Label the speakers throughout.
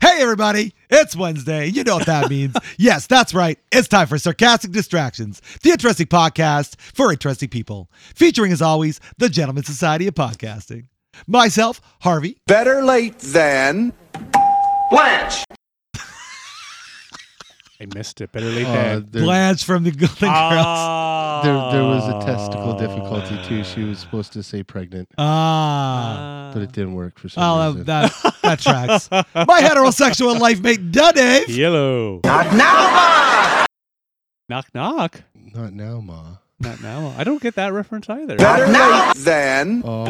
Speaker 1: Hey, everybody, it's Wednesday. You know what that means. yes, that's right. It's time for Sarcastic Distractions, the interesting podcast for interesting people, featuring, as always, the Gentleman Society of Podcasting. Myself, Harvey.
Speaker 2: Better late than Blanche.
Speaker 3: I missed it. Better late
Speaker 4: Uh,
Speaker 3: than.
Speaker 4: there,
Speaker 1: Blanche from Oh, the Golden Girls.
Speaker 3: Ah.
Speaker 4: there, there was a testicle difficulty too. She was supposed to say pregnant,
Speaker 1: Ah.
Speaker 4: but it didn't work for some
Speaker 1: Oh,
Speaker 4: reason.
Speaker 1: that, that, that tracks. My heterosexual life mate, Duh Dave.
Speaker 3: Yellow.
Speaker 2: Not now, Ma.
Speaker 3: Knock knock.
Speaker 4: Not now, ma.
Speaker 3: Not now. I don't get that reference either.
Speaker 2: Better late than
Speaker 4: Oh,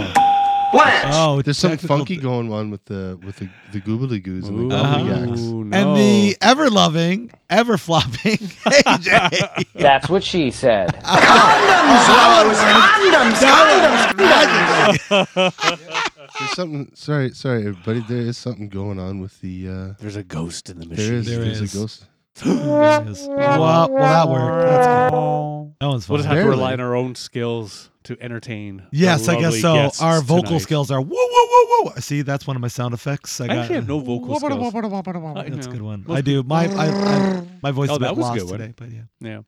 Speaker 2: Blanche.
Speaker 1: Oh,
Speaker 4: there's some
Speaker 1: technical-
Speaker 4: funky going on with the with the the goobly goos and the
Speaker 3: Ooh,
Speaker 4: gobbly
Speaker 1: Uh-huh.
Speaker 4: yaks.
Speaker 3: Oh, no.
Speaker 1: And the ever loving, ever flopping AJ.
Speaker 5: That's what she said.
Speaker 2: Condoms, condoms, condoms.
Speaker 4: There's something. Sorry, sorry, everybody. There is something going on with the. Uh,
Speaker 3: There's a ghost in the
Speaker 4: there
Speaker 3: machine.
Speaker 4: is.
Speaker 1: There
Speaker 4: there's
Speaker 1: is.
Speaker 4: a ghost.
Speaker 1: well, well, that worked. That's cool. That one's
Speaker 3: We'll
Speaker 1: fun.
Speaker 3: just have to
Speaker 4: Barely.
Speaker 3: rely on our own skills to entertain. the
Speaker 1: Yes, I guess
Speaker 3: lovely
Speaker 1: so.
Speaker 3: guests
Speaker 1: Our vocal
Speaker 3: tonight.
Speaker 1: skills are whoa, whoa, whoa, whoa. See, that's one of my sound effects. I,
Speaker 3: I
Speaker 1: got,
Speaker 3: actually have no vocal skills. I
Speaker 1: That's a
Speaker 3: know.
Speaker 1: good one.
Speaker 3: Most
Speaker 1: I do. My I, I, my voice
Speaker 3: Oh,
Speaker 1: is a
Speaker 3: that
Speaker 1: bit
Speaker 3: was a
Speaker 1: lost
Speaker 3: good one.
Speaker 1: today, but yeah,
Speaker 3: Yeah.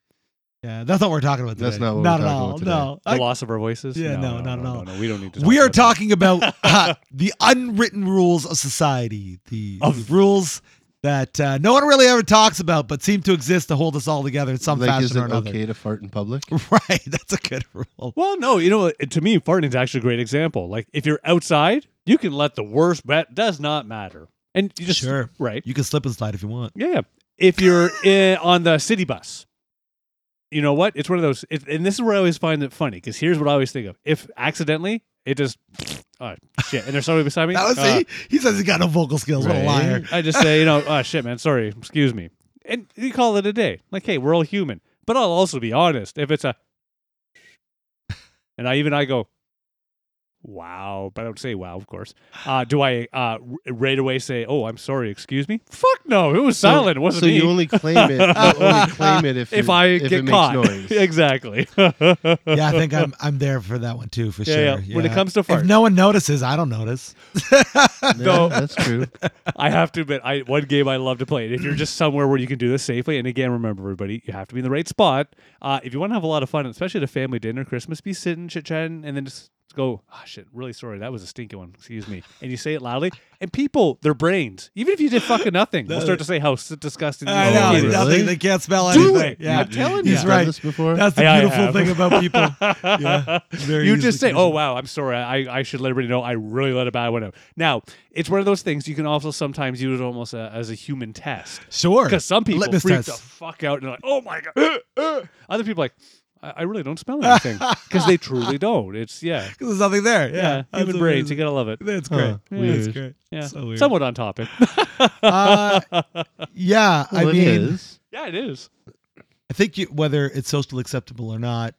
Speaker 1: yeah. That's not what we're talking about today.
Speaker 4: That's not what we're
Speaker 1: at
Speaker 4: talking
Speaker 1: all.
Speaker 4: about today.
Speaker 1: No,
Speaker 3: The
Speaker 1: I-
Speaker 3: loss of our voices?
Speaker 1: Yeah, no, not at
Speaker 3: no,
Speaker 1: all.
Speaker 3: No, we don't need to.
Speaker 1: we
Speaker 3: talk
Speaker 1: are
Speaker 3: about that.
Speaker 1: talking about uh, the unwritten rules of society, the
Speaker 3: Of-
Speaker 1: rules that uh, no one really ever talks about, but seem to exist to hold us all together in some
Speaker 4: Like,
Speaker 1: fashion
Speaker 4: is
Speaker 1: or
Speaker 4: it
Speaker 1: another.
Speaker 4: okay to fart in public?
Speaker 1: Right, that's a good rule.
Speaker 3: Well, no, you know, it- to me, farting is actually a great example. Like, if you're outside, you can let the worst bet does not matter, and you just
Speaker 1: Sure.
Speaker 3: right.
Speaker 1: You can slip and slide if you want.
Speaker 3: Yeah, yeah. If you're in, on the city bus, you know what? It's one of those. It, and this is where I always find it funny because here's what I always think of: if accidentally, it just oh shit, and there's somebody beside me.
Speaker 1: That was
Speaker 3: uh,
Speaker 1: see, he says he got no vocal skills. What a
Speaker 4: Right.
Speaker 1: liar!
Speaker 3: I just say, you know, oh shit, man, sorry, excuse me, and you call it a day. Like, hey, we're all human. But I'll also be honest: if it's a, and I even I go, wow, but I don't say wow, of course. Uh, do I uh, r- right away say, oh, I'm sorry, excuse me? Fuck no, it was silent. It wasn't
Speaker 4: so
Speaker 3: me.
Speaker 4: you only claim it. You only claim it if
Speaker 3: if
Speaker 4: you're-
Speaker 3: I
Speaker 4: if
Speaker 3: get
Speaker 4: it makes
Speaker 3: caught.
Speaker 4: noise.
Speaker 3: exactly.
Speaker 1: Yeah, I think I'm I'm there for that one too, for
Speaker 3: Yeah,
Speaker 1: sure.
Speaker 3: yeah. When it comes to
Speaker 1: if
Speaker 3: fart.
Speaker 1: no one notices, I don't notice.
Speaker 4: Yeah,
Speaker 3: No.
Speaker 4: that's true.
Speaker 3: I have to admit, I one game I love to play. And if you're just somewhere where you can do this safely, and again, remember everybody, you have to be in the right spot. Uh, if you want to have a lot of fun, especially at a family dinner, Christmas, be sitting, chit chatting, and then just go, ah, shit, really sorry, that was a stinking one, excuse me. And you say it loudly, and people, their brains, even if you did fucking nothing, will start to say how s- disgusting.
Speaker 1: I
Speaker 3: you
Speaker 1: know
Speaker 3: think it is.
Speaker 4: really?
Speaker 1: nothing. They can't spell
Speaker 3: Do
Speaker 1: anything.
Speaker 3: it.
Speaker 1: Yeah,
Speaker 3: I'm telling
Speaker 1: he's
Speaker 3: you.
Speaker 4: You've done
Speaker 1: right.
Speaker 4: this before.
Speaker 1: That's the
Speaker 3: Yeah, I
Speaker 1: beautiful
Speaker 3: have.
Speaker 1: thing about people. Yeah, very
Speaker 3: you
Speaker 1: easily
Speaker 3: just say,
Speaker 1: confusing.
Speaker 3: "Oh wow, I'm sorry. I, I should let everybody know I really let a bad one out." Now, it's one of those things you can also sometimes use almost a, as a human test.
Speaker 1: sure."
Speaker 3: Because some people
Speaker 1: Litmus
Speaker 3: freak
Speaker 1: test.
Speaker 3: the fuck out and are like, oh my god. Other people are like, I, I really don't smell anything because they truly don't. It's yeah,
Speaker 1: 'Cause there's nothing there.
Speaker 3: yeah.
Speaker 1: Yeah, that's
Speaker 3: human brains, you
Speaker 1: amazing.
Speaker 3: gotta love it.
Speaker 1: That's great.
Speaker 4: Huh,
Speaker 1: That's
Speaker 4: weird.
Speaker 1: great.
Speaker 3: Yeah,
Speaker 1: So weird.
Speaker 3: somewhat on topic.
Speaker 1: Uh, yeah, I
Speaker 4: Well, it
Speaker 1: mean,
Speaker 4: is.
Speaker 3: yeah, it is.
Speaker 1: I think you, whether it's socially acceptable or not,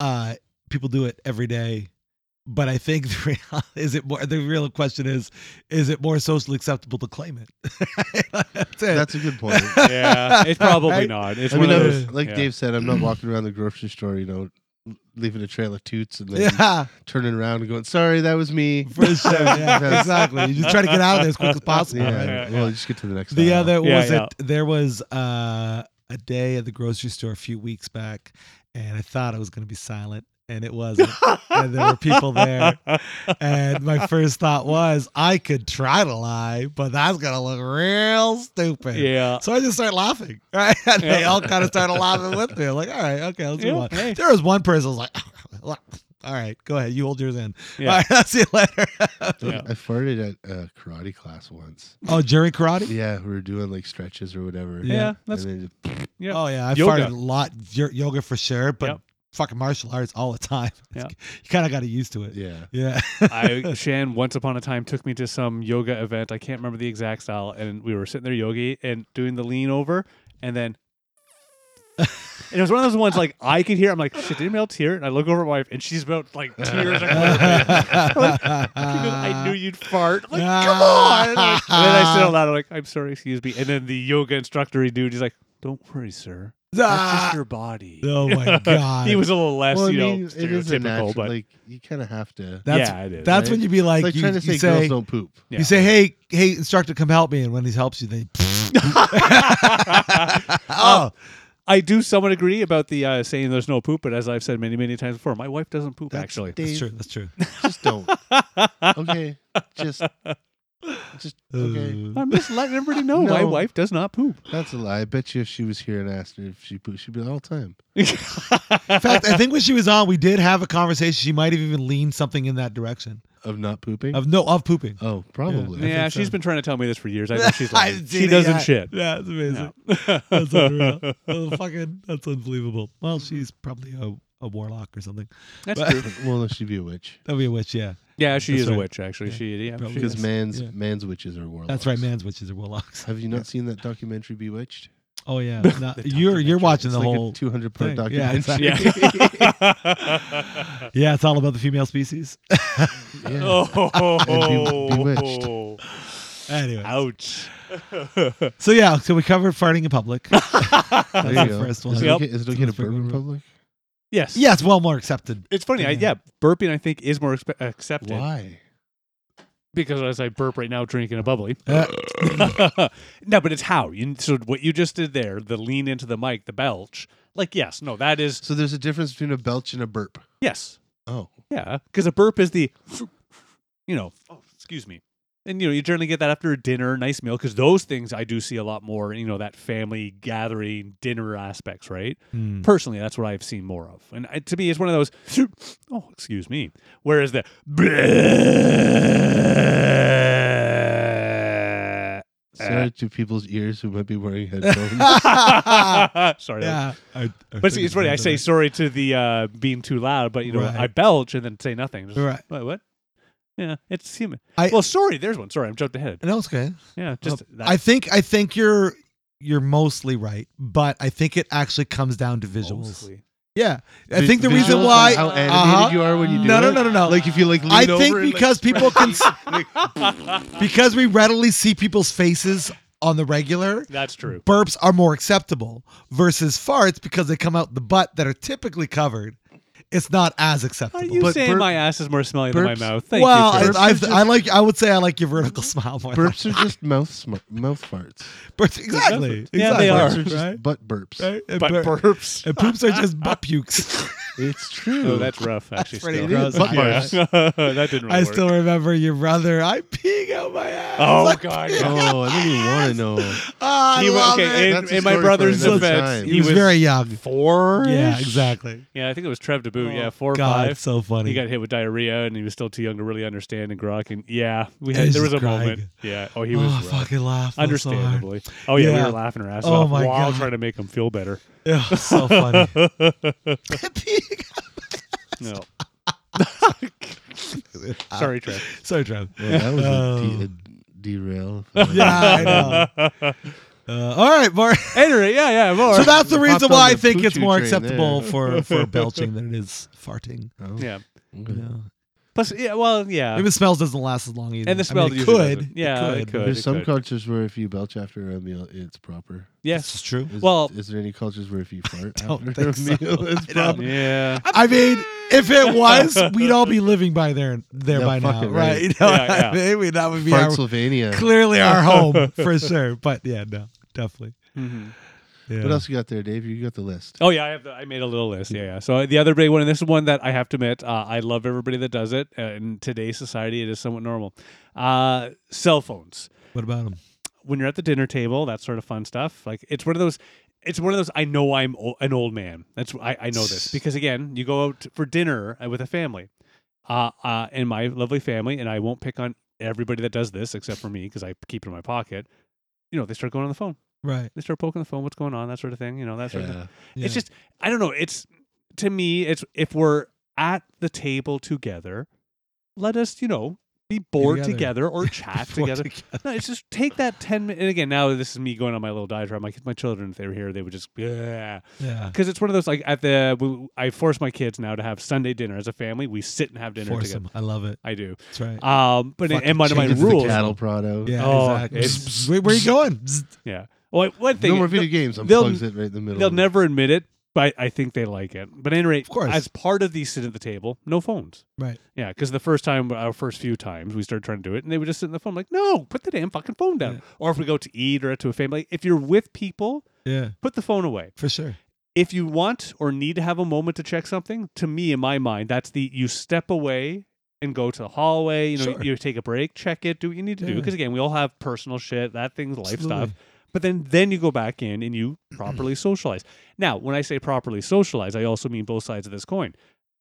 Speaker 1: uh, people do it every day. But I think the real, is it more the real question is is it more socially acceptable to claim it? That's it.
Speaker 4: That's a good point.
Speaker 3: Yeah, it's probably
Speaker 1: Right?
Speaker 3: not. It's
Speaker 4: I
Speaker 3: one
Speaker 4: mean,
Speaker 3: of
Speaker 4: I'm-
Speaker 3: those.
Speaker 4: like
Speaker 3: yeah.
Speaker 4: Dave said, I'm not walking around the grocery store, you know, leaving a trail of toots and then
Speaker 1: yeah,
Speaker 4: turning around and going, "Sorry, that was me."
Speaker 1: for sure. Yeah, exactly. You just try to get out of there as quick as possible.
Speaker 4: Yeah,
Speaker 1: right?
Speaker 3: yeah,
Speaker 4: well,
Speaker 3: yeah.
Speaker 4: just get to the next.
Speaker 1: The uh,
Speaker 4: aisle.
Speaker 1: other
Speaker 3: Yeah,
Speaker 1: was
Speaker 3: yeah.
Speaker 1: it there was uh, a day at the grocery store a few weeks back, and I thought it was going to be silent, and it wasn't. and there were people there, and my first thought was I could try to lie, but that's going to look real stupid.
Speaker 3: Yeah.
Speaker 1: So I just start laughing, right? And they
Speaker 3: Yeah.
Speaker 1: all kind of started laughing with me. I'm like, all right, okay, let's
Speaker 3: Yeah,
Speaker 1: move on.
Speaker 3: hey.
Speaker 1: There was one person who was like, all right, go ahead, you hold yours in.
Speaker 3: Yeah.
Speaker 1: All right, I'll see you later.
Speaker 3: Yeah.
Speaker 4: I farted at a karate class once.
Speaker 1: oh, Jerry Karate?
Speaker 4: Yeah, we were doing like stretches or whatever.
Speaker 1: Yeah,
Speaker 3: Yeah, that's
Speaker 4: and then just-
Speaker 3: yeah.
Speaker 1: Oh yeah, I
Speaker 3: Yoga.
Speaker 1: farted a lot y- yoga for sure, but
Speaker 3: Yep.
Speaker 1: fucking martial arts all the time.
Speaker 3: Yeah.
Speaker 1: You kind of got used to it.
Speaker 4: yeah.
Speaker 1: Yeah.
Speaker 3: I Shan once upon a time took me to some yoga event. I can't remember the exact style, and we were sitting there yogi and doing the lean over, and then. And it was one of those ones like I could hear. I'm like, shit, did anybody else hear it? And I look over at my wife, and she's about like tears. are coming out of her face. She goes, I knew you'd fart. I'm like, come on. And, I'm like- and then I said out loud, I'm like, I'm sorry, excuse me. And then the yoga instructor dude, he's like, don't worry, sir. That's
Speaker 1: Ah!
Speaker 3: just your body.
Speaker 1: Oh my god.
Speaker 3: he was a little less,
Speaker 4: Well, I
Speaker 3: you know,
Speaker 4: mean, it is a natural.
Speaker 3: stereotypical, but
Speaker 4: like you kind of have to.
Speaker 1: that's
Speaker 3: yeah, it is.
Speaker 1: that's
Speaker 4: right?
Speaker 1: when you'd be like,
Speaker 4: It's like
Speaker 1: you,
Speaker 4: trying to
Speaker 1: you
Speaker 4: say,
Speaker 1: say
Speaker 4: girls don't poop.
Speaker 3: Yeah.
Speaker 1: you say, hey, hey, instructor, come help me, and when he helps you, they oh
Speaker 3: I do somewhat agree about the uh, saying there's no poop, but as I've said many, many times before, my wife doesn't poop
Speaker 4: That's
Speaker 3: actually.
Speaker 4: Dave,
Speaker 1: that's true, that's true.
Speaker 4: Just don't. okay, just, just okay.
Speaker 1: Uh,
Speaker 3: I'm just letting everybody know my
Speaker 4: No.
Speaker 3: wife does not poop.
Speaker 4: That's a lie. I bet you if she was here and asked her if she pooped, she'd be like, all the time.
Speaker 1: in fact, I think when she was on, we did have a conversation. She might have even leaned something in that direction
Speaker 4: Of not pooping?
Speaker 1: of no of pooping.
Speaker 4: oh, probably.
Speaker 3: yeah,
Speaker 4: she's
Speaker 3: she's been trying to tell me this for years. I know she's
Speaker 1: I
Speaker 3: lying.
Speaker 1: haven't seen
Speaker 3: She
Speaker 1: it
Speaker 3: doesn't
Speaker 1: yet.
Speaker 3: shit.
Speaker 1: Yeah, it's amazing.
Speaker 3: No.
Speaker 1: That's unreal. Oh, fucking, that's unbelievable. Well, she's probably a, a warlock or something.
Speaker 3: That's
Speaker 1: But-
Speaker 3: true.
Speaker 4: Well, no, she'd be a witch.
Speaker 1: That'd be a witch, yeah.
Speaker 3: Yeah, she
Speaker 1: That's
Speaker 3: is a
Speaker 1: right.
Speaker 3: witch. Actually,
Speaker 1: Yeah.
Speaker 3: she yeah.
Speaker 1: Probably
Speaker 3: she is.
Speaker 4: Because man's
Speaker 1: yeah.
Speaker 4: man's witches are warlocks.
Speaker 1: That's right, man's witches are warlocks.
Speaker 4: Have you not seen that documentary Bewitched?
Speaker 1: Oh yeah, Now, you're you're watching
Speaker 4: It's
Speaker 1: the
Speaker 4: like
Speaker 1: whole.
Speaker 4: a 200 part
Speaker 1: thing. Yeah,
Speaker 4: documentary.
Speaker 3: Yeah.
Speaker 1: yeah, it's all about the female species.
Speaker 4: Yeah.
Speaker 3: oh,
Speaker 4: And be- bewitched.
Speaker 1: anyway,
Speaker 3: ouch.
Speaker 1: so yeah, so we covered farting in public.
Speaker 4: There
Speaker 1: That's
Speaker 4: you
Speaker 1: the
Speaker 4: go.
Speaker 1: first
Speaker 4: Is,
Speaker 1: one.
Speaker 4: it
Speaker 3: Yep.
Speaker 4: okay, is it okay to
Speaker 1: That's the
Speaker 4: burp in
Speaker 1: freaking-
Speaker 4: public?
Speaker 3: yes.
Speaker 1: yeah, it's well more accepted.
Speaker 3: It's funny. I, yeah,
Speaker 1: Yeah.
Speaker 3: burping I think is more expe- accepted
Speaker 4: Why?
Speaker 3: because as I burp right now, drinking a bubbly.
Speaker 1: Uh,
Speaker 3: no, but it's how. You, so what you just did there, the lean into the mic, the belch. Like yes, no, that is
Speaker 4: So there's a difference between a belch and a burp.
Speaker 3: yes,
Speaker 4: Oh,
Speaker 3: yeah, because a burp is the, you know, oh, excuse me. And you know you generally get that after a dinner, nice meal, because those things I do see a lot more. You know that family gathering dinner aspects, right?
Speaker 1: hmm.
Speaker 3: Personally, that's what I've seen more of. And it, to me, it's one of those, oh, excuse me. Whereas the,
Speaker 4: sorry to people's ears who might be wearing headphones.
Speaker 3: sorry. that was-
Speaker 1: yeah, I- I
Speaker 3: But see, it's funny. I say
Speaker 1: figured
Speaker 3: sorry to the uh, being too loud, but you know,
Speaker 1: Right.
Speaker 3: I belch and then say nothing. Just,
Speaker 1: that. right.
Speaker 3: Wait, what? Yeah, it's human.
Speaker 1: I-
Speaker 3: well, sorry, there's one. Sorry, I'm jumped ahead.
Speaker 1: No, it's okay.
Speaker 3: Yeah, just that.
Speaker 1: I think I think you're you're mostly right, but I think it actually comes down to visuals.
Speaker 3: mostly.
Speaker 1: Yeah, I
Speaker 4: Vi-
Speaker 1: think the reason
Speaker 4: visuals on
Speaker 1: why
Speaker 4: how animated
Speaker 1: Uh-huh.
Speaker 4: you are when you do
Speaker 1: no no
Speaker 4: it?
Speaker 1: no no no
Speaker 4: Like if you like lean
Speaker 1: I
Speaker 4: over
Speaker 1: think
Speaker 4: and, like,
Speaker 1: because people can s- because we readily see people's faces on the regular.
Speaker 3: That's true.
Speaker 1: Burps are more acceptable versus farts because they come out the butt that are typically covered. It's not as
Speaker 3: Are
Speaker 1: acceptable.
Speaker 3: you
Speaker 4: But
Speaker 3: saying
Speaker 4: burp-
Speaker 3: my ass is more smelly than
Speaker 4: burps-
Speaker 3: my mouth? Thank
Speaker 1: well,
Speaker 3: you.
Speaker 1: I-
Speaker 3: George.
Speaker 4: Burps
Speaker 1: I,
Speaker 4: are just-
Speaker 1: I like. I would say I like your vertical smile more. than-
Speaker 4: burps are just mouth sm- mouth farts.
Speaker 1: Burps, exactly.
Speaker 3: Yeah,
Speaker 1: exactly.
Speaker 3: they are.
Speaker 4: Burps just
Speaker 1: Right?
Speaker 4: butt burps.
Speaker 1: Right? And,
Speaker 3: but
Speaker 1: bur-
Speaker 3: burps.
Speaker 1: and poops are just butt pukes.
Speaker 4: It's true.
Speaker 3: Oh, that's rough. Actually,
Speaker 1: pretty
Speaker 3: still.
Speaker 1: good.
Speaker 4: It is butt
Speaker 1: Yeah.
Speaker 4: burps.
Speaker 3: Yeah. that didn't. Really
Speaker 1: I
Speaker 3: work.
Speaker 1: still remember your brother. I'm peeing out my ass.
Speaker 3: Oh God. no.
Speaker 4: Oh, I don't even want to know.
Speaker 1: Ah, I
Speaker 3: He wa-
Speaker 1: love
Speaker 3: okay,
Speaker 1: it.
Speaker 3: in,
Speaker 4: That's a
Speaker 3: in my
Speaker 4: story for
Speaker 3: brother's
Speaker 4: another
Speaker 3: defense,
Speaker 4: time.
Speaker 1: He, was, very young.
Speaker 3: four.
Speaker 1: Yeah, exactly.
Speaker 3: Yeah, I think it was Trev DeBoot. yeah, four or
Speaker 1: Oh, God,
Speaker 3: five.
Speaker 1: it's so funny.
Speaker 3: He got hit with diarrhea, and he was still too young to really understand and grok. And yeah, we had
Speaker 1: He's
Speaker 3: there was a
Speaker 1: just crying.
Speaker 3: moment. Yeah. Oh, he was.
Speaker 1: oh,
Speaker 3: rough.
Speaker 1: fucking laugh. That was so hard.
Speaker 3: Understandably. oh yeah, we
Speaker 1: Yeah.
Speaker 3: were laughing our ass
Speaker 1: Oh,
Speaker 3: off
Speaker 1: my
Speaker 3: while
Speaker 1: God.
Speaker 3: trying to make him feel better.
Speaker 1: Ugh, Oh, so funny. Peeing
Speaker 3: No. Sorry, Trev.
Speaker 1: Sorry, Trev.
Speaker 4: Well, that was
Speaker 1: Oh.
Speaker 4: a, de- a derail.
Speaker 1: Yeah, I know. Uh, all right, Mark.
Speaker 3: Anyway, yeah, yeah, more.
Speaker 1: So that's the
Speaker 4: Hopped
Speaker 1: reason
Speaker 4: on
Speaker 1: why I
Speaker 4: the
Speaker 1: think it's
Speaker 4: poo-choo
Speaker 1: more
Speaker 4: train there.
Speaker 1: acceptable for, for belching than it is farting.
Speaker 4: Oh,
Speaker 3: yeah.
Speaker 1: You
Speaker 4: okay.
Speaker 1: know?
Speaker 3: Plus, yeah. Well, yeah.
Speaker 1: Maybe smells doesn't last as long either.
Speaker 3: and the smell
Speaker 1: I mean, it
Speaker 3: usually
Speaker 1: could.
Speaker 3: doesn't. Yeah, it could.
Speaker 4: There's
Speaker 3: it
Speaker 4: some
Speaker 3: could.
Speaker 4: cultures where if you belch after a meal, it's proper.
Speaker 1: This is
Speaker 3: Yes.
Speaker 1: true.
Speaker 4: Is,
Speaker 3: Well-
Speaker 4: is there any cultures where if you fart
Speaker 1: don't
Speaker 4: after a meal,
Speaker 1: think so.
Speaker 4: it's
Speaker 1: I don't-
Speaker 4: proper?
Speaker 3: Yeah.
Speaker 1: I mean, if it was, we'd all be living by there there
Speaker 4: Yeah,
Speaker 1: by now,
Speaker 4: fucking
Speaker 1: right?
Speaker 4: right.
Speaker 1: You know
Speaker 3: Yeah,
Speaker 1: what I mean? We- that would be our,
Speaker 4: Fartsylvania.
Speaker 1: clearly our home for sure. But yeah, no, definitely.
Speaker 3: Mhm.
Speaker 1: Yeah.
Speaker 4: What else you got there, Dave? You got the list.
Speaker 3: Oh yeah, I have. The, I made a little list. Yeah, yeah. So uh, the other big one, and this is one that I have to admit, uh, I love everybody that does it. Uh, in today's society, it is somewhat normal. Uh, cell phones.
Speaker 1: What about him?
Speaker 3: when you're at the dinner table, that sort of fun stuff. Like it's one of those. It's one of those. I know I'm o- an old man. That's I, I know this because again, you go out for dinner uh, with a family, uh, uh, and my lovely family, and I won't pick on everybody that does this except for me because I keep it in my pocket. You know, they start going on the phone.
Speaker 1: Right.
Speaker 3: They start poking the phone. What's going on? That sort of thing. You know, that sort of thing.
Speaker 4: Yeah.
Speaker 1: Yeah.
Speaker 3: It's just I don't know. It's to me, it's if we're at the table together, let us you know be bored
Speaker 1: together.
Speaker 3: together, or chat
Speaker 1: Before
Speaker 3: together. No, it's just take that ten minutes. And again, now this is me going on my little diatribe. My my children, if they were here, they would just yeah.
Speaker 1: Yeah.
Speaker 3: Because it's one of those like at the we, I force my kids now to have Sunday dinner as a family. We sit and have dinner
Speaker 1: Force
Speaker 3: together.
Speaker 1: him. I love it.
Speaker 3: I do.
Speaker 1: That's right.
Speaker 3: Um, but
Speaker 1: Fucking
Speaker 3: and one of my
Speaker 4: Changes the
Speaker 3: rules.
Speaker 4: cattle prod out.
Speaker 1: yeah.
Speaker 3: oh,
Speaker 1: exactly.
Speaker 3: it's-
Speaker 1: Where, where are you going?
Speaker 3: Yeah. Well, one thing
Speaker 4: no more video games.
Speaker 3: they'll-
Speaker 4: Unplugs it right in the middle.
Speaker 3: They'll
Speaker 4: of it.
Speaker 3: never admit it, but I think they like it. But at any rate,
Speaker 1: Of course.
Speaker 3: as part of the sit at the table, no phones.
Speaker 1: Right.
Speaker 3: Yeah, because the first time, our first few times, we started trying to do it, and they would just sit in the phone, like, no, put the damn fucking phone down.
Speaker 1: Yeah.
Speaker 3: Or if we go to eat or to a family, if you're with people,
Speaker 1: Yeah,
Speaker 3: put the phone away.
Speaker 1: for sure.
Speaker 3: If you want or need to have a moment to check something, to me, in my mind, that's the you step away and go to the hallway. You know,
Speaker 1: Sure.
Speaker 3: you take a break, check it, do what you need to do.
Speaker 1: Yeah.
Speaker 3: Because again, we all have personal shit. That thing's life stuff.
Speaker 1: Absolutely.
Speaker 3: But then then you go back in and you properly socialize. Now, when I say properly socialize, I also mean both sides of this coin.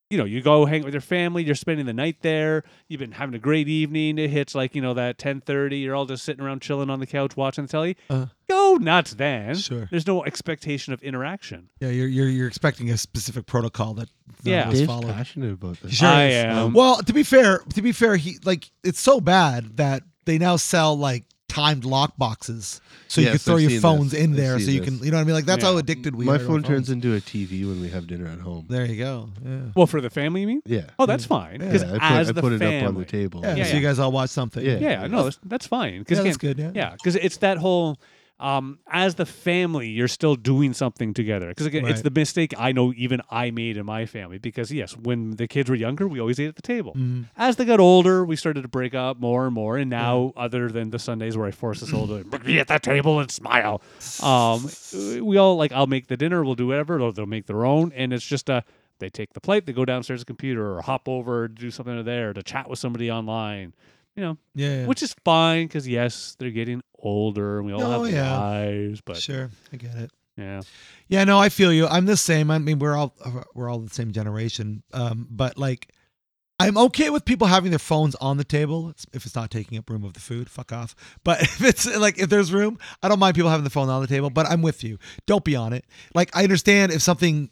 Speaker 3: You know, you go hang with your family, you're spending the night there, you've been having a great evening, it hits like, you know, that ten thirty, you're all just sitting around chilling on the couch watching the telly.
Speaker 1: Uh.
Speaker 3: Go nuts then.
Speaker 1: Sure.
Speaker 3: There's no expectation of interaction.
Speaker 1: Yeah, you're you're you're expecting a specific protocol that none
Speaker 3: Yeah.
Speaker 1: of us
Speaker 4: Dave's
Speaker 1: follow.
Speaker 4: passionate about this.
Speaker 1: Sure
Speaker 3: I
Speaker 1: is.
Speaker 4: Um,
Speaker 3: am.
Speaker 1: Well, to be fair, to be fair, he like it's so bad that they now sell like timed lock boxes, so you
Speaker 4: Yes,
Speaker 1: can throw
Speaker 4: I've
Speaker 1: your
Speaker 4: seen
Speaker 1: phones
Speaker 4: this.
Speaker 1: in
Speaker 4: I've
Speaker 1: there, so
Speaker 4: seen
Speaker 1: you
Speaker 4: this.
Speaker 1: can, you know what I mean? Like that's
Speaker 3: Yeah.
Speaker 1: how addicted we are.
Speaker 4: My
Speaker 1: to our
Speaker 4: phone turns
Speaker 1: phones.
Speaker 4: into a TV when we have dinner at home.
Speaker 1: There you go. Yeah.
Speaker 3: Well, for the family, you mean?
Speaker 4: Yeah.
Speaker 3: Oh, that's fine.
Speaker 1: Yeah,
Speaker 3: Because
Speaker 4: Yeah, I put,
Speaker 3: as
Speaker 4: I
Speaker 3: the
Speaker 4: put
Speaker 3: family,
Speaker 4: it up on the table.
Speaker 1: Yeah,
Speaker 3: Yeah,
Speaker 1: so
Speaker 3: yeah.
Speaker 1: you guys all watch something.
Speaker 4: Yeah.
Speaker 3: Yeah, no, that's, that's fine.
Speaker 1: yeah,
Speaker 3: Because
Speaker 1: that's good. Yeah,
Speaker 3: Yeah, because it's that whole. Um, as the family, you're still doing something together. Because again, it's
Speaker 1: Right.
Speaker 3: the mistake I know even I made in my family. Because yes, when the kids were younger, we always ate at the table.
Speaker 1: Mhm.
Speaker 3: As they got older, we started to break up more and more. And now, other than the Sundays where I force us all to be at the table and smile, um, we all like I'll make the dinner, we'll do whatever, or they'll make their own, and it's just uh they take the plate, they go downstairs to the computer, or hop over to do something over there, to chat with somebody online. You know,
Speaker 1: yeah, yeah.
Speaker 3: which is fine because yes, they're getting older and we all
Speaker 1: Oh,
Speaker 3: have
Speaker 1: yeah.
Speaker 3: lives. But
Speaker 1: sure, I get it.
Speaker 3: yeah,
Speaker 1: Yeah, no, I feel you. I'm the same. I mean, we're all we're all the same generation. Um, but like, I'm okay with people having their phones on the table if it's not taking up room of the food. Fuck off. But if it's like if there's room, I don't mind people having the phone on the table. But I'm with you. Don't be on it. Like I understand if something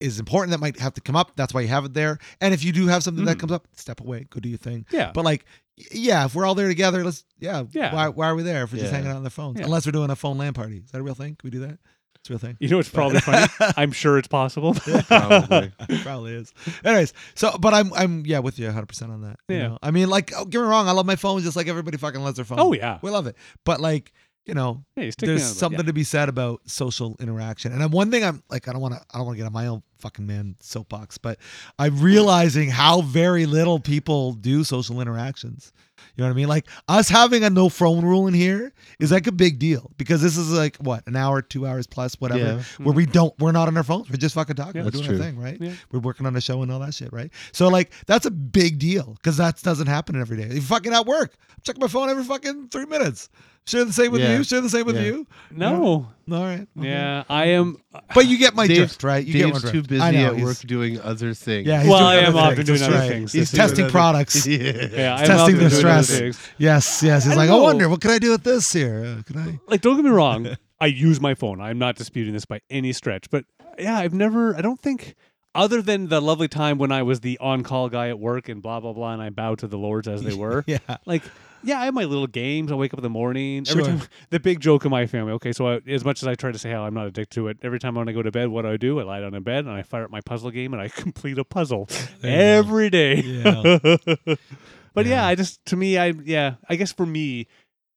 Speaker 1: is important that might have to come up. That's why you have it there. And if you do have something that
Speaker 3: Mhm.
Speaker 1: comes up, step away, go do your thing.
Speaker 3: yeah,
Speaker 1: But like, y- yeah, if we're all there together, let's yeah.
Speaker 3: Yeah.
Speaker 1: Why, why are we there if we're just
Speaker 4: Yeah.
Speaker 1: hanging out on the phones?
Speaker 3: Yeah.
Speaker 1: Unless we're doing a phone LAN party. Is that a real thing? Can we do that? It's a real thing.
Speaker 3: you know it's probably funny. I'm sure it's possible.
Speaker 4: Probably.
Speaker 1: Probably is. Anyways, so but I'm I'm yeah with you 100 percent on that. you
Speaker 3: Yeah.
Speaker 1: know? I mean, like, oh, get me wrong, I love my phone just like everybody fucking loves their phone.
Speaker 3: Oh, yeah.
Speaker 1: we love it. But like, you know,
Speaker 3: Hey, stick me
Speaker 1: there's
Speaker 3: on the-
Speaker 1: something
Speaker 3: yeah.
Speaker 1: to be said about social interaction. And I'm one thing I'm like I don't want to I don't want to get on my own fucking man soapbox, but I'm realizing how very little people do social interactions. You know what I mean? Like us having a no phone rule in here is like a big deal because this is like what an hour, two hours plus, whatever,
Speaker 4: Yeah.
Speaker 1: where we don't we're not on our phones. We're just fucking talking.
Speaker 3: Yeah.
Speaker 1: we're
Speaker 4: That's
Speaker 1: doing our
Speaker 4: true.
Speaker 1: thing, right?
Speaker 3: Yeah.
Speaker 1: We're working on a show and all that shit, right? So like that's a big deal because that doesn't happen every day. If you're fucking at work, I'm checking my phone every fucking three minutes. Share the same with
Speaker 4: Yeah.
Speaker 1: you. Share the same with
Speaker 4: Yeah.
Speaker 1: you.
Speaker 3: No,
Speaker 1: All right. okay.
Speaker 3: yeah, I am.
Speaker 1: But you get my
Speaker 4: Dave's-
Speaker 1: drift, right? You get my
Speaker 4: Dave's
Speaker 1: drift.
Speaker 4: too busy
Speaker 1: I know,
Speaker 4: at
Speaker 1: he's-
Speaker 4: work doing other things.
Speaker 1: Yeah.
Speaker 4: He's
Speaker 1: He's
Speaker 3: Well,
Speaker 1: doing
Speaker 3: I
Speaker 1: other
Speaker 3: am
Speaker 1: things.
Speaker 3: often doing
Speaker 1: That's
Speaker 3: other
Speaker 1: right.
Speaker 3: things.
Speaker 1: He's,
Speaker 4: doing
Speaker 1: testing
Speaker 4: other-
Speaker 1: products.
Speaker 4: Yeah.
Speaker 3: Yeah, I'm
Speaker 1: testing the
Speaker 3: out there doing other
Speaker 1: stress.
Speaker 3: things.
Speaker 1: Yes, yes. He's
Speaker 3: I
Speaker 1: like,
Speaker 3: don't
Speaker 1: I
Speaker 3: know.
Speaker 1: wonder, what can I do with this here? Uh, can I?
Speaker 3: Like, don't get me wrong. I use my phone. I'm not disputing this by any stretch. But yeah, I've never. I don't think. Other than the lovely time when I was the on-call guy at work and blah blah blah, and I bowed to the lords as they were.
Speaker 1: Yeah.
Speaker 3: like yeah i have my little games i wake up in the morning every
Speaker 1: Sure.
Speaker 3: time the big joke in my family okay so I, as much as i try to say how i'm not addicted to it every time when i go to bed what do i do i lie down in bed and i fire up my puzzle game and i complete a puzzle
Speaker 1: There you go.
Speaker 3: every day
Speaker 1: Yeah.
Speaker 3: but yeah.
Speaker 1: Yeah.
Speaker 3: i just to me i yeah i guess for me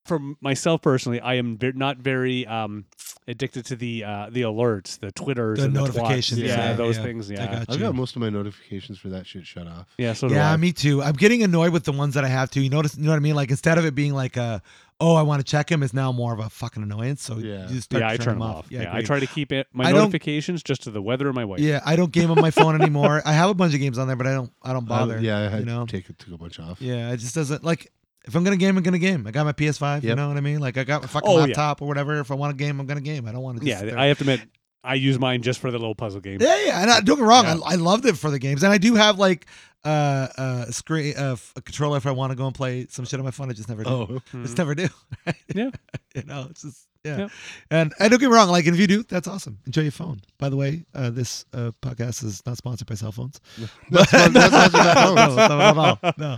Speaker 3: for myself personally i am ve- not very um addicted to the uh the alerts the twitters
Speaker 1: The
Speaker 3: and twats.
Speaker 1: notifications,
Speaker 3: yeah,
Speaker 1: yeah,
Speaker 3: those
Speaker 1: yeah.
Speaker 3: things
Speaker 1: I
Speaker 3: yeah
Speaker 1: got
Speaker 4: I've
Speaker 1: you.
Speaker 4: got most of my notifications for that shit shut off.
Speaker 3: yeah so do
Speaker 1: yeah,
Speaker 3: I.
Speaker 1: me too. I'm getting annoyed with the ones that I have to. You notice, you know what I mean? Like instead of it being like a, oh, I want to check him, it's now more of a fucking annoyance. So
Speaker 4: Yeah.
Speaker 1: you just start
Speaker 3: yeah, I
Speaker 1: to
Speaker 3: turn
Speaker 1: 'em
Speaker 3: them off. Yeah, I
Speaker 1: agreed.
Speaker 3: try to keep it my
Speaker 1: I don't-
Speaker 3: notifications just to the weather and my wife.
Speaker 1: Yeah, I don't game on my phone anymore. I have a bunch of games on there, but I don't, I don't
Speaker 4: I-
Speaker 1: bother.
Speaker 4: yeah, I had
Speaker 1: you know,
Speaker 4: to take, took a bunch off.
Speaker 1: Yeah, it just doesn't like if I'm gonna game, I'm gonna game. I got my PS5, you
Speaker 4: Yep.
Speaker 1: know what I mean? Like I got my fucking
Speaker 3: Oh, yeah.
Speaker 1: laptop or whatever. If I want to game, I'm gonna game. I don't want to.
Speaker 3: yeah, I have to admit, I use mine just for the little puzzle game.
Speaker 1: yeah, yeah. And I, don't get me wrong,
Speaker 3: Yeah.
Speaker 1: I, I loved it for the games, and I do have like uh uh screen uh, f- a controller if I want to go and play some shit on my phone. I just never do.
Speaker 4: Oh,
Speaker 1: I just never do.
Speaker 3: hmm. Yeah.
Speaker 1: you know, it's just yeah.
Speaker 3: Yeah.
Speaker 1: And I don't get me wrong. Like, if you do, that's awesome. Enjoy your phone. By the way, uh, this uh, podcast is not sponsored by cell phones.
Speaker 4: that's what, that's what I
Speaker 1: no, no,
Speaker 4: found.
Speaker 1: not at all. No.
Speaker 3: No,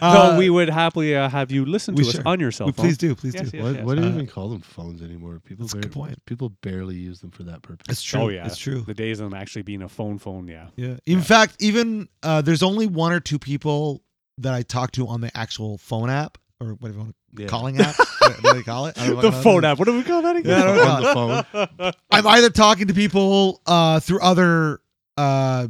Speaker 1: Uh,
Speaker 3: we would happily uh, have you listen to
Speaker 1: we
Speaker 3: us
Speaker 1: sure-
Speaker 3: on your cell
Speaker 1: we-
Speaker 3: phone.
Speaker 1: please do, please
Speaker 3: Yes,
Speaker 1: do.
Speaker 3: yes,
Speaker 4: Why,
Speaker 3: yes.
Speaker 4: why do you
Speaker 1: Uh,
Speaker 4: even call them phones anymore? People
Speaker 1: that's a good
Speaker 4: bar-
Speaker 1: point.
Speaker 4: People barely use them for that purpose.
Speaker 1: It's true.
Speaker 3: Oh yeah,
Speaker 1: it's true.
Speaker 3: The days of them actually being a phone phone. Yeah,
Speaker 1: Yeah. In
Speaker 3: Yeah.
Speaker 1: fact, even uh, there's only one or two people that I talk to on the actual phone app or whatever you want
Speaker 4: Yeah.
Speaker 1: calling app. what do they call it? I don't know what
Speaker 3: the
Speaker 1: it
Speaker 3: phone
Speaker 1: is.
Speaker 3: app. What do we call that
Speaker 1: Yeah, I
Speaker 3: again?
Speaker 1: don't
Speaker 4: on
Speaker 1: know.
Speaker 4: the phone.
Speaker 1: I'm either talking to people uh, through other uh,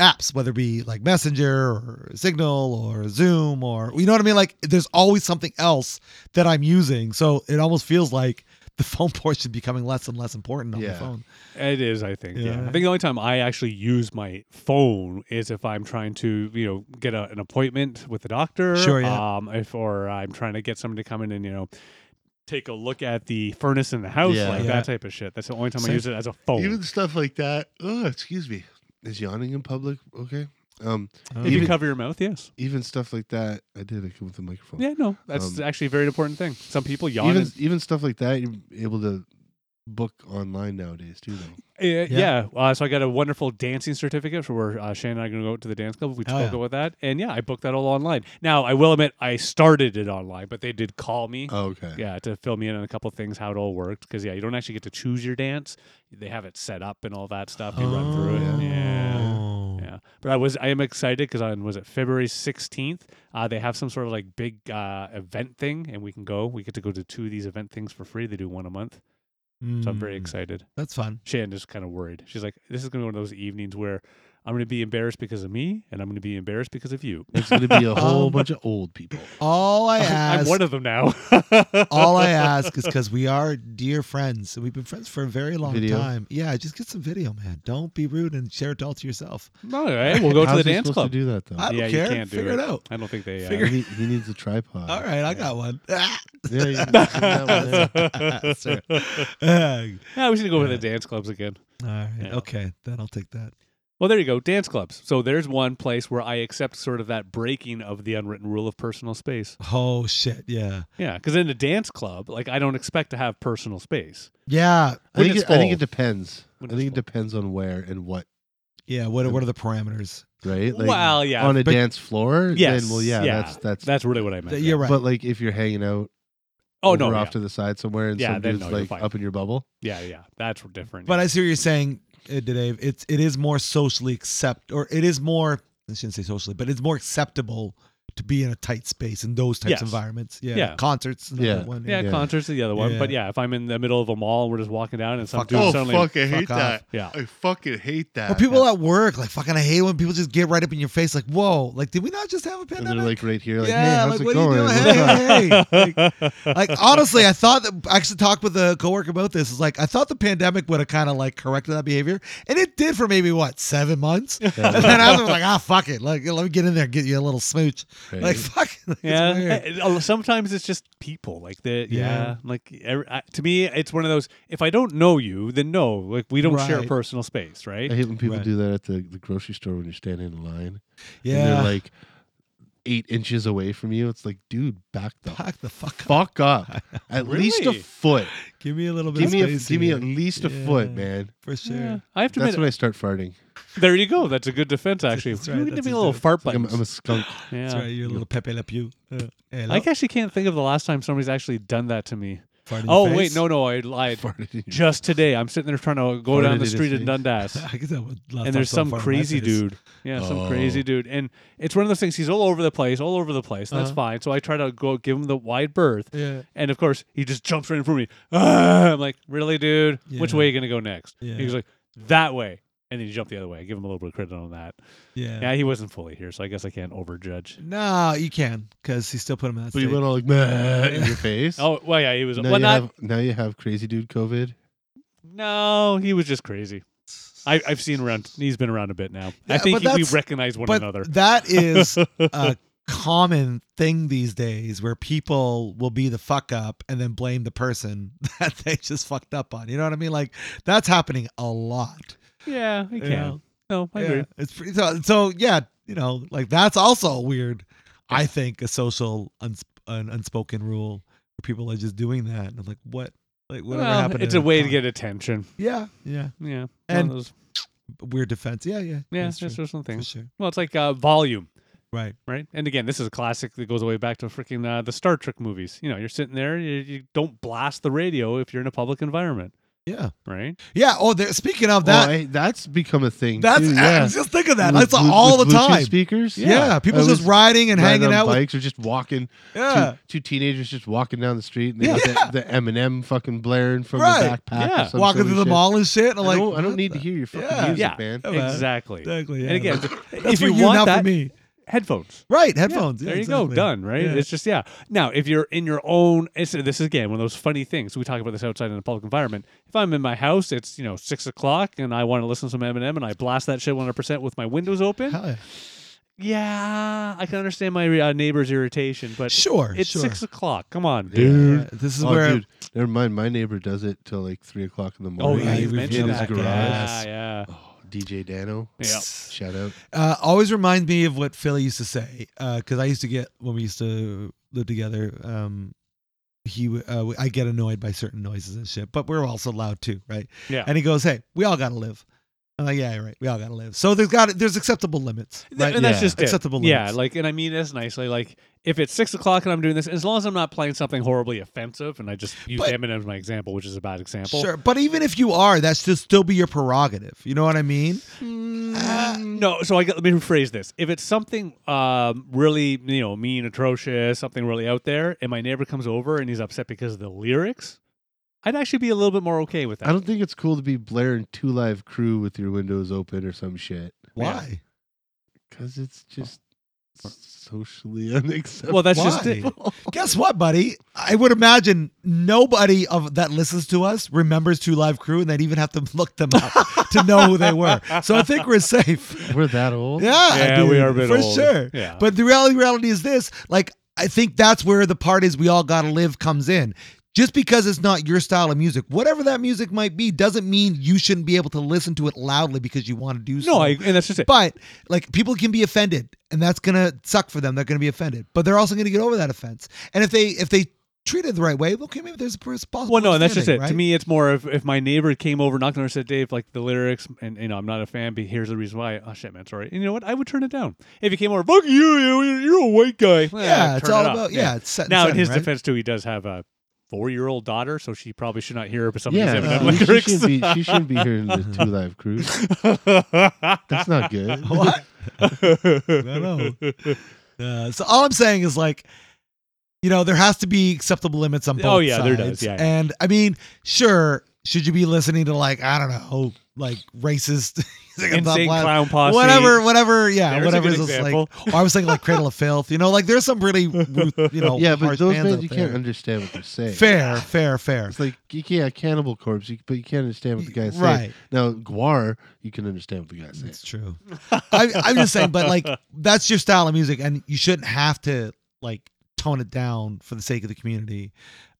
Speaker 1: apps, whether it be like Messenger or Signal or Zoom or you know what I mean. Like there's always something else that I'm using, so it almost feels like the phone portion becoming less and less important on the
Speaker 4: Yeah.
Speaker 1: phone.
Speaker 3: It is, I think. Yeah.
Speaker 1: Yeah.
Speaker 3: I think the only time I actually use my phone is if I'm trying to, you know, get a, an appointment with a doctor.
Speaker 1: Sure, yeah.
Speaker 3: Um, if or I'm trying to get somebody to come in and you know take a look at the furnace in the house,
Speaker 4: Yeah.
Speaker 3: like
Speaker 1: Yeah.
Speaker 3: that type of shit. That's the only time
Speaker 1: Same.
Speaker 3: I use it as a
Speaker 1: Oh.
Speaker 3: phone.
Speaker 4: Even stuff like that. Oh, excuse me. Is yawning in public okay? Um,
Speaker 1: I don't
Speaker 3: if
Speaker 1: know.
Speaker 3: you
Speaker 4: even-
Speaker 3: cover your mouth, yes.
Speaker 4: even stuff like that. I did. I come with the microphone.
Speaker 3: Yeah, no, that's
Speaker 4: Um,
Speaker 3: actually a very important thing. Some people yawn.
Speaker 4: even
Speaker 3: and-
Speaker 4: even stuff like that. You're able to book online nowadays too. Though.
Speaker 3: Uh, yeah. Uh, so I got a wonderful dancing certificate for where uh, Shane and I are going to go to the dance club. We
Speaker 1: Oh,
Speaker 3: spoke
Speaker 1: yeah.
Speaker 3: about that. And yeah, I booked that all online. Now, I will admit, I started it online, but they did call me.
Speaker 4: Oh, okay.
Speaker 3: Yeah, to fill me in on a couple things how it all worked because yeah, you don't actually get to choose your dance; they have it set up and all that stuff. You run through it, yeah,
Speaker 1: Oh.
Speaker 3: yeah. But I was I am excited because on was it February sixteenth? Uh, they have some sort of like big uh, event thing, and we can go. We get to go to two of these event things for free. They do one a month, so I'm very
Speaker 1: Mm,
Speaker 3: excited.
Speaker 1: That's fun.
Speaker 3: Shannon is kind of worried. She's like, "This is gonna be one of those evenings where I'm gonna be embarrassed because of me, and I'm gonna be embarrassed because of you."
Speaker 4: It's going to be a whole
Speaker 1: Um,
Speaker 4: bunch of old people.
Speaker 1: All I
Speaker 3: I'm
Speaker 1: ask,
Speaker 3: one of them now.
Speaker 1: all I ask, is because we are dear friends and we've been friends for a very long
Speaker 4: Video?
Speaker 1: time. Yeah, just get some video, man. Don't be rude and share it all to yourself.
Speaker 3: All right, we'll go to
Speaker 4: How's
Speaker 3: the
Speaker 4: he
Speaker 3: dance
Speaker 4: supposed
Speaker 3: club.
Speaker 4: To do that though.
Speaker 1: I don't
Speaker 3: yeah,
Speaker 1: care.
Speaker 3: you can't do
Speaker 1: Figure it out.
Speaker 3: I don't think they. Uh,
Speaker 1: Figure
Speaker 4: he, he needs a tripod.
Speaker 1: All right, I got one. Ah.
Speaker 4: Yeah, you can stick that one there.
Speaker 1: Sir. Ah.
Speaker 3: uh, yeah, we should go to the dance clubs again.
Speaker 1: All right.
Speaker 3: Yeah.
Speaker 1: Okay. Then I'll take that.
Speaker 3: Well, there you go, dance clubs. So there's one place where I accept sort of that breaking of the unwritten rule of personal space.
Speaker 1: Oh shit. Yeah.
Speaker 3: Yeah, because in a dance club, like I don't expect to have personal space.
Speaker 1: Yeah.
Speaker 4: I think,
Speaker 3: When
Speaker 4: it,
Speaker 3: it's
Speaker 4: I think
Speaker 3: full.
Speaker 4: it depends.
Speaker 3: When
Speaker 4: I
Speaker 3: it's
Speaker 4: think
Speaker 3: full.
Speaker 4: it depends on where and what,
Speaker 1: Yeah. What are, what are the parameters?
Speaker 4: right?
Speaker 3: well, yeah,
Speaker 4: on a
Speaker 1: but-
Speaker 4: dance floor,
Speaker 3: yes,
Speaker 4: then well, yeah,
Speaker 3: yeah.
Speaker 4: that's that's.
Speaker 3: that's really what I meant.
Speaker 1: Th-
Speaker 3: yeah.
Speaker 1: You're right.
Speaker 4: But like, if you're hanging out,
Speaker 3: Oh
Speaker 4: over
Speaker 3: no,
Speaker 4: off
Speaker 3: yeah.
Speaker 4: to the side somewhere, and
Speaker 3: Yeah,
Speaker 4: some
Speaker 3: then
Speaker 4: dude's
Speaker 3: no, you're
Speaker 4: like
Speaker 3: fine.
Speaker 4: up in your bubble.
Speaker 3: yeah, yeah, that's different.
Speaker 1: But
Speaker 3: yeah.
Speaker 1: I see what you're saying, uh, Dave. It's it is more socially accept, or it is more. I shouldn't say socially, but it's more acceptable to be in a tight space in those types
Speaker 3: Yes.
Speaker 1: of environments. Yeah.
Speaker 3: Yeah.
Speaker 1: Concerts. another
Speaker 4: Yeah.
Speaker 1: One,
Speaker 3: yeah,
Speaker 4: yeah.
Speaker 3: concerts is the other one.
Speaker 1: Yeah.
Speaker 3: But yeah, if I'm in the middle of a mall and we're just walking down and some
Speaker 1: Fuck
Speaker 3: dude
Speaker 1: off.
Speaker 3: suddenly,
Speaker 4: Oh, I
Speaker 1: Fuck off.
Speaker 3: yeah,
Speaker 4: I fucking hate that.
Speaker 1: Or people at work, like fucking, I hate when people just get right up in your face, like, "Whoa!" Like, did we not just have a
Speaker 4: and
Speaker 1: pandemic?
Speaker 4: they're like right here, like,
Speaker 1: yeah,
Speaker 4: hey, how's
Speaker 1: like,
Speaker 4: it
Speaker 1: what
Speaker 4: going?
Speaker 1: are you doing?
Speaker 4: What's
Speaker 1: Hey, hey,
Speaker 4: up?
Speaker 1: hey. Like, like honestly, I thought that I actually talked with a coworker about this. Is like I thought the pandemic would have kind of like corrected that behavior, and it did for maybe what seven months. And then I was like, ah, fuck it. Like, let me get in there, and get you a little smooch.
Speaker 4: Right.
Speaker 1: Like, fuck. Like, it's
Speaker 3: yeah.
Speaker 1: weird.
Speaker 3: eh, eh, Sometimes it's just people. Like the yeah.
Speaker 1: Yeah.
Speaker 3: Like every, I, to me, it's one of those. If I don't know you, then no. Like we don't share
Speaker 1: Right.
Speaker 3: personal space, right?
Speaker 4: I hate when people
Speaker 1: Right.
Speaker 4: do that at the, the grocery store when you're standing in line. And
Speaker 1: yeah.
Speaker 4: they're like eight inches away from you. It's like, dude, back the
Speaker 1: Fuck the fuck. up.
Speaker 4: fuck up. At least a
Speaker 3: Really?
Speaker 4: foot.
Speaker 1: Give me a little bit.
Speaker 4: Give
Speaker 1: of
Speaker 4: me a,
Speaker 1: space
Speaker 4: give me
Speaker 1: here.
Speaker 4: at least a foot,
Speaker 1: Yeah.
Speaker 4: man.
Speaker 1: for sure.
Speaker 3: Yeah. I have to
Speaker 4: That's
Speaker 3: admit,
Speaker 4: when I start farting.
Speaker 3: there you go. That's a good defense, actually.
Speaker 1: That's
Speaker 3: You
Speaker 1: right,
Speaker 3: need to
Speaker 1: that's
Speaker 3: be a
Speaker 1: a
Speaker 3: little
Speaker 1: good-
Speaker 3: fart
Speaker 4: Like I'm, I'm
Speaker 3: button.
Speaker 4: a skunk.
Speaker 1: That's
Speaker 3: Yeah.
Speaker 1: right. You're a little Pepe Le Pew. Uh, hello,
Speaker 3: I actually can't think of the last time somebody's actually done that to me.
Speaker 1: fart in your
Speaker 3: Oh
Speaker 1: face.
Speaker 3: wait, no, no, I lied.
Speaker 4: Farted in your-
Speaker 3: Just today, I'm sitting there trying to go
Speaker 4: Farted
Speaker 3: down
Speaker 4: in
Speaker 3: the
Speaker 4: his
Speaker 3: street in
Speaker 4: face.
Speaker 3: Dundas.
Speaker 1: I guess that was last time
Speaker 3: and there's some
Speaker 1: someone farted in my
Speaker 3: crazy
Speaker 1: face.
Speaker 3: dude. Yeah, some crazy
Speaker 4: Oh.
Speaker 3: dude. And it's one of those things. He's all over the place, all over the place. and That's
Speaker 1: Uh-huh.
Speaker 3: fine. So I try to go give him the wide berth.
Speaker 1: Yeah.
Speaker 3: And of course, he just jumps right in front of me. Ah! I'm like, really, dude? Which
Speaker 1: Yeah.
Speaker 3: way are you going to go next?
Speaker 1: Yeah.
Speaker 3: He was like, that way. And then he jumped the other way. I give him a little bit of credit on that.
Speaker 1: Yeah.
Speaker 3: Yeah, he wasn't fully here, so I guess I can't overjudge.
Speaker 1: No, you can because he still put him out.
Speaker 4: But you went all like, man, in your face.
Speaker 3: Oh, well, yeah, he was.
Speaker 4: now,
Speaker 3: well,
Speaker 4: you
Speaker 3: not.
Speaker 4: have, now you have crazy dude COVID.
Speaker 3: No, he was just crazy. I, I've seen around. He's been around a bit now.
Speaker 1: Yeah,
Speaker 3: I think
Speaker 1: but
Speaker 3: he, we
Speaker 1: that's-
Speaker 3: recognize one
Speaker 1: but
Speaker 3: another.
Speaker 1: that is a common thing these days where people will be the fuck up and then blame the person that they just fucked up on. You know what I mean? Like that's happening a lot.
Speaker 3: yeah, he can.
Speaker 1: know?
Speaker 3: No, I
Speaker 1: yeah,
Speaker 3: agree.
Speaker 1: It's pretty so, so yeah, you know, like that's also weird. I think a social uns, an unspoken rule where people are just doing that, and I'm like, what? Like whatever
Speaker 3: Well,
Speaker 1: happened.
Speaker 3: It's
Speaker 1: to
Speaker 3: a way to
Speaker 1: con-
Speaker 3: get attention.
Speaker 1: Yeah, yeah.
Speaker 3: Yeah, one
Speaker 1: And-
Speaker 3: of those,
Speaker 1: Weird defense. Yeah, yeah.
Speaker 3: yeah,
Speaker 1: that's
Speaker 3: that's just
Speaker 1: true.
Speaker 3: some
Speaker 1: For
Speaker 3: things.
Speaker 1: sure.
Speaker 3: Well, it's like uh, volume,
Speaker 1: Right.
Speaker 3: right? And again, this is a classic that goes all the way back to freaking uh, the Star Trek movies. You know, you're sitting there, you, you don't blast the radio if you're in a public environment.
Speaker 1: Yeah.
Speaker 3: right?
Speaker 1: Yeah. Oh, there, speaking of that,
Speaker 4: oh, I- that's become a thing.
Speaker 1: that's
Speaker 4: too,
Speaker 1: I
Speaker 4: yeah.
Speaker 1: was just think of that.
Speaker 4: With
Speaker 1: I saw
Speaker 4: Blu-
Speaker 1: all the
Speaker 4: with Bluetooth
Speaker 1: time.
Speaker 4: Speakers,
Speaker 1: Yeah, people
Speaker 4: I
Speaker 1: just
Speaker 4: was
Speaker 1: riding and
Speaker 4: riding
Speaker 1: hanging
Speaker 4: on
Speaker 1: out. With,
Speaker 4: bikes or just walking.
Speaker 1: yeah.
Speaker 4: Two, two teenagers just walking down the street and they
Speaker 1: Yeah.
Speaker 4: got the, the Eminem fucking blaring from the
Speaker 1: Right.
Speaker 4: backpack.
Speaker 3: Yeah.
Speaker 4: Or some
Speaker 1: Walking
Speaker 4: silly
Speaker 1: through the
Speaker 4: shit.
Speaker 1: mall and shit. I'm
Speaker 4: I
Speaker 1: like,
Speaker 4: don't, I
Speaker 1: what
Speaker 4: don't need
Speaker 1: the-
Speaker 4: to hear your fucking
Speaker 1: Yeah.
Speaker 4: music,
Speaker 3: Yeah.
Speaker 4: man.
Speaker 1: Yeah, man.
Speaker 3: Exactly.
Speaker 1: Exactly.
Speaker 3: And
Speaker 1: yeah.
Speaker 3: again,
Speaker 1: That's
Speaker 3: if
Speaker 1: for
Speaker 3: you want
Speaker 1: not
Speaker 3: that,
Speaker 1: for me.
Speaker 3: headphones.
Speaker 1: Right. Headphones.
Speaker 3: there
Speaker 1: yeah,
Speaker 3: you go,
Speaker 1: exactly.
Speaker 3: done. Right?
Speaker 1: Yeah.
Speaker 3: It's just yeah. Now, if you're in your own, it's, this is again one of those funny things. We talk about this outside in a public environment. If I'm in my house, it's you know six o'clock, and I want to listen to some Eminem, and I blast that shit 100 percent with my windows open.
Speaker 1: Hell yeah.
Speaker 3: Yeah, I can understand my uh, neighbor's irritation, but
Speaker 1: Sure.
Speaker 3: it's
Speaker 1: sure.
Speaker 3: six o'clock. Come on,
Speaker 4: Yeah.
Speaker 3: dude.
Speaker 1: Yeah, This is
Speaker 4: Oh,
Speaker 1: where
Speaker 4: dude, never mind. My neighbor does it till like three o'clock in the
Speaker 3: Oh
Speaker 4: morning.
Speaker 3: yeah,
Speaker 1: Right,
Speaker 3: you
Speaker 1: we've
Speaker 3: mentioned
Speaker 4: in his
Speaker 3: that.
Speaker 4: garage.
Speaker 3: Yeah, yeah.
Speaker 4: Oh, DJ Dano.
Speaker 3: Yeah.
Speaker 4: Shout out.
Speaker 1: uh, always reminds me of what Philly used to say because I used to get when we used to live together. Um, he, w- uh, w- I get annoyed by certain noises and shit, but we're also loud too, right?
Speaker 3: Yeah.
Speaker 1: And he goes, "Hey, we all gotta live." I'm like, "Yeah, you're right. We all gotta live." So there's got there's acceptable limits,
Speaker 3: Th-
Speaker 1: right?
Speaker 3: and that's
Speaker 4: yeah.
Speaker 3: just it.
Speaker 1: Acceptable
Speaker 3: Yeah,
Speaker 1: limits.
Speaker 3: like, and I mean this nicely. Like, if it's six o'clock and I'm doing this, as long as I'm not playing something horribly offensive, and I just use
Speaker 1: But-
Speaker 3: Eminem as my example, which is a bad example.
Speaker 1: Sure, but even if you are, that should still be your prerogative. You know what I mean?
Speaker 3: Mm. No, so I got, let me rephrase this. If it's something um, really, you know, mean, atrocious, something really out there, and my neighbor comes over and he's upset because of the lyrics, I'd actually be a little bit more okay with that.
Speaker 4: I don't think it's cool to be blaring Two Live Crew with your windows open or some shit.
Speaker 1: Why?
Speaker 4: Because it's just socially unacceptable.
Speaker 3: well, that's just it.
Speaker 1: Why? Guess what, buddy? I would imagine nobody of that listens to us remembers Two Live Crew, and they'd even have to look them up to know who they were. So I think we're safe.
Speaker 4: We're that old.
Speaker 1: Yeah,
Speaker 3: Yeah, we
Speaker 1: dude,
Speaker 3: are a bit
Speaker 1: for
Speaker 3: old.
Speaker 1: sure.
Speaker 3: Yeah.
Speaker 1: But the reality reality is this: like, I think that's where the part is we all gotta live comes in. Just because it's not your style of music, whatever that music might be, doesn't mean you shouldn't be able to listen to it loudly because you want to do so.
Speaker 3: no, I, and that's just it.
Speaker 1: But like people can be offended, and that's gonna suck for them. They're gonna be offended, but they're also gonna get over that offense. And if they if they treat it the right way, okay, maybe there's a pers- possible.
Speaker 3: Well, no, and that's just it.
Speaker 1: understanding,
Speaker 3: To
Speaker 1: right?
Speaker 3: me, it's more of if my neighbor came over, knocked on and said, "Dave, like the lyrics, and you know, I'm not a fan, but here's the reason why." Oh shit, man, sorry. And you know what? I would turn it down. If he came over, fuck you, you- you're a white guy. Eh,
Speaker 1: yeah, it's
Speaker 3: turn
Speaker 1: all
Speaker 3: it up.
Speaker 1: about yeah. It's set in
Speaker 3: Now, in
Speaker 1: setting,
Speaker 3: his
Speaker 1: right?
Speaker 3: defense, too, he does have a four-year-old daughter, so she probably should not hear some
Speaker 4: Yeah,
Speaker 3: of these
Speaker 1: uh,
Speaker 3: Eminem
Speaker 4: she,
Speaker 3: lyrics.
Speaker 4: shouldn't be, she shouldn't be hearing the Two Live Crew. That's not good.
Speaker 1: What? no, no. Uh, so all I'm saying is like, you know, there has to be acceptable limits on both
Speaker 3: Oh, yeah, there does.
Speaker 1: sides.
Speaker 3: Yeah, yeah.
Speaker 1: and I mean, sure, should you be listening to like I don't know, like racist,
Speaker 3: Insane clown posse.
Speaker 1: whatever, whatever, yeah,
Speaker 3: There's a
Speaker 1: whatever.
Speaker 3: good
Speaker 1: is just like,
Speaker 3: example.
Speaker 1: or I was thinking like Cradle of Filth. You know, like there's some really, rude, you know,
Speaker 4: Yeah, but
Speaker 1: harsh
Speaker 4: those
Speaker 1: bands
Speaker 4: bands
Speaker 1: out
Speaker 4: you
Speaker 1: there.
Speaker 4: can't understand what they're saying.
Speaker 1: Fair, fair, fair.
Speaker 4: It's like you can't Cannibal Corpse, you, but you can't understand what the guy's
Speaker 1: Right.
Speaker 4: saying. Now Guar, you can understand what the guy's saying.
Speaker 1: It's true. I, I'm just saying, but like that's your style of music, and you shouldn't have to like tone it down for the sake of the community,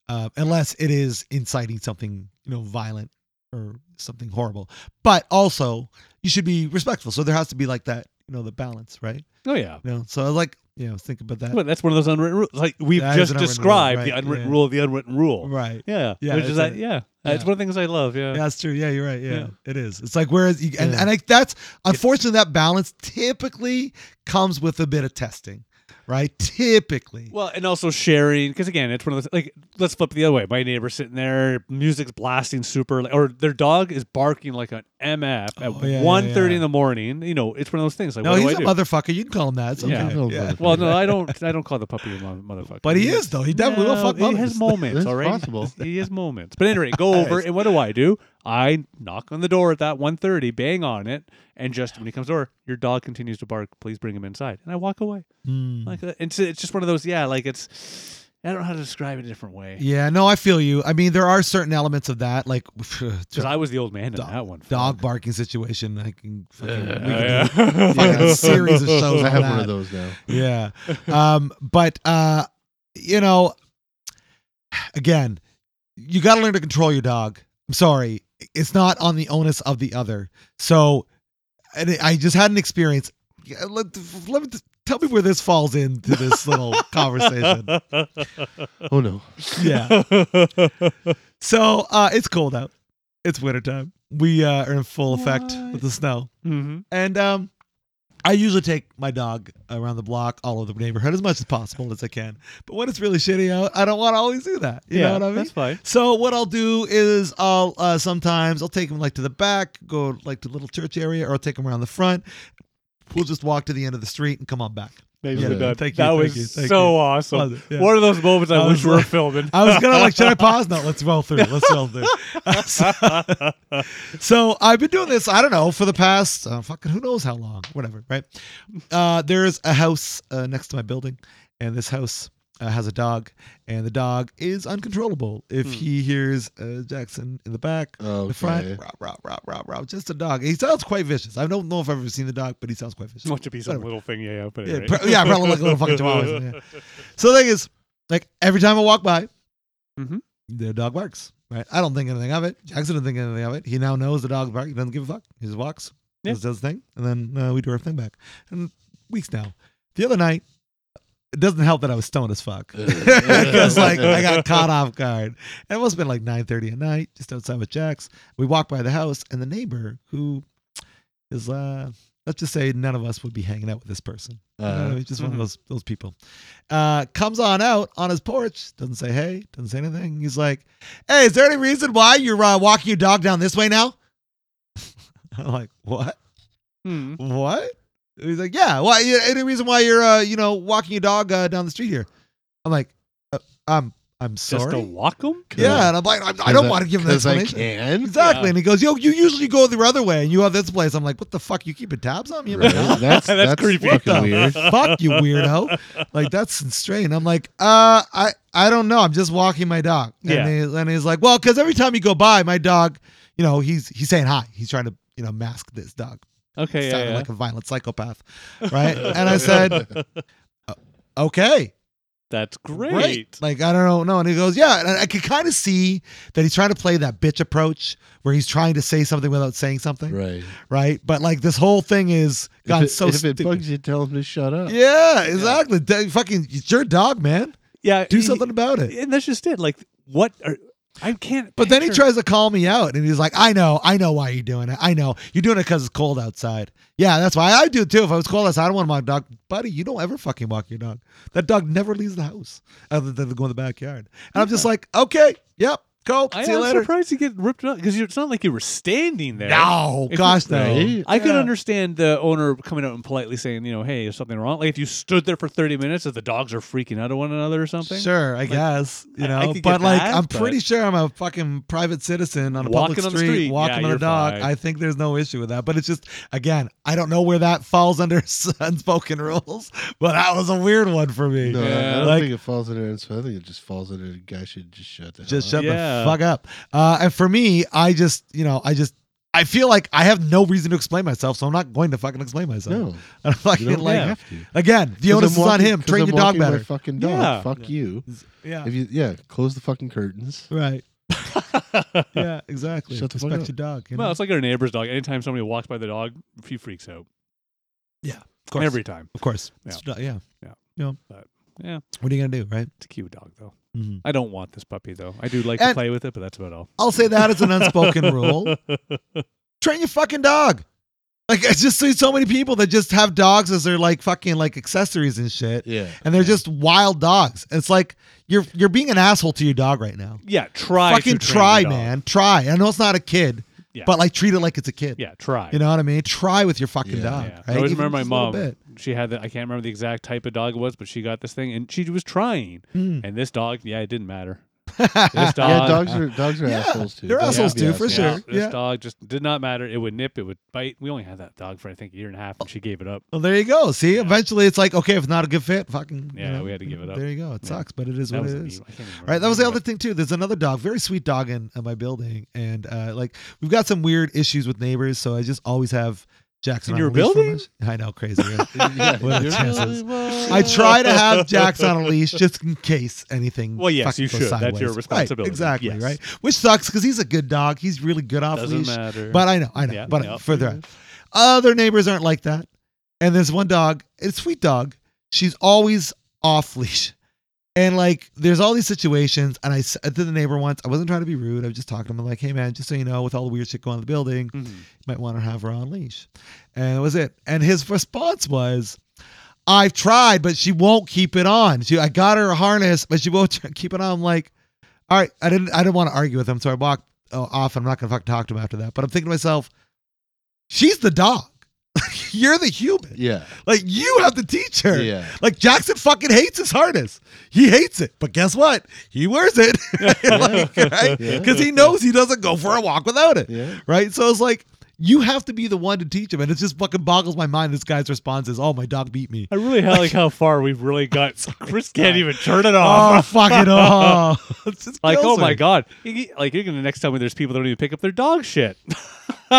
Speaker 1: uh, unless it is inciting something you know violent or something horrible. But also, you should be respectful. So there has to be like that, you know, the balance, right?
Speaker 3: oh yeah.
Speaker 1: You know, so I like you know think about that,
Speaker 3: But that's one of those unwritten rules. Like we've
Speaker 1: That is
Speaker 3: just
Speaker 1: an unwritten
Speaker 3: described
Speaker 1: rule,
Speaker 3: the
Speaker 1: right,
Speaker 3: unwritten
Speaker 1: yeah.
Speaker 3: rule of the unwritten rule.
Speaker 1: right?
Speaker 3: Yeah.
Speaker 1: Yeah,
Speaker 3: Which
Speaker 1: it's
Speaker 3: is that,
Speaker 1: a-
Speaker 3: yeah.
Speaker 1: yeah.
Speaker 3: It's one of the things I love. Yeah.
Speaker 1: Yeah, that's true. Yeah, you're right. Yeah,
Speaker 3: Yeah.
Speaker 1: it is. It's like whereas you, and
Speaker 4: Yeah.
Speaker 1: and I, that's unfortunately that balance typically comes with a bit of testing, right? Typically,
Speaker 3: Well, and also sharing because again, it's one of those like let's flip it the other way. My neighbor's sitting there, music's blasting super, like, or their dog is barking like an MF at
Speaker 1: Oh, yeah, yeah,
Speaker 3: 1.30
Speaker 1: yeah.
Speaker 3: in the morning. You know, it's one of those things. Like,
Speaker 1: no,
Speaker 3: what
Speaker 1: he's a
Speaker 3: do I do?
Speaker 1: motherfucker. You can call him that. It's okay.
Speaker 3: Yeah.
Speaker 1: Yeah.
Speaker 4: No, motherfucker.
Speaker 3: well, no, I don't. I don't call the puppy a mo- motherfucker.
Speaker 1: But he is though. He definitely will
Speaker 3: No,
Speaker 1: fuck
Speaker 3: He
Speaker 1: mothers.
Speaker 3: has moments.
Speaker 4: That's
Speaker 3: all right,
Speaker 4: possible.
Speaker 3: he has moments. But anyway, go over and what do I do? I knock on the door at that 1.30, bang on it, and just when he comes over, your dog continues to bark. Please bring him inside, and I walk away.
Speaker 1: Hmm.
Speaker 3: Like uh, it's it's just one of those. Yeah, like it's. I don't know how to describe it a different way.
Speaker 1: Yeah, no, I feel you. I mean, there are certain elements of that, like
Speaker 3: Because I was the old man in that one.
Speaker 1: dog barking situation. I can fucking, we
Speaker 3: Uh,
Speaker 1: can
Speaker 3: yeah.
Speaker 1: do fucking a series of shows.
Speaker 4: Oh, I
Speaker 1: on
Speaker 4: have one
Speaker 1: that.
Speaker 4: of those now.
Speaker 1: yeah um but uh you know again you got to learn to control your dog i'm sorry it's not on the onus of the other so and i just had an experience Yeah, let, let me tell me where this falls into this little conversation
Speaker 4: Oh no.
Speaker 1: yeah so uh it's cold out it's wintertime we uh, are in full effect
Speaker 3: What?
Speaker 1: with the snow
Speaker 3: mm-hmm.
Speaker 1: and um, I usually take my dog around the block, all over the neighborhood, as much as possible as I can. But when it's really shitty out, I don't want to always do that. You
Speaker 3: yeah,
Speaker 1: know what I mean?
Speaker 3: that's fine.
Speaker 1: So what I'll do is I'll uh, sometimes I'll take him like to the back, go like to the little church area, or I'll take him around the front. We'll just walk to the end of the street and come on back.
Speaker 3: Nicely
Speaker 1: Yeah.
Speaker 3: done.
Speaker 1: Thank you,
Speaker 3: that
Speaker 1: thank
Speaker 3: was
Speaker 1: you, thank
Speaker 3: so
Speaker 1: you.
Speaker 3: awesome.
Speaker 1: Love it, yeah.
Speaker 3: One of those moments I,
Speaker 1: I
Speaker 3: wish
Speaker 1: was
Speaker 3: we were
Speaker 1: like-
Speaker 3: filming.
Speaker 1: I was gonna like should I pause? No, let's roll through. Let's roll through. so, so I've been doing this. I don't know for the past uh, fucking who knows how long. Whatever, right? Uh, there's a house uh, next to my building, and this house uh, has a dog, and the dog is uncontrollable. If he hears uh, Jackson in the back, the
Speaker 4: Okay.
Speaker 1: front, rah, rah, rah, rah, rah, just a dog. He sounds quite vicious. I don't know if I've ever seen the dog, but he sounds quite vicious.
Speaker 3: Not to be some
Speaker 1: Whatever.
Speaker 3: little thing, yeah, yeah, but
Speaker 1: Yeah,
Speaker 3: anyway.
Speaker 1: pro- yeah, probably like a little fucking chihuahua. or something, yeah. So the thing is, like every time I walk by,
Speaker 3: Mhm.
Speaker 1: the dog barks. Right? I don't think anything of it. Jackson doesn't think anything of it. He now knows the dog's bark. He doesn't give a fuck. He just walks,
Speaker 3: Yeah.
Speaker 1: just does his thing, and then uh, we do our thing back. And weeks now. The other night, it doesn't help that I was stoned as fuck because like I got caught off guard. And it must have been like nine thirty at night, just outside with Jack's. We walked by the house, and the neighbor who is uh, let's just say none of us would be hanging out with this person. You know what I
Speaker 4: Uh,
Speaker 1: mean? just one
Speaker 3: mhm.
Speaker 1: of those those people. Uh, comes on out on his porch, doesn't say hey, doesn't say anything. He's like, "Hey, is there any reason why you're uh, walking your dog down this way now?" I'm like, "What?
Speaker 3: Hmm.
Speaker 1: What?" He's like, "Yeah. Why? you- Any reason why you're uh, you know walking your dog uh, down the street here?" I'm like, uh, "I'm I'm
Speaker 3: Just to
Speaker 1: sorry."
Speaker 3: walk them?
Speaker 1: Yeah, and I'm like, I, I don't want to give him an
Speaker 4: Because I
Speaker 1: explanation.
Speaker 4: can.
Speaker 1: Exactly.
Speaker 3: Yeah.
Speaker 1: And he goes, Yo, you usually go the other way and you have this place. I'm like, What the fuck? You keeping tabs on me?
Speaker 4: Right.
Speaker 1: man?
Speaker 4: That's,
Speaker 3: That's
Speaker 4: that's,
Speaker 3: creepy.
Speaker 1: What
Speaker 4: fucking
Speaker 1: the
Speaker 4: weird.
Speaker 1: fuck, you weirdo? Like that's insane. I'm like, uh, I I don't know. I'm just walking my dog. And,
Speaker 3: Yeah.
Speaker 1: he- and he's like, well, because every time you go by, my dog, you know, he's he's saying hi. He's trying to you know mask this dog,
Speaker 3: Okay, yeah,
Speaker 1: sounding
Speaker 3: yeah.
Speaker 1: like a violent psychopath, right? and I said, okay,
Speaker 3: that's great.
Speaker 1: Like I don't know, no. And he goes, yeah. And I, I could kind of see that he's trying to play that bitch approach where he's trying to say something without saying something, right?
Speaker 4: right.
Speaker 1: But like this whole thing is
Speaker 4: If
Speaker 1: gone
Speaker 4: it,
Speaker 1: so
Speaker 4: if
Speaker 1: stupid.
Speaker 4: it bugs you, tell him to shut up.
Speaker 1: Yeah, exactly. Da- fucking, it's your dog, man.
Speaker 3: yeah,
Speaker 1: Do
Speaker 3: y-
Speaker 1: something about it.
Speaker 3: And that's just it. Like, what are. I can't.
Speaker 1: But then he
Speaker 3: picture-
Speaker 1: tries to call me out, and he's like, "I know, I know why you're doing it. I know you're doing it because it's cold outside. Yeah, that's why I do it too. If I was cold outside, I don't want my dog, buddy. You don't ever fucking walk your dog. That dog never leaves the house other than to go in the backyard. And I'm just like, okay, yep, cool.
Speaker 3: I
Speaker 1: See you
Speaker 3: am
Speaker 1: later.
Speaker 3: surprised you get ripped up because it's not like you were standing there.
Speaker 1: No,
Speaker 3: If
Speaker 1: gosh,
Speaker 3: you-
Speaker 1: no.
Speaker 4: Right?
Speaker 3: I could
Speaker 1: Yeah.
Speaker 3: understand the owner coming out and politely saying, you know, hey, is something wrong? Like if you stood there for 30 minutes, if the dogs are freaking out at one another or something.
Speaker 1: Sure, I guess you
Speaker 3: I-
Speaker 1: know,
Speaker 3: I could get
Speaker 1: but like
Speaker 3: that,
Speaker 1: I'm
Speaker 3: but-
Speaker 1: pretty sure I'm a fucking private citizen on a public
Speaker 3: Walking on the
Speaker 1: street,
Speaker 3: street, yeah,
Speaker 1: walking on
Speaker 3: you're
Speaker 1: a dog.
Speaker 3: fine.
Speaker 1: I think there's no issue with that, but it's just again, I don't know where that falls under unspoken rules, but that was a weird one for me.
Speaker 4: No,
Speaker 3: Yeah.
Speaker 4: I- I don't
Speaker 1: Like-
Speaker 4: think it falls under it. I think it just falls under the guy should just shut the hell
Speaker 1: Just
Speaker 4: up.
Speaker 1: shut
Speaker 3: Yeah.
Speaker 1: the fuck up. Uh, and for me, I just you know, I just I feel like I have no reason to explain myself, so I'm not going to fucking explain myself.
Speaker 4: No,
Speaker 1: I'm
Speaker 4: you
Speaker 1: fucking
Speaker 4: don't
Speaker 1: like
Speaker 4: have to.
Speaker 1: again, the
Speaker 4: 'Cause
Speaker 1: onus
Speaker 4: I'm
Speaker 1: is on
Speaker 4: walking-
Speaker 1: him.
Speaker 4: 'cause
Speaker 1: Train
Speaker 4: I'm
Speaker 1: your dog
Speaker 4: walking my
Speaker 1: better.
Speaker 4: fucking dog.
Speaker 3: Yeah.
Speaker 4: Fuck you.
Speaker 1: Yeah,
Speaker 4: If you yeah, close the fucking curtains.
Speaker 1: right. yeah, exactly.
Speaker 4: Shut the fuck
Speaker 1: Respect
Speaker 4: up.
Speaker 1: your dog. You know?
Speaker 3: Well, it's like our neighbor's dog. Anytime somebody walks by the dog, he freaks out.
Speaker 1: of course.
Speaker 3: Every time.
Speaker 1: Of course.
Speaker 3: Yeah.
Speaker 1: It's not- yeah.
Speaker 3: Yeah.
Speaker 1: You know,
Speaker 3: Yeah, Mm-hmm.
Speaker 1: what are you gonna do, right?
Speaker 3: it's a cute dog though.
Speaker 1: Mhm.
Speaker 3: I don't want this puppy though. I do like to
Speaker 1: And-
Speaker 3: play with it, but that's about all.
Speaker 1: I'll say that as an unspoken rule. Train your fucking dog. Like I just see so many people that just have dogs as their like fucking like accessories and shit,
Speaker 4: Yeah,
Speaker 1: and they're just wild dogs. It's like you're you're being an asshole to your dog right now.
Speaker 3: Yeah, try. to
Speaker 1: fucking
Speaker 3: train
Speaker 1: try,
Speaker 3: your dog.
Speaker 1: man. Try. I know it's not a kid,
Speaker 3: Yeah.
Speaker 1: but like treat it like it's a kid.
Speaker 3: Yeah, try.
Speaker 1: You know what I mean? Try with your fucking
Speaker 4: Yeah.
Speaker 1: dog.
Speaker 3: Yeah.
Speaker 1: Right?
Speaker 3: I always
Speaker 1: Even
Speaker 3: remember my
Speaker 1: just a little
Speaker 3: mom.
Speaker 1: bit.
Speaker 3: She had the, I can't remember the exact type of dog it was, but she got this thing and she was trying.
Speaker 1: Mm.
Speaker 3: And this dog, yeah, it didn't matter. This dog,
Speaker 4: yeah. Dogs are dogs are
Speaker 1: Yeah,
Speaker 4: assholes too.
Speaker 1: they're
Speaker 4: Dogs
Speaker 1: assholes
Speaker 4: can be
Speaker 1: too, for
Speaker 4: assholes.
Speaker 1: sure.
Speaker 3: This
Speaker 1: Yeah.
Speaker 3: dog just did not matter. It would nip, it would bite. We only had that dog for I think a year and a half, and she gave it up.
Speaker 1: Well, there you go. See, eventually it's like okay, if it's not a good fit, fucking. you
Speaker 3: Yeah,
Speaker 1: know,
Speaker 3: we had to give it up.
Speaker 1: There you go. It
Speaker 3: Yeah.
Speaker 1: sucks, but it is
Speaker 3: That
Speaker 1: what
Speaker 3: was
Speaker 1: it
Speaker 3: an
Speaker 1: is.
Speaker 3: evil- I can't even
Speaker 1: Right. That was the other
Speaker 3: remember
Speaker 1: thing too. There's another dog, very sweet dog in, in my building, and uh, like we've got some weird issues with neighbors, so I just always have Jackson
Speaker 3: In
Speaker 1: on
Speaker 3: your
Speaker 1: a leash for
Speaker 3: building?
Speaker 1: much- I know, crazy. right?
Speaker 4: Yeah,
Speaker 1: What are the
Speaker 4: you're
Speaker 1: chances?
Speaker 4: really
Speaker 1: I try to have Jackson on a leash just in case anything.
Speaker 3: Well, yes,
Speaker 1: fucking
Speaker 3: you
Speaker 1: goes
Speaker 3: should. That's your
Speaker 1: sideways. Right,
Speaker 3: responsibility.
Speaker 1: exactly.
Speaker 3: Yes.
Speaker 1: Right. Which sucks because he's a good dog. He's really good
Speaker 3: what-
Speaker 1: off
Speaker 3: Doesn't
Speaker 1: leash.
Speaker 3: matter.
Speaker 1: But I know, I know.
Speaker 3: Yeah,
Speaker 1: but
Speaker 3: yeah.
Speaker 1: further, on. other neighbors aren't like that. And there's one dog, it's a sweet dog. She's always off leash, And like, there's all these situations, and I said to the neighbor once, I wasn't trying to be rude. I was just talking to him, like, hey man, just so you know, with all the weird shit going on in the building,
Speaker 4: Mm-hmm.
Speaker 3: Mhm.
Speaker 1: you might want to have her on leash. And that was it. And his response was, I've tried, but she won't keep it on. She, I got her a harness, but she won't tr- keep it on. I'm like, all right, I didn't, I didn't want to argue with him, so I walked uh, off. I'm not gonna fucking talk to him after that. But I'm thinking to myself, she's the dog. You're the human.
Speaker 4: Yeah.
Speaker 1: Like you have to teach her.
Speaker 4: Yeah.
Speaker 1: Like Jackson fucking hates his harness. He hates it. But guess what? He wears it. Because
Speaker 4: Yeah.
Speaker 1: he knows he doesn't go for a walk without it.
Speaker 4: Yeah.
Speaker 1: Right? So it's like, you have to be the one to teach him. And it just fucking boggles my mind. This guy's response is, oh, my dog beat me.
Speaker 3: I really like how far we've really got. Chris can't even turn it
Speaker 1: Oh,
Speaker 3: off.
Speaker 1: fuck it all. It's just
Speaker 3: like, oh
Speaker 1: kills
Speaker 3: my
Speaker 1: me.
Speaker 3: god! You- you- Like, you're gonna next tell me there's people that don't even pick up their dog shit.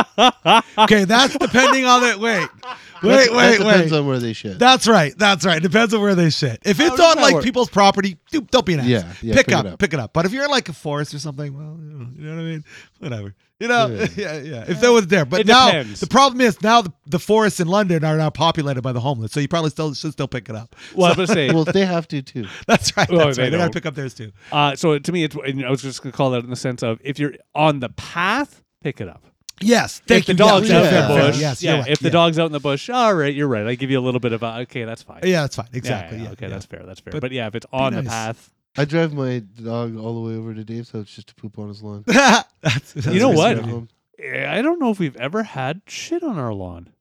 Speaker 1: Okay, that's depending on it. Wait, wait,
Speaker 4: That- that
Speaker 1: wait,
Speaker 4: Depends
Speaker 1: wait.
Speaker 4: on where they shit.
Speaker 1: That's right. That's right. Depends on where they shit. If
Speaker 4: Oh,
Speaker 1: it's
Speaker 3: does
Speaker 1: on
Speaker 3: that
Speaker 1: like
Speaker 3: work?
Speaker 1: people's property, dude, don't be an ass.
Speaker 4: Yeah, yeah,
Speaker 1: pick,
Speaker 4: pick it
Speaker 1: up,
Speaker 4: up.
Speaker 1: pick it up. But if you're in like a forest or something, well, you know, you know what I mean. Whatever. You know, yeah,
Speaker 4: Yeah.
Speaker 1: yeah. If they were there, but
Speaker 3: It
Speaker 1: now
Speaker 3: depends.
Speaker 1: the problem is now the, the forests in London are now populated by the homeless, so you probably still should still pick it up.
Speaker 3: Well, I'm gonna say.
Speaker 4: well, they have to too.
Speaker 1: That's right. That's
Speaker 3: Oh,
Speaker 1: right.
Speaker 3: they
Speaker 1: They, gotta
Speaker 3: don't.
Speaker 1: pick up theirs too.
Speaker 3: Uh, so to me, it's, and I was just gonna call that in the sense of if you're on the path, pick it up.
Speaker 1: Yes.
Speaker 3: if
Speaker 1: Thank
Speaker 3: the
Speaker 1: you.
Speaker 3: dog's
Speaker 1: yeah,
Speaker 3: out
Speaker 1: yeah,
Speaker 3: in the
Speaker 1: yeah,
Speaker 3: bush,
Speaker 1: Yes.
Speaker 3: yeah.
Speaker 1: You're right.
Speaker 3: If the
Speaker 1: yeah.
Speaker 3: dog's out in the bush, all right, you're right. I give you a little bit of a, okay, that's fine.
Speaker 1: Yeah, that's fine.
Speaker 3: Yeah, yeah,
Speaker 1: Exactly. Yeah.
Speaker 3: okay,
Speaker 1: yeah.
Speaker 3: that's fair. That's fair. But,
Speaker 1: But
Speaker 3: yeah, if it's on the
Speaker 1: nice.
Speaker 3: path,
Speaker 4: I drive my dog all the way over to Dave's house just to poop on his lawn.
Speaker 1: That's- that's
Speaker 3: You know
Speaker 1: nice
Speaker 3: what?
Speaker 1: of you.
Speaker 4: Home.
Speaker 3: eh, I don't know if we've ever had shit on our lawn.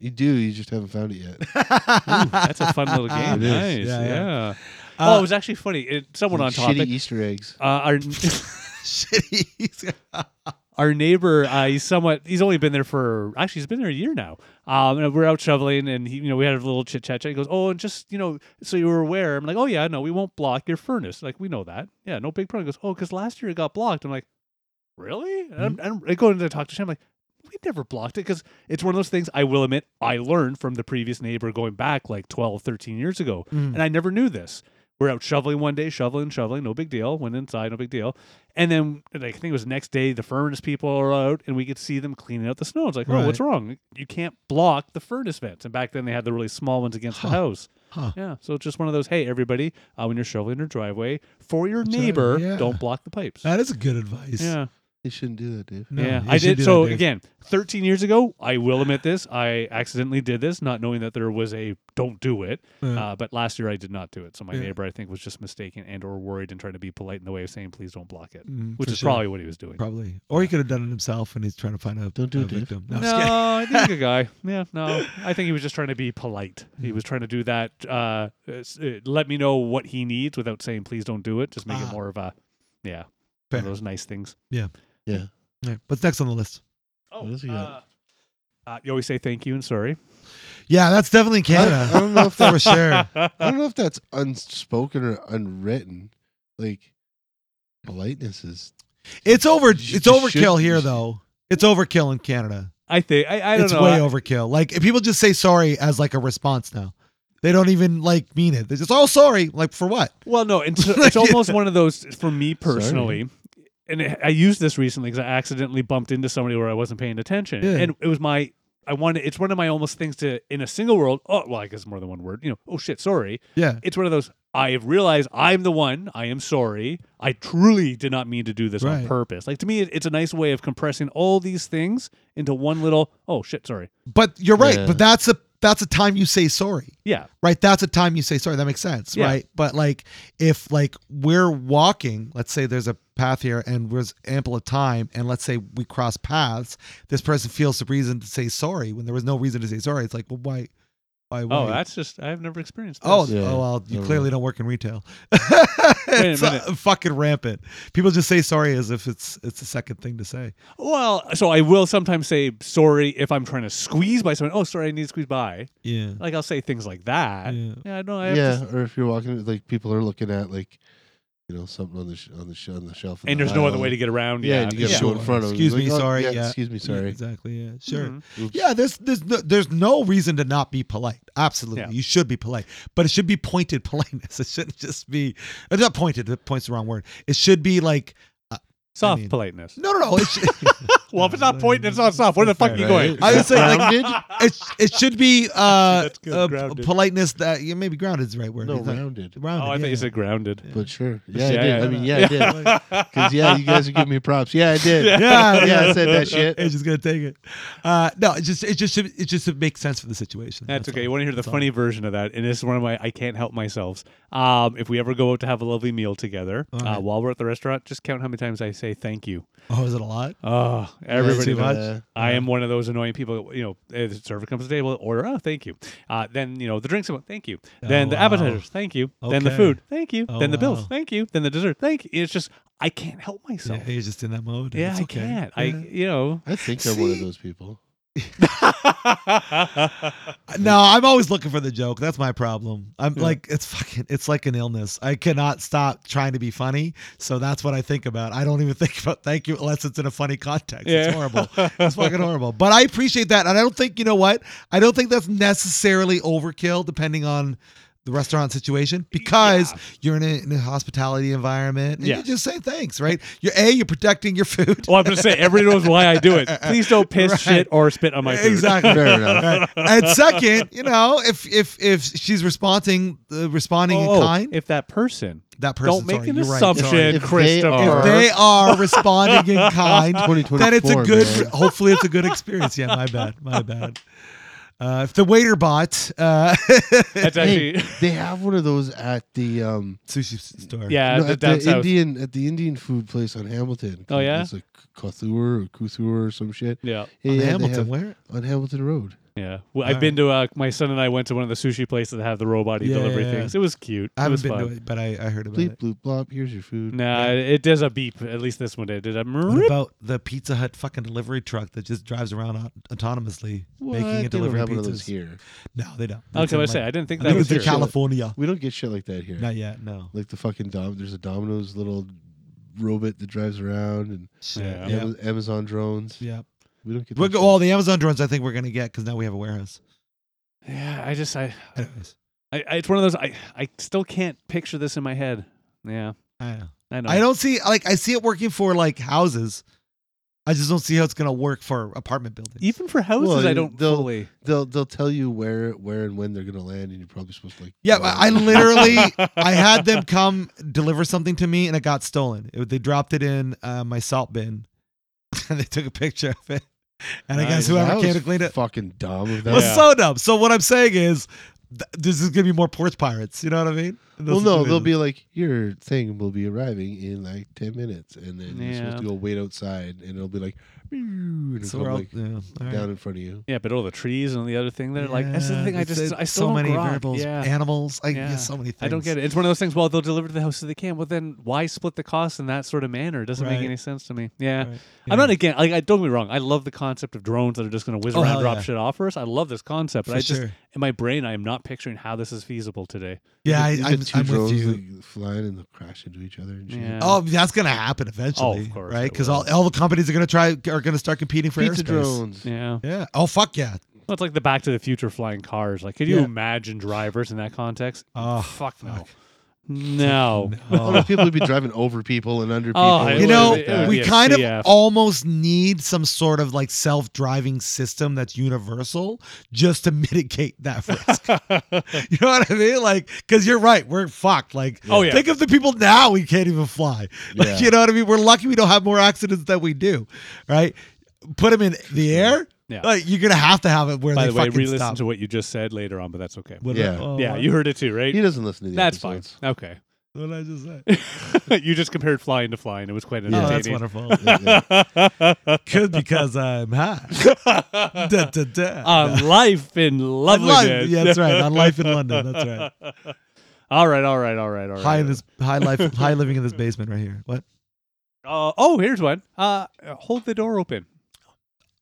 Speaker 4: You do. You just haven't found it yet.
Speaker 3: That's a fun little game.
Speaker 4: It is.
Speaker 3: nice.
Speaker 1: Yeah,
Speaker 3: Yeah.
Speaker 1: yeah.
Speaker 3: oh, it
Speaker 1: Uh,
Speaker 3: was actually funny. It, someone on
Speaker 4: Shitty
Speaker 3: topic.
Speaker 4: Easter eggs.
Speaker 3: Uh, our
Speaker 1: shitty.
Speaker 3: our neighbor, uh, he's somewhat. He's only been there for actually, he's been there a year now. Um, and we're out shoveling, and he, you know, we had a little chit chat. He goes, "Oh, and just you know, so you were aware." I'm like, "Oh yeah, no, we won't block your furnace. Like we know that. Yeah, no big problem." He goes, "Oh, because last year it got blocked." I'm like, "Really?" And
Speaker 1: Mm-hmm.
Speaker 3: I'm, and I go in to talk to him. like, we never blocked it because it's one of those things. I will admit, I learned from the previous neighbor going back like 12, 13 years ago,
Speaker 1: Mm.
Speaker 3: and I never knew this. We're out shoveling one day, shoveling, shoveling, no big deal. Went inside, no big deal. And then like, I think it was the next day, the furnace people are out and we could see them cleaning out the snow. It's like, oh, what's wrong? You can't block the furnace vents. And back then they had the really small ones against
Speaker 1: Huh.
Speaker 3: the house.
Speaker 1: Huh.
Speaker 3: Yeah. So it's just one of those, hey, everybody, uh, when you're shoveling your driveway, for your
Speaker 1: That's right,
Speaker 3: neighbor,
Speaker 1: yeah.
Speaker 3: don't block the pipes.
Speaker 1: That is a good advice.
Speaker 3: yeah.
Speaker 4: They shouldn't do that, Dave.
Speaker 1: No,
Speaker 3: yeah,
Speaker 1: you
Speaker 3: I
Speaker 1: should
Speaker 3: did.
Speaker 1: do
Speaker 3: So
Speaker 1: that, Dave.
Speaker 3: again, 13 years ago, I will admit this. I accidentally did this, not knowing that there was a "don't do it."
Speaker 1: Yeah.
Speaker 3: Uh, but last year, I did not do it. So my
Speaker 1: Yeah.
Speaker 3: neighbor, I think, was just mistaken and/or worried and trying to be polite in the way of saying, "Please don't block it,"
Speaker 1: Mm,
Speaker 3: which
Speaker 1: for
Speaker 3: is
Speaker 1: sure.
Speaker 3: probably what he was doing.
Speaker 1: Probably. Or he could have done it himself and he's trying to find a,
Speaker 4: Don't do
Speaker 1: a
Speaker 4: it, Dave.
Speaker 1: victim.
Speaker 3: No,
Speaker 1: I'm just kidding.
Speaker 3: I think he's a good guy. Yeah, no, I think he was just trying to be polite.
Speaker 1: Mm.
Speaker 3: He was trying to do that. Uh, s- uh, let me know what he needs without saying, "Please don't do it." Just make
Speaker 1: Ah.
Speaker 3: it more of a, yeah,
Speaker 1: Fair.
Speaker 3: one of those nice things.
Speaker 4: Yeah.
Speaker 1: All right, What's next on the list?
Speaker 3: Oh,
Speaker 4: What else we got?
Speaker 3: uh, uh, you always say thank you and sorry.
Speaker 1: Yeah, that's definitely in
Speaker 4: I, I
Speaker 1: Canada.
Speaker 4: don't know if that,
Speaker 1: for sure.
Speaker 4: I don't know if that's unspoken or unwritten. Like politeness is
Speaker 1: It's over
Speaker 4: You
Speaker 1: it's
Speaker 4: just
Speaker 1: overkill
Speaker 4: should-
Speaker 1: here though. It's overkill in Canada.
Speaker 3: I think I, I don't
Speaker 1: It's
Speaker 3: know.
Speaker 1: way
Speaker 3: I-
Speaker 1: overkill. Like if people just say sorry as like a response now. They don't even like mean it. They're just oh sorry. Like for what?
Speaker 3: Well, no, it's,
Speaker 1: Like,
Speaker 3: it's almost one of those for me personally. And I- I used this recently because I accidentally bumped into somebody where I wasn't paying attention,
Speaker 1: Yeah.
Speaker 3: and it was my. I wanted. It's one of my almost things to in a single world. Oh, well, I guess more than one word. You know. Oh shit, sorry.
Speaker 1: Yeah.
Speaker 3: It's one of those. I have realized I'm the one. I am sorry. I truly did not mean to do this on
Speaker 1: Right.
Speaker 3: purpose. Like to me, it, it's a nice way of compressing all these things into one little. Oh shit, sorry.
Speaker 1: But you're right.
Speaker 4: Yeah.
Speaker 1: But that's a that's a time you say sorry.
Speaker 3: Yeah.
Speaker 1: right that's a time you say sorry that makes sense
Speaker 3: Yeah.
Speaker 1: right but like if like we're walking let's say there's a path here and there's ample of time and let's say we cross paths this person feels the reason to say sorry when there was no reason to say sorry it's like well why why why
Speaker 3: Oh, that's just. I've never experienced. This.
Speaker 1: Oh,
Speaker 4: Yeah.
Speaker 1: oh well, you
Speaker 4: Never
Speaker 1: clearly don't work in retail.
Speaker 3: a
Speaker 1: it's
Speaker 3: minute.
Speaker 1: uh, fucking rampant. People just say sorry as if it's it's the second thing to say.
Speaker 3: Well, so I will sometimes say sorry if I'm trying to squeeze by someone. Oh, sorry, I need to squeeze by.
Speaker 1: Yeah.
Speaker 3: Like I'll say things like that.
Speaker 1: Yeah.
Speaker 3: Yeah, no, I have
Speaker 4: yeah.
Speaker 3: to,
Speaker 4: Or if you're walking, like people are looking at like you know something on the sh- on the sh- on the shelf. in
Speaker 3: and
Speaker 4: the
Speaker 3: there's no other
Speaker 1: Uh,
Speaker 4: aisle.
Speaker 3: way to get around.
Speaker 4: Yeah,
Speaker 3: Yeah,
Speaker 4: and you get
Speaker 3: yeah.
Speaker 4: a show in front of 'em.
Speaker 1: Excuse
Speaker 4: Like,
Speaker 1: me,
Speaker 4: oh,
Speaker 1: sorry.
Speaker 4: yeah,
Speaker 1: Yeah.
Speaker 4: Excuse me,
Speaker 1: Yeah,
Speaker 4: sorry.
Speaker 1: exactly. Yeah. Sure.
Speaker 3: Mhm.
Speaker 4: Oops.
Speaker 1: Yeah, there's there's no, there's no reason to not be polite. Absolutely,
Speaker 3: Yeah.
Speaker 1: you should be polite, but it should be pointed politeness. It shouldn't just be it's not pointed. The point's the wrong word. It should be like uh,
Speaker 3: Soft
Speaker 1: mean-
Speaker 3: politeness.
Speaker 1: No, no, no. It should,
Speaker 3: Well, if it's not pointing, it's not soft. Where the fuck are you going?
Speaker 1: I would say like
Speaker 4: Grounded?
Speaker 1: it, it should be uh,
Speaker 3: That's good,
Speaker 1: uh,
Speaker 3: grounded.
Speaker 1: politeness that yeah, maybe grounded is the right word.
Speaker 4: no,
Speaker 1: It's like-
Speaker 4: rounded.
Speaker 3: Oh,
Speaker 1: rounded,
Speaker 3: I
Speaker 1: yeah.
Speaker 3: think you said grounded.
Speaker 4: But sure.
Speaker 1: But
Speaker 4: Yeah, I
Speaker 3: yeah,
Speaker 4: did.
Speaker 3: yeah.
Speaker 4: I mean, yeah, I did. Because, yeah, you guys are giving me props. Yeah, I did.
Speaker 1: Yeah,
Speaker 4: Yeah, I said that shit.
Speaker 1: It's just gonna take it. Uh, no, it just it just should, it just should make sense for the situation.
Speaker 3: That's, okay.
Speaker 1: all.
Speaker 3: You want to hear the
Speaker 1: That's all.
Speaker 3: funny version of that? And this is one of my I can't help myself. Um, if we ever go out to have a lovely meal together,
Speaker 1: All
Speaker 3: uh,
Speaker 1: right.
Speaker 3: while we're at the restaurant, just count how many times I say thank you.
Speaker 1: Oh, is it a lot?
Speaker 3: Oh, everybody.
Speaker 1: too much.
Speaker 4: Uh,
Speaker 3: I am one of those annoying people. You know, if the server comes to the table, order. Oh, thank you. Uh, then you know the drinks. Thank you. Then
Speaker 1: Oh,
Speaker 3: the
Speaker 1: wow.
Speaker 3: appetizers. Thank you. Then the
Speaker 1: Okay.
Speaker 3: food. Thank you.
Speaker 1: Oh,
Speaker 3: then the bills.
Speaker 1: wow.
Speaker 3: Thank you. Then the dessert. Thank you. It's just I can't help myself.
Speaker 1: Yeah, you're just in that mode.
Speaker 3: Yeah,
Speaker 1: It's
Speaker 3: I
Speaker 1: okay.
Speaker 3: can't. I
Speaker 1: Yeah.
Speaker 3: you know.
Speaker 4: I think I'm one of
Speaker 1: See?
Speaker 4: those people.
Speaker 1: No, I'm always looking for the joke. That's my problem. I'm like it's fucking it's like an illness. I cannot stop trying to be funny. So that's what I think about. I don't even think about thank you unless it's in a funny context.
Speaker 3: Yeah.
Speaker 1: It's horrible. it's fucking horrible. But I appreciate that. And I don't think, you know what? I don't think that's necessarily overkill depending on the restaurant situation because you're in a, in a hospitality environment and
Speaker 3: Yeah.
Speaker 1: you just say thanks, right? You're A, you're protecting your food.
Speaker 3: well, I'm gonna say everybody knows why I do it. Please don't piss
Speaker 1: Right.
Speaker 3: shit or spit on my food.
Speaker 1: Exactly.
Speaker 4: Fair enough.
Speaker 1: Right. and second, you know, if if if she's responding uh, responding
Speaker 3: Oh,
Speaker 1: in kind,
Speaker 3: if that person,
Speaker 1: that person
Speaker 3: don't make
Speaker 1: sorry,
Speaker 3: an
Speaker 1: you're right,
Speaker 3: assumption,
Speaker 1: sorry.
Speaker 4: If they
Speaker 3: Christopher.
Speaker 1: If they are responding in kind,
Speaker 4: 2024.
Speaker 1: then it's a good.
Speaker 4: man.
Speaker 1: Hopefully, it's a good experience. Yeah, my bad, my bad. Uh, if the waiter bot uh,
Speaker 3: That's
Speaker 4: Hey,
Speaker 3: actually
Speaker 4: they have one of those at the um
Speaker 1: sushi s- store,
Speaker 3: yeah.
Speaker 4: no,
Speaker 3: the
Speaker 4: at
Speaker 3: down
Speaker 4: the
Speaker 3: south.
Speaker 4: Indian at the Indian food place on Hamilton.
Speaker 3: Oh, yeah?
Speaker 4: it's like Kothur or Kuthur or some shit.
Speaker 3: yeah,
Speaker 4: Yeah,
Speaker 1: On
Speaker 4: yeah, they
Speaker 1: Hamilton,
Speaker 4: have-
Speaker 1: where?
Speaker 4: on Hamilton Road.
Speaker 3: yeah. Well,
Speaker 1: All
Speaker 3: I've been to uh, my son and I went to one of the sushi places that have the robot
Speaker 1: Yeah,
Speaker 3: delivery
Speaker 1: yeah, yeah.
Speaker 3: things. It was cute.
Speaker 1: I
Speaker 3: it
Speaker 1: haven't
Speaker 3: was
Speaker 1: been
Speaker 3: fun.
Speaker 1: to it, but I, I heard about
Speaker 4: Bleep
Speaker 1: it.
Speaker 4: bloop blop. Here's your food.
Speaker 3: Nah, it does a beep. At least this one did. Did a
Speaker 1: What
Speaker 3: meep.
Speaker 1: about the Pizza Hut fucking delivery truck that just drives around au- autonously
Speaker 4: What?
Speaker 1: making
Speaker 4: They
Speaker 1: and
Speaker 4: don't
Speaker 1: delivering
Speaker 4: have one of those
Speaker 1: pizzas?
Speaker 4: here.
Speaker 1: No, they don't.
Speaker 3: I was
Speaker 1: It's in,
Speaker 3: gonna say
Speaker 1: like-
Speaker 3: I didn't think
Speaker 1: I
Speaker 3: that
Speaker 1: think it
Speaker 3: was
Speaker 1: was in
Speaker 3: here.
Speaker 4: Cal-
Speaker 1: California.
Speaker 4: We don't get shit like that here.
Speaker 1: Not yet. No.
Speaker 4: Like the fucking Dom. There's a Domino's little robot that drives around and
Speaker 1: Shit.
Speaker 3: Yeah.
Speaker 1: Yeah.
Speaker 4: Ama- Amazon drones.
Speaker 1: Yeah.
Speaker 4: We don't get.
Speaker 1: We'll
Speaker 4: that
Speaker 1: go,
Speaker 4: shit.
Speaker 1: well, the Amazon drones I think we're gonna get because now we have a warehouse.
Speaker 3: yeah, I just I,
Speaker 1: Anyways,
Speaker 3: I, I it's one of those I I still can't picture this in my head. Yeah,
Speaker 1: I don't know.
Speaker 3: I know.
Speaker 1: I don't see like I see it working for like houses. I just don't see how it's gonna work for apartment buildings.
Speaker 3: Even for houses,
Speaker 4: Well,
Speaker 3: I don't
Speaker 4: they'll-
Speaker 3: fully.
Speaker 4: They'll they'll tell you where where and when they're gonna land, and you're probably supposed to like.
Speaker 1: yeah,
Speaker 4: go
Speaker 1: I I
Speaker 4: and-
Speaker 1: literally I had them come deliver something to me and it got stolen. It, they dropped it in uh, my salt bin and they took a picture of it. And I
Speaker 3: Nice.
Speaker 1: guess whoever
Speaker 4: That was
Speaker 1: came to clean it
Speaker 4: Fucking dumb of
Speaker 1: was
Speaker 4: that.
Speaker 3: Yeah.
Speaker 1: so dumb. So what I'm saying is, th- this is gonna be more porch pirates. You know what I mean? In
Speaker 4: Well,
Speaker 1: those
Speaker 4: no, they'll
Speaker 1: situations.
Speaker 4: be like, your thing will be arriving in like 10 minutes. And then you're
Speaker 3: Yeah.
Speaker 4: supposed to go wait outside, and it'll be like, "Meow," and it'll
Speaker 1: So
Speaker 4: come,
Speaker 1: we're all,
Speaker 4: like,
Speaker 1: yeah, all right.
Speaker 4: down in front of you.
Speaker 3: Yeah, but all the trees and the other thing that are like that's the
Speaker 1: Yeah,
Speaker 3: thing. I
Speaker 1: it's-
Speaker 3: just
Speaker 1: it's
Speaker 3: I
Speaker 1: so
Speaker 3: still don't
Speaker 1: many
Speaker 3: grok.
Speaker 1: variables,
Speaker 3: Yeah.
Speaker 1: animals. I yeah.
Speaker 3: Yeah.
Speaker 1: so many things.
Speaker 3: I don't get it. It's one of those things. Well, they'll deliver to the house if they can. Well, then why split the cost in that sort of manner? It doesn't make
Speaker 1: Right.
Speaker 3: any sense to me. Yeah,
Speaker 1: Right. Yeah.
Speaker 3: I'm not again. Like, I don't get me wrong. I love the concept of drones that are just going to whiz
Speaker 1: Oh,
Speaker 3: around,
Speaker 1: hell
Speaker 3: drop
Speaker 1: yeah.
Speaker 3: shit off for us. I love this concept, but
Speaker 1: For
Speaker 3: I just
Speaker 1: sure.
Speaker 3: in my brain I am not picturing how this is feasible today.
Speaker 1: Yeah, I,
Speaker 4: You get
Speaker 1: I'm,
Speaker 4: two
Speaker 1: I'm with
Speaker 4: drones
Speaker 1: you.
Speaker 4: that flying and they'll crash into each other and shit.
Speaker 3: Yeah. Oh,
Speaker 1: Oh, that's gonna happen eventually,
Speaker 3: course
Speaker 1: right?
Speaker 3: it
Speaker 1: Because
Speaker 3: will.
Speaker 1: all, all the companies are gonna try are gonna start competing for
Speaker 4: Pizza
Speaker 1: airspace.
Speaker 4: drones.
Speaker 3: Yeah,
Speaker 1: Yeah. Oh fuck yeah.
Speaker 3: well, it's like the Back to the Future flying cars. Like, could you
Speaker 1: Yeah.
Speaker 3: imagine drivers in that context?
Speaker 1: Oh
Speaker 3: fuck, no,
Speaker 1: fuck.
Speaker 3: no.
Speaker 4: Oh, no, people would be driving over people and under people.
Speaker 3: Oh,
Speaker 4: and
Speaker 3: it
Speaker 1: You
Speaker 4: shit
Speaker 3: would
Speaker 1: know,
Speaker 3: be- it would
Speaker 1: we
Speaker 3: be a
Speaker 1: kind
Speaker 3: CF.
Speaker 1: of almost need some sort of like self-driving system that's universal just to mitigate that risk. you know what I mean? Like, because you're right, we're fucked. Like,
Speaker 3: Oh, yeah.
Speaker 1: think of the people now we can't even fly. Like,
Speaker 4: Yeah.
Speaker 1: you know what I mean? We're lucky we don't have more accidents than we do, right? Put them in the air.
Speaker 3: Yeah.
Speaker 1: Like, you're gonna have to have it where
Speaker 3: By
Speaker 1: they
Speaker 3: the way,
Speaker 1: fucking
Speaker 3: re-listen
Speaker 1: stop.
Speaker 3: to what you just said later on, but that's okay.
Speaker 1: What
Speaker 4: Yeah.
Speaker 1: I- oh,
Speaker 3: yeah,
Speaker 1: what-
Speaker 3: you heard it too, right?
Speaker 4: He doesn't listen to the
Speaker 3: That's fine.
Speaker 4: episodes.
Speaker 3: Okay.
Speaker 1: What did I just say?
Speaker 3: you just compared flying to flying. It was quite
Speaker 1: Oh, that's
Speaker 3: entertaining.
Speaker 1: wonderful.
Speaker 4: Yeah, yeah.
Speaker 1: Could because I'm high. da, da, da.
Speaker 3: on life in
Speaker 1: On life-
Speaker 3: loveliness.
Speaker 1: Yeah, that's right. On life in London. That's right.
Speaker 3: All right, all right, all right, all right.
Speaker 1: High in this high life, high living in this basement right here. What?
Speaker 3: Uh, oh, here's one. Uh, hold the door open.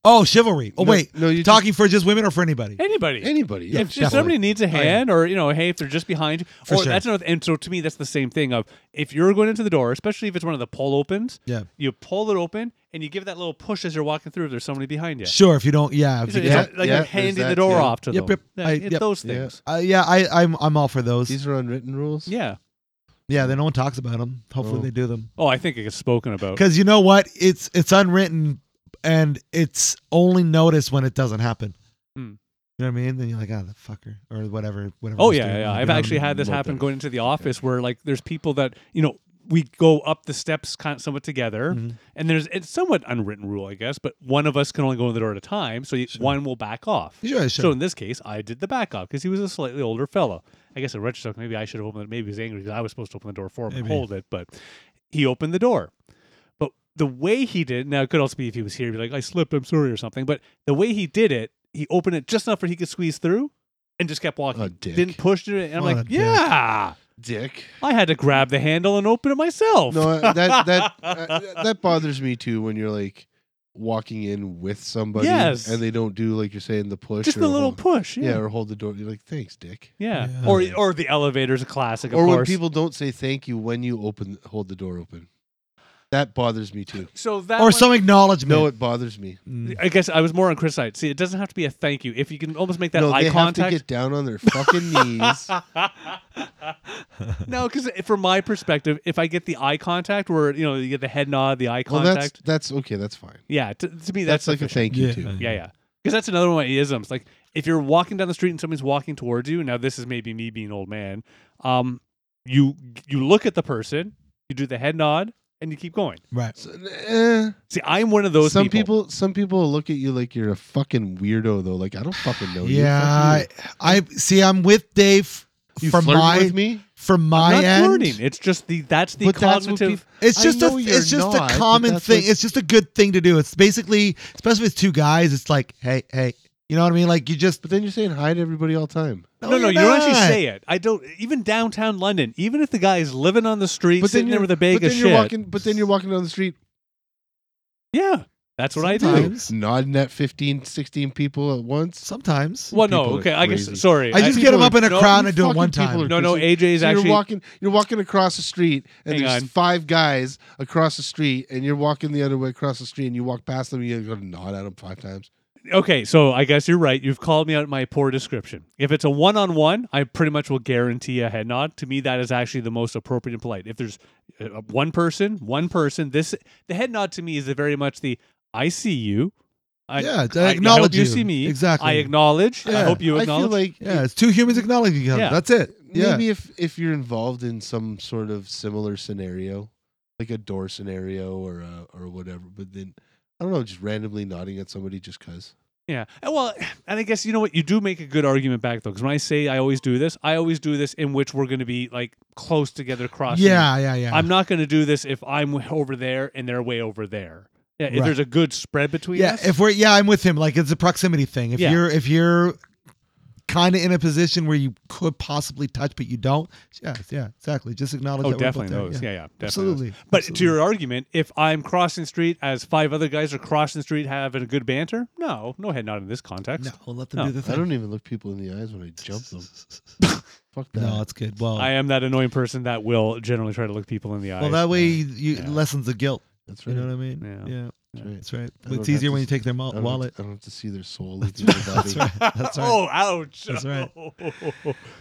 Speaker 1: Oh, chivalry. Oh
Speaker 4: No,
Speaker 1: wait,
Speaker 4: no, you
Speaker 1: talking for just women or for anybody?
Speaker 3: Anybody.
Speaker 4: Anybody. Yeah,
Speaker 3: if, if somebody needs a
Speaker 1: Oh, yeah.
Speaker 3: hand, or you know, hey, if they're just behind, you,
Speaker 1: For
Speaker 3: or
Speaker 1: sure.
Speaker 3: that's another. And so, to me, that's the same thing. Of if you're going into the door, especially if it's one of the pull opens,
Speaker 1: Yeah.
Speaker 3: you pull it open and you give that little push as you're walking through. If there's somebody behind you,
Speaker 1: Sure, if you don't, yeah, if
Speaker 3: It's
Speaker 1: you
Speaker 4: Yeah,
Speaker 3: like like
Speaker 4: yeah,
Speaker 3: you're
Speaker 4: there's
Speaker 3: handing the
Speaker 4: that,
Speaker 3: door
Speaker 4: yeah.
Speaker 3: off to
Speaker 1: Yep,
Speaker 3: them.
Speaker 1: yep, I-
Speaker 3: it's
Speaker 1: yep.
Speaker 3: those
Speaker 4: Yeah.
Speaker 3: things.
Speaker 1: Uh, yeah, I, I'm I'm all for those.
Speaker 4: These are unwritten rules.
Speaker 3: Yeah.
Speaker 1: Yeah, then no one talks about them. Hopefully
Speaker 4: Oh.
Speaker 1: they do them.
Speaker 3: Oh, I think it gets spoken about.
Speaker 1: Because you know what? It's it's unwritten and it's only noticed when it doesn't happen.
Speaker 3: Hmm.
Speaker 1: You know what I mean? Then you're like, ah, the fucker. Or whatever. whatever
Speaker 3: Oh
Speaker 1: he's
Speaker 3: yeah,
Speaker 1: doing.
Speaker 3: yeah.
Speaker 1: You
Speaker 3: I've
Speaker 1: know what I
Speaker 3: actually
Speaker 1: mean?
Speaker 3: had this
Speaker 4: Love
Speaker 3: happen
Speaker 4: that.
Speaker 3: going into the office where like there's people that you know we go up the steps kind of somewhat together,
Speaker 1: Mhm.
Speaker 3: and there's it's somewhat unwritten rule, I guess, but one of us can only go in the door at a time, so you- one will back off.
Speaker 1: Sure,
Speaker 3: So
Speaker 1: sure.
Speaker 3: in this case, I did the back off because he was a slightly older fellow. I guess in retrospect, maybe I should have opened it. Maybe he was angry because I was supposed to open the door for him and
Speaker 1: Maybe.
Speaker 3: hold it, but he opened the door. But the way he did now it could also be if he was here, he'd be like, I slipped, I'm sorry, or something. But the way he did it, he opened it just enough where he could squeeze through and just kept walking.
Speaker 4: A dick.
Speaker 3: Didn't push through it. And I'm
Speaker 1: What a
Speaker 3: like,
Speaker 1: dick.
Speaker 3: yeah.
Speaker 4: Dick.
Speaker 3: I had to grab the handle and open it myself.
Speaker 4: No, that that uh, that bothers me too when you're like walking in with somebody
Speaker 3: Yes.
Speaker 4: and they don't do like you're saying the push
Speaker 3: just
Speaker 4: or
Speaker 3: a little
Speaker 4: hold,
Speaker 3: push.
Speaker 4: yeah.
Speaker 3: Yeah.
Speaker 4: or hold the door you're like thanks dick
Speaker 3: Yeah.
Speaker 1: Yeah.
Speaker 3: Or or the elevator's a classic, of
Speaker 4: or when
Speaker 3: course.
Speaker 4: people don't say thank you when you open hold the door open that bothers me too
Speaker 3: so that
Speaker 1: Or
Speaker 3: one-
Speaker 1: some acknowledgement.
Speaker 4: no it bothers me
Speaker 1: Mm.
Speaker 3: I guess I was more on Chris' side. See, it doesn't have to be a thank you. If you can almost make that
Speaker 4: no
Speaker 3: eye
Speaker 4: they have
Speaker 3: contact.
Speaker 4: to get down on their fucking knees
Speaker 3: no, because from my perspective, if I get the eye contact, where you know you get the head nod, the eye
Speaker 4: well
Speaker 3: contact.
Speaker 4: that's that's okay that's fine
Speaker 3: yeah, to, to me
Speaker 4: that's,
Speaker 3: that's,
Speaker 4: like a
Speaker 3: sufficient.
Speaker 4: thank you
Speaker 1: Yeah.
Speaker 4: too
Speaker 3: Yeah, yeah. Because that's another one of my isms. Like if you're walking down the street and somebody's walking towards you, now this is maybe me being old man. Um, you you look at the person, you do the head nod, and you keep going.
Speaker 1: Right.
Speaker 4: So, eh,
Speaker 3: See, I'm one of those
Speaker 4: some
Speaker 3: people.
Speaker 4: people. some people look at you like you're a fucking weirdo though like i don't fucking know you.
Speaker 1: Yeah.
Speaker 4: Fuck you.
Speaker 1: I, I see I'm with Dave
Speaker 4: You
Speaker 1: from
Speaker 4: flirting
Speaker 1: my
Speaker 4: with me?
Speaker 1: from
Speaker 3: I'm
Speaker 1: my
Speaker 3: not
Speaker 1: end.
Speaker 3: flirting. It's just the that's the
Speaker 4: But that's what
Speaker 3: cognitive.
Speaker 4: peop-
Speaker 1: It's
Speaker 4: I
Speaker 1: just
Speaker 4: know
Speaker 1: a
Speaker 4: you're
Speaker 1: it's just
Speaker 4: not,
Speaker 1: a
Speaker 4: but
Speaker 1: common
Speaker 4: that's
Speaker 1: thing.
Speaker 4: what-
Speaker 1: It's just a good thing to do. It's basically especially with two guys. It's like hey hey, you know what I mean? Like you just
Speaker 4: But then you're saying hi to everybody all the time.
Speaker 3: No, no,
Speaker 1: you're
Speaker 3: you don't actually
Speaker 1: not.
Speaker 3: say it. I don't. Even downtown London, even if the guy is living on the street,
Speaker 4: But
Speaker 3: sitting
Speaker 4: then
Speaker 3: there
Speaker 4: you're-
Speaker 3: with a bag
Speaker 4: but
Speaker 3: of
Speaker 4: then you're
Speaker 3: shit.
Speaker 4: walking. But then you're walking down the street,
Speaker 3: yeah, that's what I do.
Speaker 1: Sometimes.
Speaker 4: like, nodding at 15, 16 people at once.
Speaker 1: Sometimes
Speaker 3: Well, no,
Speaker 4: People are
Speaker 3: okay, I guess.
Speaker 4: crazy.
Speaker 3: Sorry,
Speaker 1: I just get them up in a
Speaker 3: no,
Speaker 1: crowd
Speaker 4: you
Speaker 1: and I do it
Speaker 4: fucking
Speaker 1: one
Speaker 4: people
Speaker 1: time.
Speaker 4: are-
Speaker 3: no, no. AJ is
Speaker 4: So
Speaker 3: actually.
Speaker 4: you're walking. You're walking across the street, and
Speaker 3: Hang
Speaker 4: there's
Speaker 3: on.
Speaker 4: five guys across the street, and you're walking the other way across the street, and you walk past them, and you go to nod at them five times.
Speaker 3: okay, so I guess you're right. You've called me out my poor description. If it's a one-on-one, I pretty much will guarantee a head nod. To me, that is actually the most appropriate and polite. If there's uh, one person, one person, this the head nod to me is very much the I see you. I,
Speaker 1: yeah, it's- I,
Speaker 3: I- I
Speaker 1: acknowledge
Speaker 3: hope you see me.
Speaker 1: exactly.
Speaker 3: I acknowledge. I
Speaker 1: Yeah.
Speaker 3: hope you
Speaker 4: I
Speaker 3: acknowledge.
Speaker 4: feel like
Speaker 1: Yeah, it's two humans acknowledging each other.
Speaker 3: Yeah.
Speaker 1: That's it. Yeah,
Speaker 4: maybe if if you're involved in some sort of similar scenario, like a door scenario or a, or whatever, but then I don't know, just randomly nodding at somebody just cause.
Speaker 3: Yeah. And Well, and I guess you know what you do make a good argument back though, because when I say I always do this, I always do this in which we're going to be like close together, crossing.
Speaker 1: yeah, yeah, yeah.
Speaker 3: I'm not going to do this if I'm w- over there and they're way over there. Yeah. If
Speaker 1: Right.
Speaker 3: there's a good spread between
Speaker 1: yeah,
Speaker 3: us. oh,
Speaker 1: if we're yeah, I'm with him. Like it's a proximity thing. If
Speaker 3: Yeah.
Speaker 1: you're if you're kind of in a position where you could possibly touch but you don't, yeah, yeah, exactly. Just acknowledge.
Speaker 3: oh,
Speaker 1: that we're both
Speaker 3: definitely
Speaker 1: there.
Speaker 3: those. Yeah, yeah, definitely those.
Speaker 1: absolutely.
Speaker 3: But to
Speaker 1: Absolutely.
Speaker 3: your argument, if I'm crossing the street as five other guys are crossing the street having a good banter, no, no head nod in this context.
Speaker 1: No, we'll let them
Speaker 3: No,
Speaker 1: do the
Speaker 4: I
Speaker 1: thing.
Speaker 4: don't even look people in the eyes when I jump them. Fuck that.
Speaker 1: No, it's good. Well,
Speaker 3: I am that annoying person that will generally try to look people in the eye.
Speaker 1: well, that way you
Speaker 3: yeah.
Speaker 1: lessens the guilt.
Speaker 4: That's
Speaker 1: You
Speaker 4: right.
Speaker 1: know what I mean?
Speaker 3: Yeah.
Speaker 1: yeah.
Speaker 4: That's right.
Speaker 1: That's right.
Speaker 4: I don't
Speaker 1: It's
Speaker 4: have
Speaker 1: easier
Speaker 4: to
Speaker 1: when you
Speaker 4: s-
Speaker 1: take their
Speaker 4: I
Speaker 1: mo-
Speaker 4: don't have
Speaker 1: wallet.
Speaker 4: to- I don't have to see their soul. leave their body.
Speaker 1: That's right. That's right.
Speaker 3: Oh, ouch.
Speaker 1: That's right. When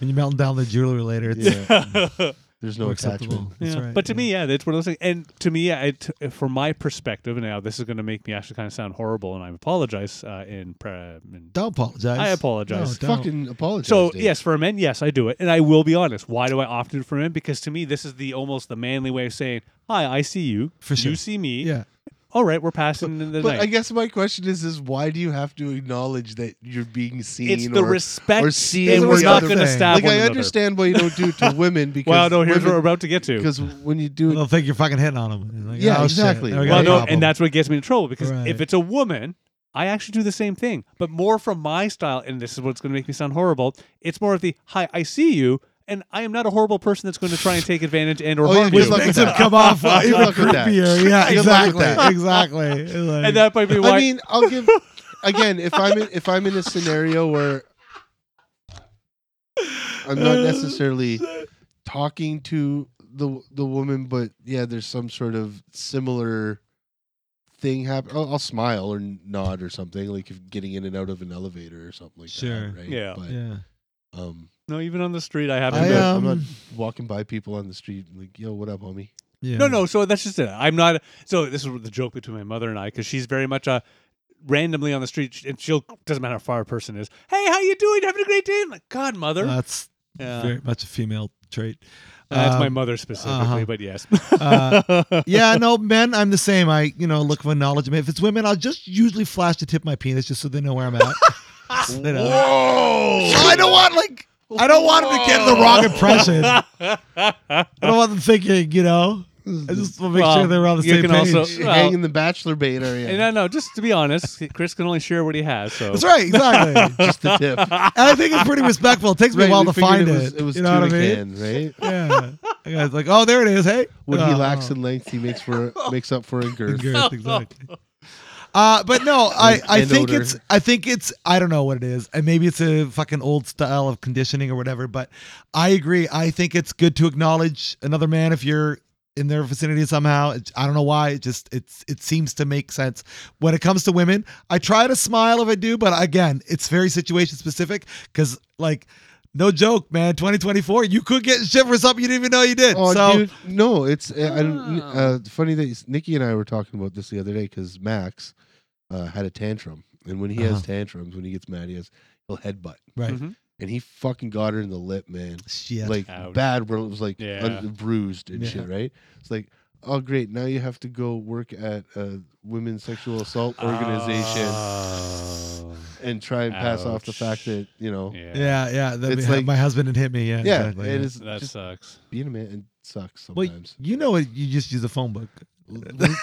Speaker 1: you're melting down the jewelry later, it's
Speaker 4: Yeah,
Speaker 3: right.
Speaker 4: there's no
Speaker 1: more
Speaker 4: attachment.
Speaker 1: acceptable. That's
Speaker 3: Yeah.
Speaker 1: right.
Speaker 3: But to
Speaker 1: yeah.
Speaker 3: me, yeah, that's one of those things. And to me, yeah, it, from my perspective, now this is going to make me actually kind of sound horrible, and I apologize. Uh, in, pre- in
Speaker 1: don't apologize.
Speaker 3: I apologize.
Speaker 1: No, don't.
Speaker 4: Fucking apologize.
Speaker 3: so
Speaker 4: Dave.
Speaker 3: yes, for men, yes, I do it, and I will be honest. Why do I opt in for men? Because to me, this is the almost the manly way of saying, "Hi, I see you.
Speaker 1: For sure.
Speaker 3: You see me.
Speaker 1: yeah.
Speaker 3: All right, we're passing in the
Speaker 4: But
Speaker 3: night."
Speaker 4: I guess my question is: Is why do you have to acknowledge that you're being seen?
Speaker 3: it's the
Speaker 4: or,
Speaker 3: respect,
Speaker 4: or seeing
Speaker 3: and we're
Speaker 4: the
Speaker 3: not
Speaker 4: other
Speaker 3: going to
Speaker 1: thing.
Speaker 3: stab
Speaker 4: Like
Speaker 3: one
Speaker 4: I
Speaker 3: another.
Speaker 4: understand why you don't do it to women because
Speaker 3: Well, no, here's what we're
Speaker 4: women,
Speaker 3: about to get to.
Speaker 4: because when you do it,
Speaker 1: They'll think you're fucking hitting on them. Like, oh,
Speaker 4: Yeah,
Speaker 1: shit,
Speaker 4: exactly.
Speaker 1: now we
Speaker 3: Well,
Speaker 1: got a
Speaker 3: no,
Speaker 1: problem.
Speaker 3: and that's what gets me in trouble because
Speaker 1: Right.
Speaker 3: if it's a woman, I actually do the same thing, but more from my style. And this is what's going to make me sound horrible. It's more of the "Hi, I see you," and I am not a horrible person that's going to try and take advantage and or
Speaker 4: Oh, yeah,
Speaker 3: harm
Speaker 4: good
Speaker 3: you.
Speaker 4: luck
Speaker 1: makes
Speaker 4: with
Speaker 1: them
Speaker 4: that.
Speaker 1: come off
Speaker 4: Good
Speaker 1: even
Speaker 4: luck with that.
Speaker 1: creepier. Yeah,
Speaker 4: Good luck with
Speaker 1: exactly,
Speaker 4: that.
Speaker 1: exactly. It's like-
Speaker 3: And that might be why.
Speaker 4: I mean, I'll give again if I'm in, if I'm in a scenario where I'm not necessarily talking to the the woman, but yeah, there's some sort of similar thing happen. I'll, I'll smile or nod or something, like if getting in and out of an elevator or something like
Speaker 1: Sure.
Speaker 4: that. Right?
Speaker 3: Yeah.
Speaker 4: But,
Speaker 1: yeah,
Speaker 4: Um,
Speaker 3: No, even on the street, I have to.
Speaker 4: I'm,
Speaker 1: I,
Speaker 3: admit.
Speaker 4: not, I'm not
Speaker 1: um,
Speaker 4: walking by people on the street like, yo, what up, homie?
Speaker 1: Yeah.
Speaker 3: No, no. So that's just it. I'm not. So this is the joke between my mother and I because she's very much a randomly on the street sh- and she'll doesn't matter how far a person is. Hey, how you doing? Having a great day? I'm like, God, mother.
Speaker 1: That's
Speaker 3: yeah.
Speaker 1: very much a female trait.
Speaker 3: that's Uh, my
Speaker 1: Um,
Speaker 3: mother
Speaker 1: uh-huh.
Speaker 3: specifically, but yes.
Speaker 1: Uh, yeah, no, men, I'm the same. I, you know, look for acknowledgement. If it's women, I'll just usually flash the tip of my penis just so they know where I'm at. So they know.
Speaker 4: Whoa!
Speaker 1: I don't want like I don't want them to get the wrong impression. I don't want them thinking, you know. I just want to make
Speaker 3: Well,
Speaker 1: sure they're on the
Speaker 3: you
Speaker 1: same
Speaker 3: can
Speaker 1: page.
Speaker 3: also- Well-
Speaker 4: Hanging the bachelor bait area.
Speaker 3: and I know, just to be honest, Chris can only share what he has. So
Speaker 1: That's right, exactly. and
Speaker 4: Just the tip. Right,
Speaker 1: I think it's pretty respectful. It takes me a
Speaker 4: we
Speaker 1: while to
Speaker 4: figured
Speaker 1: find
Speaker 4: it
Speaker 1: it.
Speaker 4: was, it was
Speaker 1: you know what I
Speaker 4: two to
Speaker 1: mean?
Speaker 4: ten, right?
Speaker 1: Yeah. The guy's like, oh, there it is. Hey,
Speaker 4: What he
Speaker 1: Oh,
Speaker 4: lacks in length, he makes for makes up for in girth.
Speaker 1: girth, exactly. Uh, but no, I, I
Speaker 4: and
Speaker 1: think
Speaker 4: odor.
Speaker 1: it's I think it's I don't know what it is, and maybe it's a fucking old style of conditioning or whatever. But I agree. I think it's good to acknowledge another man if you're in their vicinity somehow. It's, I don't know why. It just it's it seems to make sense. When it comes to women, I try to smile if I do, but again, it's very situation specific because like. No joke, man. 2024, you could get shit for something you didn't even know you did.
Speaker 4: Oh,
Speaker 1: so Oh.
Speaker 4: dude, no, it's uh, I don't, uh, funny that s- Nikki and I were talking about this the other day because Max uh, had a tantrum, and when he has
Speaker 1: Uh-huh.
Speaker 4: tantrums, when he gets mad, he has he'll headbutt,
Speaker 1: right,
Speaker 3: Mhm.
Speaker 4: and he fucking got her in the lip, man,
Speaker 1: shit.
Speaker 4: Mm-hmm. like
Speaker 3: Ouch.
Speaker 4: bad, where it was like
Speaker 3: Yeah.
Speaker 4: un- bruised and
Speaker 1: Yeah.
Speaker 4: shit, right? It's like, oh great, now you have to go work at a women's sexual assault organization
Speaker 1: Ah.
Speaker 3: Oh.
Speaker 4: and try and pass off the fact
Speaker 3: ouch.
Speaker 4: that you know, yeah,
Speaker 3: yeah.
Speaker 1: Yeah, yeah. That
Speaker 4: It's
Speaker 1: my-
Speaker 4: like-
Speaker 1: my husband had hit me. Yeah, exactly,
Speaker 4: it
Speaker 1: yeah.
Speaker 4: is
Speaker 3: That
Speaker 4: just
Speaker 3: sucks.
Speaker 4: being a man and sucks
Speaker 1: Well,
Speaker 4: sometimes.
Speaker 1: you know it. You just use a phone book.
Speaker 4: on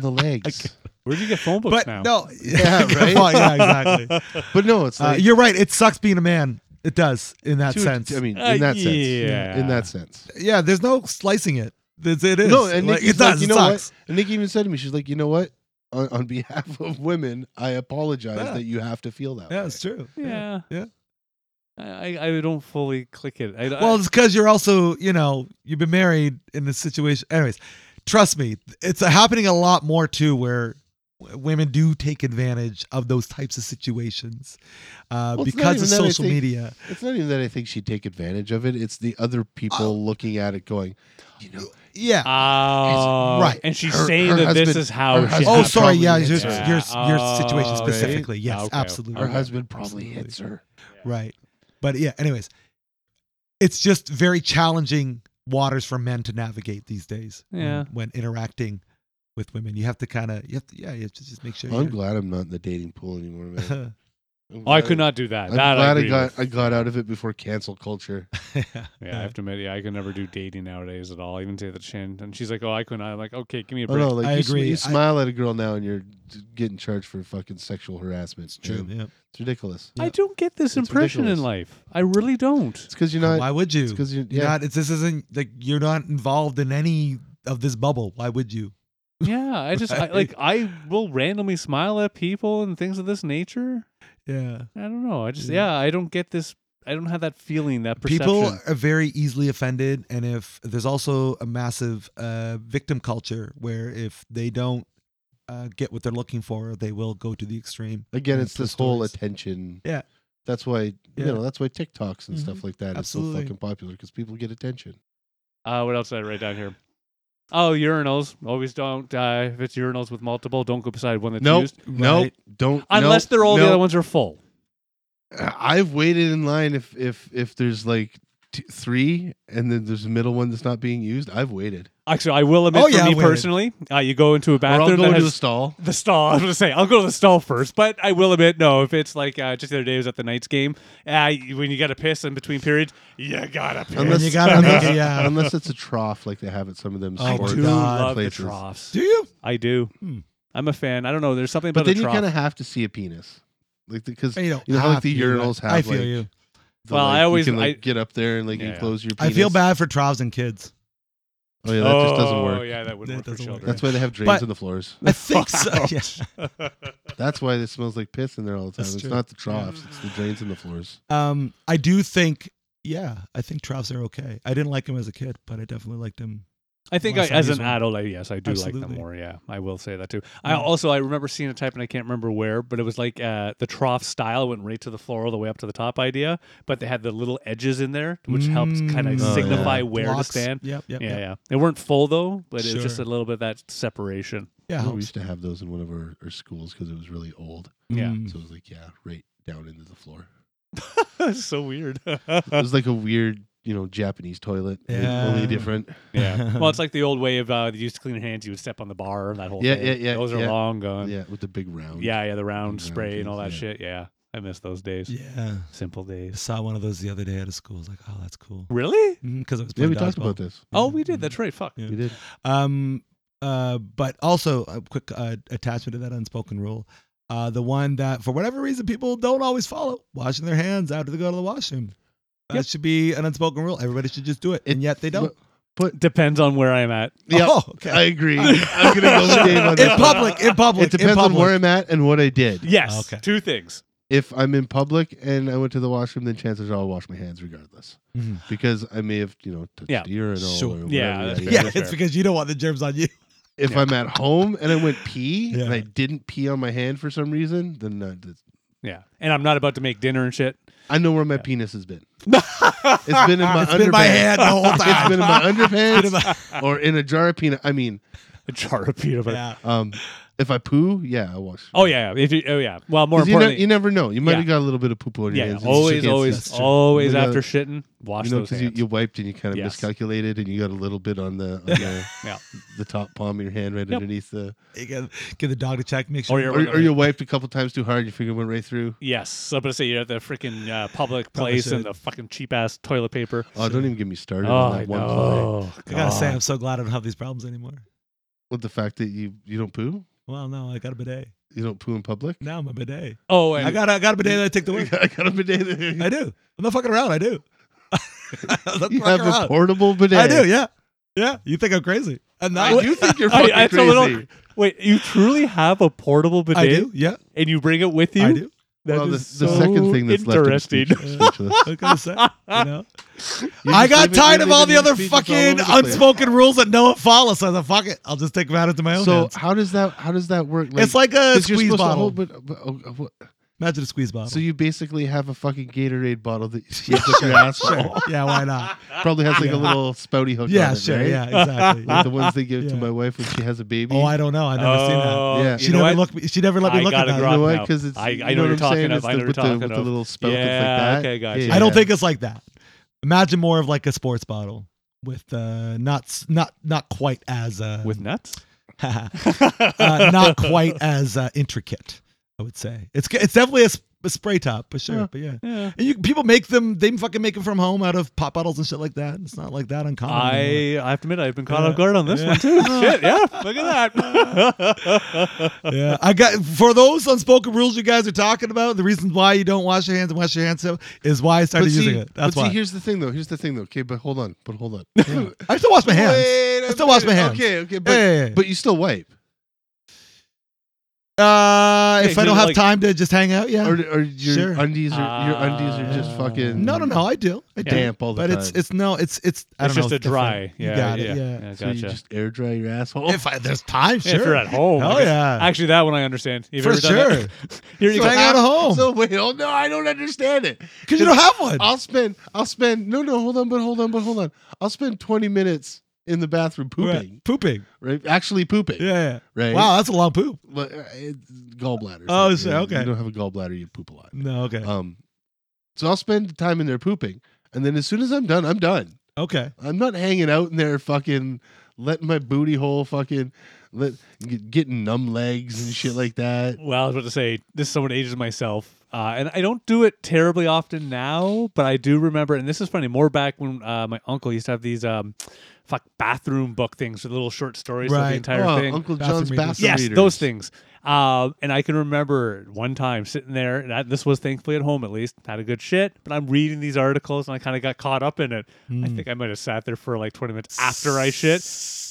Speaker 4: the legs.
Speaker 3: Where do you get phone books
Speaker 1: But
Speaker 3: now?
Speaker 1: no,
Speaker 4: Yeah, right?
Speaker 1: Well, yeah, exactly.
Speaker 4: But no, it's
Speaker 1: Uh,
Speaker 4: like
Speaker 1: you're right. It sucks being a man. It does in that
Speaker 4: to a-
Speaker 1: sense.
Speaker 4: I mean,
Speaker 3: Uh,
Speaker 4: in that sense,
Speaker 3: yeah.
Speaker 4: in that sense.
Speaker 1: yeah, there's no slicing it. It's, it is.
Speaker 4: No, and
Speaker 1: Like,
Speaker 4: Nikki's
Speaker 1: it
Speaker 4: like,
Speaker 1: does.
Speaker 4: you
Speaker 1: it
Speaker 4: know
Speaker 1: sucks.
Speaker 4: what? And Nikki even said to me, she's like, you know what? On, on behalf of women, I apologize
Speaker 1: Yeah.
Speaker 4: that you have to feel that.
Speaker 1: Yeah,
Speaker 4: way.
Speaker 1: it's true.
Speaker 3: Yeah.
Speaker 1: Yeah.
Speaker 3: I, I I don't fully click it. I,
Speaker 1: Well, it's because you're also, you know, you've been married in this situation. Anyways, trust me, it's happening a lot more too, where w- women do take advantage of those types of situations uh,
Speaker 4: Well, it's not
Speaker 1: because
Speaker 4: even
Speaker 1: of
Speaker 4: that, I
Speaker 1: social
Speaker 4: think-
Speaker 1: media.
Speaker 4: It's not even that I think she'd take advantage of it. It's the other people
Speaker 1: Oh.
Speaker 4: looking at it going, you know,
Speaker 1: Yeah.
Speaker 3: Oh,
Speaker 4: right.
Speaker 3: And she's
Speaker 4: Her-
Speaker 3: saying
Speaker 4: her
Speaker 3: that this
Speaker 4: husband-
Speaker 3: is how.
Speaker 4: her
Speaker 3: She
Speaker 4: husband-
Speaker 1: Oh, sorry. Yeah,
Speaker 4: probably
Speaker 1: your,
Speaker 4: hits her.
Speaker 1: your, your
Speaker 3: Yeah.
Speaker 1: situation
Speaker 3: Oh, okay.
Speaker 1: specifically. Yes,
Speaker 3: Okay, okay.
Speaker 1: absolutely.
Speaker 4: her husband probably
Speaker 1: Absolutely.
Speaker 4: hits her.
Speaker 1: Right. But yeah, anyways, it's just very challenging waters for men to navigate these days. when-
Speaker 3: Yeah.
Speaker 1: When, interacting with women, you have to kind of, you have to, yeah, you have to just make sure.
Speaker 4: I'm glad I'm not in the dating pool anymore, man.
Speaker 1: you're-
Speaker 4: I'm
Speaker 3: Oh, I
Speaker 4: glad-
Speaker 3: could not do that.
Speaker 4: I'm
Speaker 3: that
Speaker 4: glad
Speaker 3: I,
Speaker 4: I,
Speaker 3: agree
Speaker 4: got
Speaker 3: with.
Speaker 4: I got out of it before cancel culture.
Speaker 3: Yeah, I have to admit, yeah, I can never do dating nowadays at all. Even say the chin, and she's like, "Oh, I could not." I'm like, "Okay, give me a
Speaker 4: Oh
Speaker 3: break."
Speaker 4: no, like
Speaker 1: I
Speaker 4: you, sm-
Speaker 1: agree.
Speaker 4: you
Speaker 1: I-
Speaker 4: smile at a girl now and you're getting charged for fucking sexual harassment. It's
Speaker 1: True. Yeah.
Speaker 4: It's ridiculous.
Speaker 3: I don't get this
Speaker 4: It's
Speaker 3: impression
Speaker 4: ridiculous.
Speaker 3: in life. I really don't.
Speaker 4: It's because you're not.
Speaker 1: Why would you?
Speaker 4: It's because you're,
Speaker 1: You're
Speaker 4: yeah.
Speaker 1: not, it's, this isn't like, you're not involved in any of this bubble. Why would you?
Speaker 3: Yeah, I just I, like I will randomly smile at people and things of this nature.
Speaker 1: Yeah.
Speaker 3: I don't know. I just
Speaker 1: Yeah.
Speaker 3: yeah, I don't get this. I don't have that feeling, that perception.
Speaker 1: People are very easily offended, and if there's also a massive uh, victim culture where if they don't uh, get what they're looking for, they will go to the extreme.
Speaker 4: Again,
Speaker 1: Yeah,
Speaker 4: it's
Speaker 1: for
Speaker 4: this whole
Speaker 1: stories.
Speaker 4: attention.
Speaker 1: Yeah.
Speaker 4: That's why
Speaker 1: Yeah. Mm-hmm.
Speaker 4: you know. That's why TikToks and stuff like that is so
Speaker 1: Absolutely.
Speaker 4: fucking popular because people get attention.
Speaker 3: Uh, what else did I write down here? Oh, urinals. Always don't. Uh, if it's urinals with multiple, don't go beside one that's used.
Speaker 1: nope, Right.
Speaker 4: Don't Uh,
Speaker 3: Unless they're all the other ones are full.
Speaker 4: I've waited in line if if if there's like t- three and then there's a middle one that's not being used. I've waited.
Speaker 3: Actually, I will admit
Speaker 1: Oh,
Speaker 3: for
Speaker 1: yeah, I
Speaker 3: me
Speaker 1: waited.
Speaker 3: personally, uh, you go into a
Speaker 4: Or I'll
Speaker 3: bathroom
Speaker 4: go
Speaker 3: that
Speaker 4: into
Speaker 3: has
Speaker 4: the stall.
Speaker 3: the stall. I was gonna say I'll go to the stall first, but I will admit, no. If it's like uh, just the other day, I was at the Knights game. Uh, when you gotta piss in between periods, you gotta piss.
Speaker 1: Unless-
Speaker 4: Unless
Speaker 1: you gotta
Speaker 4: unless,
Speaker 1: make it, yeah. Oh,
Speaker 4: unless it's a trough like they have at some of them
Speaker 1: I
Speaker 4: sports
Speaker 1: do love
Speaker 3: the
Speaker 4: Oh, places.
Speaker 3: troughs.
Speaker 1: Do you?
Speaker 3: I do.
Speaker 1: Hmm.
Speaker 3: I'm a fan. I don't know. There's something
Speaker 4: But
Speaker 3: about
Speaker 4: then
Speaker 3: a
Speaker 4: you
Speaker 3: trough.
Speaker 4: kind of have to see a penis, like because
Speaker 1: You don't
Speaker 4: You know how, like,
Speaker 1: have
Speaker 4: the
Speaker 1: to, but
Speaker 4: urinals have,
Speaker 1: I feel
Speaker 4: like-
Speaker 1: you.
Speaker 4: the,
Speaker 3: Well,
Speaker 4: like,
Speaker 3: I always-
Speaker 4: you can, like,
Speaker 3: I-
Speaker 4: get up there and like
Speaker 3: Yeah.
Speaker 4: enclose your.
Speaker 1: I
Speaker 4: Penis.
Speaker 1: feel bad for trouves and kids.
Speaker 4: Oh yeah, that just doesn't
Speaker 3: Oh,
Speaker 4: work.
Speaker 3: yeah, that would
Speaker 1: That
Speaker 3: work for
Speaker 1: doesn't work.
Speaker 3: children.
Speaker 4: That's why they have drains
Speaker 1: But-
Speaker 4: in the floors.
Speaker 1: I think so. Yeah.
Speaker 4: That's why it smells like piss in there all the time.
Speaker 1: That's
Speaker 4: It's
Speaker 1: true.
Speaker 4: not the troughs; it's the drains in the floors.
Speaker 1: Um, I do think, yeah, I think trouves are okay. I didn't like them as a kid, but I definitely liked them.
Speaker 3: I think I,
Speaker 1: Unless I
Speaker 3: as
Speaker 1: use
Speaker 3: an
Speaker 1: one.
Speaker 3: adult, I, yes, I do like
Speaker 1: Absolutely.
Speaker 3: them more. Yeah, I will say that too. I also I remember seeing a type, and I can't remember where, but it was like uh, the trough style went right to the floor all the way up to the top idea, but they had the little edges in there, which helped kind
Speaker 1: Mm.
Speaker 3: of
Speaker 1: Oh, yeah.
Speaker 3: signify where
Speaker 1: Blocks.
Speaker 3: to stand.
Speaker 1: Yep, yep,
Speaker 3: yeah,
Speaker 1: yep.
Speaker 3: yeah. They weren't full though, but it was just
Speaker 1: Sure.
Speaker 3: a little bit of that separation.
Speaker 1: Yeah,
Speaker 4: We
Speaker 1: helps.
Speaker 4: used to have those in one of our, our schools because it was really old.
Speaker 3: Yeah.
Speaker 1: Mm.
Speaker 4: So it was like, yeah, right down into the floor.
Speaker 3: That's so weird. Uh.
Speaker 4: It was like a weird, you know, Japanese toilet. like,
Speaker 1: Yeah.
Speaker 4: Only different.
Speaker 3: yeah. Well, it's like the old way of uh, they used to clean your hands. You would step on the bar and that whole
Speaker 4: Yeah,
Speaker 3: thing.
Speaker 4: yeah, yeah,
Speaker 3: Those are
Speaker 4: yeah.
Speaker 3: long gone. Yeah.
Speaker 4: Yeah, with the big round.
Speaker 3: yeah, the round
Speaker 4: Round
Speaker 3: spray and all that
Speaker 4: things, yeah.
Speaker 3: shit. Yeah, I miss those days.
Speaker 1: yeah.
Speaker 3: Simple
Speaker 1: I
Speaker 3: days.
Speaker 1: saw one of those the other day at a school. I was like, oh, that's cool.
Speaker 3: Really?
Speaker 1: Because I was
Speaker 4: Yeah,
Speaker 1: playing
Speaker 4: we talked
Speaker 1: dodgeball.
Speaker 4: about this.
Speaker 3: Oh, we did. That's right. Fuck.
Speaker 1: Yeah.
Speaker 4: We did.
Speaker 1: Um, uh, but also a quick uh, attachment to that unspoken rule. Uh, the one that, for whatever reason, people don't always follow washing their hands after they go to the washroom. That
Speaker 3: Yep.
Speaker 1: should be an unspoken rule. Everybody should just do it. And
Speaker 4: It-
Speaker 1: yet they don't.
Speaker 3: Depends on where I'm at.
Speaker 4: Yeah,
Speaker 1: Oh, okay.
Speaker 4: I agree. I'm gonna go with Dave on
Speaker 1: in
Speaker 4: this. one.
Speaker 1: public, in public.
Speaker 4: It depends
Speaker 1: in
Speaker 4: on
Speaker 1: public.
Speaker 4: where I'm at and what I did.
Speaker 3: Oh, Yes.
Speaker 1: Okay.
Speaker 3: Two things.
Speaker 4: If I'm in public and I went to the washroom, then chances are I'll wash my hands regardless
Speaker 1: Mhm.
Speaker 4: because I may have, you know, touched
Speaker 3: Yeah,
Speaker 4: the urinal.
Speaker 1: sure.
Speaker 4: Or whatever,
Speaker 3: Yeah, that's
Speaker 4: yada,
Speaker 3: fair.
Speaker 1: Yeah,
Speaker 4: yada.
Speaker 1: it's because you don't want the germs on you.
Speaker 4: If
Speaker 3: Yeah.
Speaker 4: I'm at home and I went pee
Speaker 1: Yeah.
Speaker 4: and I didn't pee on my hand for some reason, then uh, that's-
Speaker 3: Yeah. And I'm not about to make dinner and shit.
Speaker 4: I know where my penis has been. it's been in my
Speaker 1: It's
Speaker 4: underpants.
Speaker 1: been my hand the whole
Speaker 4: It's
Speaker 1: time.
Speaker 4: been in my underpants
Speaker 1: in
Speaker 4: or in a jar of peanut. I mean,
Speaker 3: A jar of peanut butter.
Speaker 1: yeah.
Speaker 4: um, if I poo, yeah, I wash.
Speaker 3: Oh yeah. If you, oh yeah. Well, more
Speaker 4: 'Cause you, ne-
Speaker 3: importantly.
Speaker 4: you never know. You might
Speaker 3: Yeah.
Speaker 4: have got a little bit of poop on your
Speaker 3: yeah,
Speaker 4: hands.
Speaker 3: yeah.
Speaker 4: and you
Speaker 3: Always,
Speaker 4: just can't see.
Speaker 3: always,
Speaker 1: that's true.
Speaker 3: always
Speaker 4: You know-
Speaker 3: after shitting, wash
Speaker 4: you know,
Speaker 3: those
Speaker 4: 'cause
Speaker 3: hands.
Speaker 4: you, you wiped and you kind of
Speaker 3: Yes.
Speaker 4: miscalculated and you got a little bit on the on the,
Speaker 3: Yeah.
Speaker 4: the top palm of your hand right
Speaker 3: Yep.
Speaker 4: underneath the
Speaker 1: You gotta Get the dog to check, make sure.
Speaker 3: Or your-
Speaker 4: or, or you wiped a couple times too hard your finger went right through
Speaker 3: yes. I'm gonna say you're at the freaking uh, public
Speaker 1: Probably
Speaker 3: place and
Speaker 1: should.
Speaker 3: the fucking cheap ass toilet paper.
Speaker 4: oh don't even get me started
Speaker 3: Oh,
Speaker 4: on
Speaker 3: I
Speaker 4: that one play
Speaker 3: know.
Speaker 1: I gotta say,
Speaker 3: God.
Speaker 1: I'm so glad I don't have these problems anymore.
Speaker 4: with the fact that you you don't poo
Speaker 1: Well, no, I got a bidet.
Speaker 4: you don't poo in public
Speaker 1: Now I'm a bidet.
Speaker 3: Oh, and
Speaker 1: I got, a- I got a bidet that I take to
Speaker 4: I
Speaker 1: work.
Speaker 4: got, I got a bidet there.
Speaker 1: I do. I'm not fucking around. I do. I'm not fucking
Speaker 4: you have a
Speaker 1: around.
Speaker 4: portable bidet
Speaker 1: I do. Yeah. Yeah. You think I'm crazy? I'm not.
Speaker 4: I do think you're
Speaker 3: I,
Speaker 4: fucking
Speaker 3: I, it's a
Speaker 4: crazy
Speaker 3: little- wait, you truly have a portable bidet,
Speaker 1: I do. Yeah.
Speaker 3: and you bring it with you?
Speaker 1: I do.
Speaker 3: That
Speaker 4: well, the,
Speaker 3: is
Speaker 4: the
Speaker 3: so
Speaker 4: second thing that's left him
Speaker 3: interesting.
Speaker 4: speechless- speechless.
Speaker 1: What can I say? You know?
Speaker 4: You're
Speaker 1: I
Speaker 4: just
Speaker 1: got
Speaker 4: leaving-
Speaker 1: tired
Speaker 4: you're
Speaker 1: of all the
Speaker 4: leaving
Speaker 1: other
Speaker 4: speechless all
Speaker 1: fucking
Speaker 4: over the place.
Speaker 1: unspoken rules that no one follows. So I thought, fuck it. I'll just take matters to my own
Speaker 4: so
Speaker 1: hands.
Speaker 4: how does that how does that work
Speaker 1: it's like a
Speaker 4: 'cause you're
Speaker 1: squeeze
Speaker 4: supposed to
Speaker 1: bottle.
Speaker 4: hold- but- but- oh, oh, what-
Speaker 1: Imagine a squeeze bottle.
Speaker 4: So you basically have a fucking Gatorade bottle that you squeeze up your asshole.
Speaker 1: yeah, why not?
Speaker 4: Probably has like
Speaker 1: Yeah.
Speaker 4: a little spouty hook
Speaker 1: Yeah,
Speaker 4: on it,
Speaker 1: sure.
Speaker 4: right?
Speaker 1: Yeah, exactly.
Speaker 4: Like the ones they give
Speaker 1: Yeah.
Speaker 4: to my wife when she has a baby.
Speaker 1: Oh, I don't know. I've never seen that.
Speaker 3: Oh,
Speaker 4: Yeah.
Speaker 3: you
Speaker 1: She
Speaker 3: know
Speaker 1: never
Speaker 3: what?
Speaker 1: looked. me- She never let me
Speaker 3: I
Speaker 1: look at
Speaker 3: gotta
Speaker 1: that.
Speaker 4: you
Speaker 3: grow
Speaker 4: know
Speaker 3: up
Speaker 4: why?
Speaker 3: now.
Speaker 4: Because it's
Speaker 3: I-
Speaker 4: you
Speaker 3: I know what you're
Speaker 4: what I'm
Speaker 3: talking
Speaker 4: saying?
Speaker 3: of.
Speaker 4: It's
Speaker 3: I
Speaker 4: the-
Speaker 3: know
Speaker 4: with
Speaker 3: what you're
Speaker 4: the, with
Speaker 3: talking
Speaker 4: the little spout
Speaker 3: Yeah,
Speaker 4: that's like that.
Speaker 3: okay, gotcha.
Speaker 1: I don't
Speaker 4: Yeah.
Speaker 1: think it's like that. Imagine more of like a sports bottle with uh, not s- not not quite as uh,
Speaker 3: With nuts?
Speaker 1: uh, not quite as uh, intricate. I would say it's it's definitely a, sp- a spray top, but sure,
Speaker 4: Yeah.
Speaker 1: but yeah.
Speaker 3: Yeah.
Speaker 1: And you people make them. They fucking make them from home out of pop bottles and shit like that. It's not like that uncommon. anymore.
Speaker 3: I, I have to admit, I've been caught
Speaker 1: Yeah.
Speaker 3: off guard on this
Speaker 1: Yeah.
Speaker 3: one too. Shit, yeah. Look at that.
Speaker 1: yeah, I got for those unspoken rules you guys are talking about. The reasons why you don't wash your hands and wash your hands so is why I started
Speaker 4: But see,
Speaker 1: using it. That's
Speaker 4: but
Speaker 1: why
Speaker 4: see, here's the thing though. Here's the thing though. Okay, but hold on. But hold on.
Speaker 1: I still wash my hands.
Speaker 4: Wait
Speaker 1: I
Speaker 4: a
Speaker 1: still wash my
Speaker 4: minute.
Speaker 1: hands.
Speaker 4: Okay, okay, but
Speaker 1: Yeah, yeah, yeah.
Speaker 4: but you still wipe,
Speaker 1: Uh, if
Speaker 3: Yeah,
Speaker 1: I
Speaker 3: you
Speaker 1: don't
Speaker 3: know,
Speaker 1: have
Speaker 3: like-
Speaker 1: time to just hang out, yeah.
Speaker 4: or, or your
Speaker 1: Sure. Uh,
Speaker 4: undies are your undies are just
Speaker 3: Ah.
Speaker 4: fucking
Speaker 1: no, no, no. I do. I do.
Speaker 4: damp all the
Speaker 1: But
Speaker 4: time.
Speaker 1: it's it's no, it's it's. I
Speaker 3: it's
Speaker 1: don't know,
Speaker 3: just a dry.
Speaker 1: different.
Speaker 3: Yeah,
Speaker 1: you got
Speaker 3: yeah,
Speaker 1: it. Yeah.
Speaker 4: so you
Speaker 3: gotcha.
Speaker 4: just air dry your asshole.
Speaker 1: If I, there's time,
Speaker 3: Yeah,
Speaker 1: sure.
Speaker 3: If you're at home.
Speaker 1: Hell
Speaker 3: I guess-
Speaker 1: yeah.
Speaker 3: Actually, that one I understand. You've
Speaker 1: For
Speaker 3: ever done that?
Speaker 1: sure.
Speaker 3: Here you
Speaker 1: So
Speaker 3: go.
Speaker 1: hang out at home
Speaker 4: So wait, oh no, I don't understand it.
Speaker 1: because you don't have one.
Speaker 4: I'll spend I'll spend no no hold on but hold on but hold on. I'll spend 20 minutes in the bathroom pooping,
Speaker 1: Right. Pooping.
Speaker 4: right? Actually pooping.
Speaker 1: Yeah. yeah.
Speaker 4: Right.
Speaker 1: Wow, that's a long poop.
Speaker 4: But uh, it's gallbladder.
Speaker 1: Oh,
Speaker 4: You
Speaker 1: so-
Speaker 4: know,
Speaker 1: okay.
Speaker 4: You don't have a gallbladder, you poop a lot.
Speaker 1: No. Okay.
Speaker 4: Um so I'll spend time in there pooping. And then as soon as I'm done, I'm done.
Speaker 1: okay.
Speaker 4: I'm not hanging out in there fucking letting my booty hole fucking let get, getting numb legs and shit like that.
Speaker 3: Well, I was about to say this is someone ages myself, uh, and I don't do it terribly often now, but I do remember, and this is funny. More back when uh, my uncle used to have these um, fuck bathroom book things with little short stories of
Speaker 1: Right.
Speaker 3: the entire
Speaker 4: Oh,
Speaker 3: thing.
Speaker 4: Uncle
Speaker 1: Bathroom
Speaker 4: John's
Speaker 1: readers.
Speaker 4: bathroom
Speaker 3: yes,
Speaker 4: readers.
Speaker 3: those things. Um, and I can remember one time sitting there, and I, this was thankfully at home at least, had a good shit. But I'm reading these articles, and I kind of got caught up in it.
Speaker 4: Hmm.
Speaker 3: I think I might have sat there for like 20 minutes after I shit.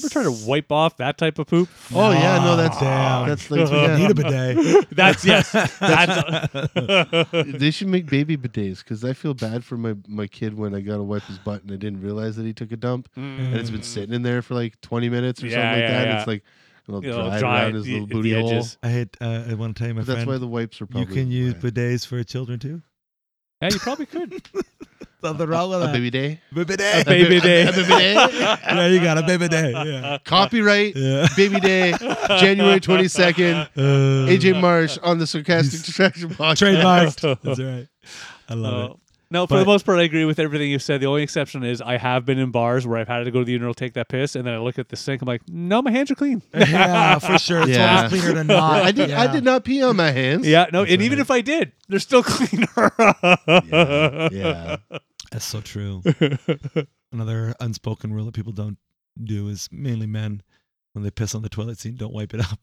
Speaker 3: I'm trying to wipe off that type of poop.
Speaker 4: Oh yeah, no, that's
Speaker 1: Ah, damn.
Speaker 4: that's like
Speaker 1: I need
Speaker 4: yeah.
Speaker 1: a bidet.
Speaker 3: That's yes. That's
Speaker 4: they should make baby bidets because I feel bad for my my kid when I got to wipe his butt and I didn't realize that he took a dump and it's been sitting in there for like twenty minutes or
Speaker 3: Mm. Yeah,
Speaker 4: something like
Speaker 3: yeah,
Speaker 4: that.
Speaker 3: yeah.
Speaker 4: And it's like it'll
Speaker 3: It'll
Speaker 4: dry,
Speaker 3: dry
Speaker 4: around his
Speaker 3: the-
Speaker 4: little
Speaker 3: the
Speaker 4: booty hole.
Speaker 3: edges.
Speaker 1: I had uh, I want to tell you, my
Speaker 4: But that's
Speaker 1: friend,
Speaker 4: why the wipes are probably
Speaker 1: you can use
Speaker 4: wet.
Speaker 1: bidets for children too.
Speaker 3: Yeah, you probably could.
Speaker 1: Nothing wrong with
Speaker 4: a
Speaker 1: that.
Speaker 4: baby day.
Speaker 1: bidet.
Speaker 3: Baby day.
Speaker 4: A baby day.
Speaker 1: yeah, you got a baby day. Yeah.
Speaker 4: Copyright
Speaker 1: Yeah.
Speaker 4: baby day, January twenty second.
Speaker 1: Uh,
Speaker 4: AJ Marsh on the Sarcastic Distraction podcast.
Speaker 1: trademarked. That's right. Oh. I
Speaker 3: Uh,
Speaker 1: love it.
Speaker 3: no, for the
Speaker 1: But-
Speaker 3: most part, I agree with everything you've said. The only exception is I have been in bars where I've had to go to the urinal, take that piss, and then I look at the sink. I'm like, no, my hands are clean.
Speaker 1: yeah, for sure. It's
Speaker 4: Yeah.
Speaker 1: always cleaner than not.
Speaker 4: I did.
Speaker 1: Yeah.
Speaker 4: I did not pee on my hands.
Speaker 3: Yeah, no, and even if I did, they're still cleaner.
Speaker 4: Yeah. yeah.
Speaker 1: That's so true. Another unspoken rule that people don't do is mainly men when they piss on the toilet seat, don't wipe it up.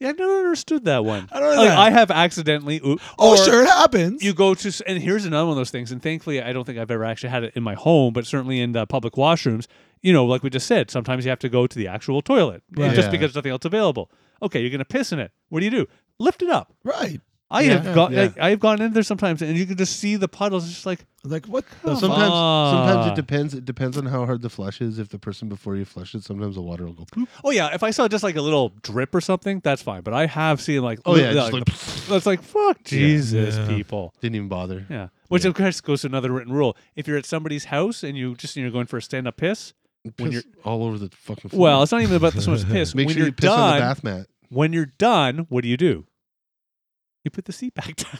Speaker 3: Yeah, I've never understood that one.
Speaker 1: I don't know
Speaker 3: Like,
Speaker 1: that.
Speaker 3: I have accidentally. Ooh,
Speaker 1: Oh,
Speaker 3: or
Speaker 1: sure, it happens.
Speaker 3: You go to, s- and here's another one of those things. And thankfully, I don't think I've ever actually had it in my home, but certainly in the public washrooms. You know, like we just said, sometimes you have to go to the actual toilet
Speaker 1: Right.
Speaker 3: just
Speaker 4: Yeah.
Speaker 3: because nothing else available. Okay, you're gonna piss in it. What do you do? Lift it up.
Speaker 1: right.
Speaker 3: I
Speaker 4: Yeah.
Speaker 3: have got.
Speaker 4: Yeah.
Speaker 3: I, I have gone in there sometimes, and you can just see the puddles. It's just like
Speaker 1: Like what? The
Speaker 3: Some-
Speaker 1: fuck?
Speaker 4: Sometimes, sometimes
Speaker 3: Ah.
Speaker 4: it depends. It depends on how hard the flush is. If the person before you flushes, sometimes the water will go. Poop.
Speaker 3: Oh yeah, if I saw just like a little drip or something, that's fine. But I have seen like
Speaker 4: Oh yeah,
Speaker 3: li- like,
Speaker 4: just like,
Speaker 3: the- that's like fuck Jesus
Speaker 1: Yeah.
Speaker 3: people.
Speaker 4: didn't even bother.
Speaker 3: Yeah, which
Speaker 4: Yeah.
Speaker 3: of course goes to another written rule. If you're at somebody's house and you just you're going for a stand up piss, when
Speaker 4: Piss all over the fucking. Floor.
Speaker 3: well, it's not even about this one's piss.
Speaker 4: make
Speaker 3: when
Speaker 4: sure
Speaker 3: you're
Speaker 4: you piss
Speaker 3: done,
Speaker 4: on the bath mat.
Speaker 3: when you're done, what do you do? You put the seat back down.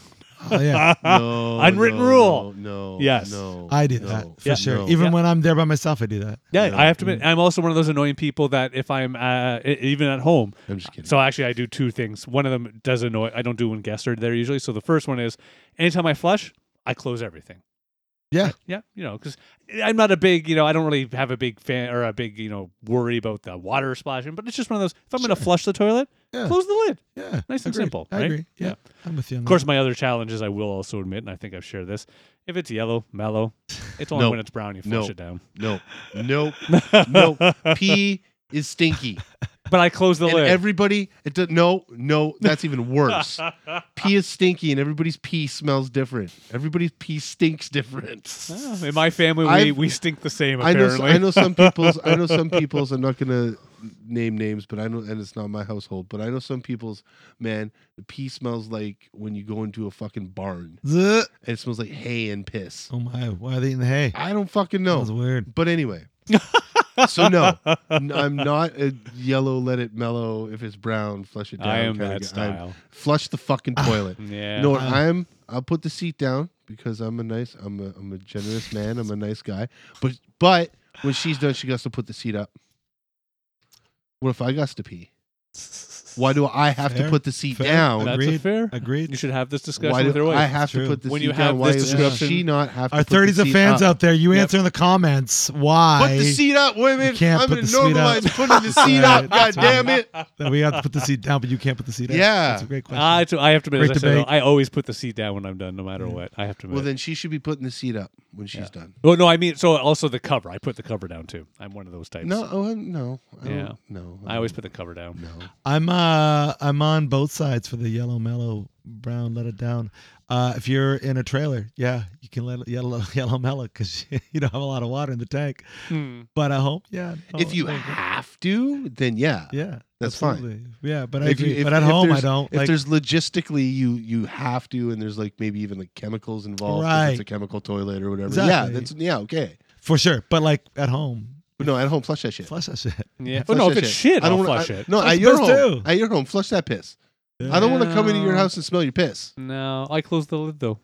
Speaker 1: Oh, yeah.
Speaker 4: No,
Speaker 3: Unwritten
Speaker 4: no,
Speaker 3: rule.
Speaker 4: No, no,
Speaker 3: Yes.
Speaker 4: no,
Speaker 1: I do
Speaker 4: no,
Speaker 1: that for
Speaker 3: Yeah.
Speaker 1: sure.
Speaker 4: no.
Speaker 1: Even
Speaker 3: Yeah.
Speaker 1: when I'm there by myself, I do that.
Speaker 3: Yeah,
Speaker 4: Yeah.
Speaker 3: I have to admit, I'm also one of those annoying people that if I'm uh, e- even at home,
Speaker 4: I'm just kidding.
Speaker 3: So actually, I do two things. One of them does annoy. I don't do when guests are there usually. So the first one is anytime I flush, I close everything.
Speaker 1: Yeah.
Speaker 3: yeah, you know, because I'm not a big, you know, I don't really have a big fan or a big, you know, worry about the water splashing. But it's just one of those. If I'm going to flush the toilet,
Speaker 1: Yeah.
Speaker 3: close the lid.
Speaker 1: Yeah.
Speaker 3: Nice and
Speaker 1: Agreed.
Speaker 3: simple,
Speaker 1: I
Speaker 3: right?
Speaker 1: agree. Yeah.
Speaker 3: Yeah.
Speaker 1: I'm with you on
Speaker 3: Of course, my other challenge is I will also admit, and I think I've shared this. If it's yellow, mellow, it's only
Speaker 4: No.
Speaker 3: when it's brown you flush
Speaker 4: No.
Speaker 3: it down.
Speaker 4: no, no, no. Pee is stinky,
Speaker 3: But I close the
Speaker 4: and
Speaker 3: lid.
Speaker 4: everybody. It does, no, no. That's even worse. pee is stinky, and everybody's pee smells different. Everybody's pee stinks different.
Speaker 3: Oh, in my family, we,
Speaker 4: I've-
Speaker 3: we stink the same.
Speaker 4: I know,
Speaker 3: Apparently,
Speaker 4: s- I know some people's. I know some people's. I'm not gonna name names, but I know, and it's not my household. But I know some people's. Man, the pee smells like when you go into a fucking barn.
Speaker 1: Zuh.
Speaker 4: And it smells like hay and piss.
Speaker 1: Oh my! Why are they eating the hay?
Speaker 4: I don't fucking
Speaker 1: That was
Speaker 4: know.
Speaker 1: weird.
Speaker 4: But anyway, so no, n- I'm not a yellow. Let it mellow. If it's brown, flush it down.
Speaker 3: I am
Speaker 4: kinda
Speaker 3: that
Speaker 4: guy. I'm-
Speaker 3: style.
Speaker 4: flush the fucking toilet.
Speaker 3: Yeah.
Speaker 4: You know what?
Speaker 1: Wow.
Speaker 4: I'm. I'll put the seat down because I'm a nice. I'm a. I'm a generous man. I'm a nice guy. But but when she's done, she has to put the seat up. What if I got to pee? Why do I have
Speaker 1: Fair.
Speaker 4: to put the seat
Speaker 1: Fair.
Speaker 4: down?
Speaker 3: That's a
Speaker 1: Agreed.
Speaker 3: fair.
Speaker 1: Agreed.
Speaker 3: You should have this discussion
Speaker 4: Why
Speaker 3: with your
Speaker 4: do
Speaker 3: wife.
Speaker 4: I have
Speaker 1: True.
Speaker 4: to put the
Speaker 3: When
Speaker 4: seat
Speaker 3: you have
Speaker 4: down? Why
Speaker 3: this
Speaker 4: does
Speaker 3: description-
Speaker 4: she not have
Speaker 1: Our
Speaker 4: to put the
Speaker 1: 30s of
Speaker 4: seat
Speaker 1: fans
Speaker 4: up?
Speaker 1: out there, you
Speaker 3: Yep.
Speaker 1: answer in the comments why
Speaker 4: Put the seat up, women.
Speaker 1: You can't
Speaker 4: I'm
Speaker 1: put
Speaker 4: gonna
Speaker 1: the seat up.
Speaker 4: normalize putting the seat
Speaker 1: right.
Speaker 4: up. God
Speaker 1: That's
Speaker 4: damn
Speaker 1: right.
Speaker 4: it.
Speaker 1: that we have to put the seat down, but you can't put the seat up.
Speaker 4: Yeah.
Speaker 1: that's a great question.
Speaker 3: Ah, I, to, I have to admit, as
Speaker 1: Great
Speaker 3: I, said, though,
Speaker 1: debate.
Speaker 3: I always put the seat down when I'm done, no matter what. I have to admit.
Speaker 4: Well, then she should be putting the seat up when she's done.
Speaker 3: well, no, I mean, so also the cover. I put the cover down too. I'm one of those types.
Speaker 4: No, oh, no, I don't-
Speaker 3: Yeah.
Speaker 4: no.
Speaker 1: Oh,
Speaker 3: I always put the cover down.
Speaker 4: no.
Speaker 1: I'm uh I'm on both sides for the yellow mellow brown let it down. Uh, if you're in a trailer, yeah, you can let it yellow yellow mellow because you don't have a lot of water in the tank. But at home, yeah, no,
Speaker 4: if you
Speaker 1: no,
Speaker 4: have to, then yeah.
Speaker 1: yeah,
Speaker 4: that's fine.
Speaker 1: absolutely. Yeah, but I
Speaker 4: If you-
Speaker 1: agree.
Speaker 4: if-
Speaker 1: but at
Speaker 4: if
Speaker 1: home, I
Speaker 4: there's-
Speaker 1: don't.
Speaker 4: If
Speaker 1: Like,
Speaker 4: there's logistically, you you have to, and there's like maybe even like chemicals involved. If
Speaker 1: Right.
Speaker 4: it's a chemical toilet or whatever.
Speaker 1: Exactly.
Speaker 4: Yeah, that's yeah okay.
Speaker 1: for sure. But like at home,
Speaker 4: But no, at home, flush that shit.
Speaker 1: flush that shit.
Speaker 3: Yeah. Oh,
Speaker 4: Flush
Speaker 3: no, if
Speaker 4: that
Speaker 3: it's shit, I don't
Speaker 4: wanna-
Speaker 3: flush
Speaker 4: I-
Speaker 3: it.
Speaker 4: No,
Speaker 1: Flush
Speaker 4: at your
Speaker 1: piss
Speaker 4: home,
Speaker 1: too.
Speaker 4: at your home, flush that piss. I don't want to come into your
Speaker 3: No.
Speaker 4: house and smell your piss.
Speaker 3: No, I close the lid though.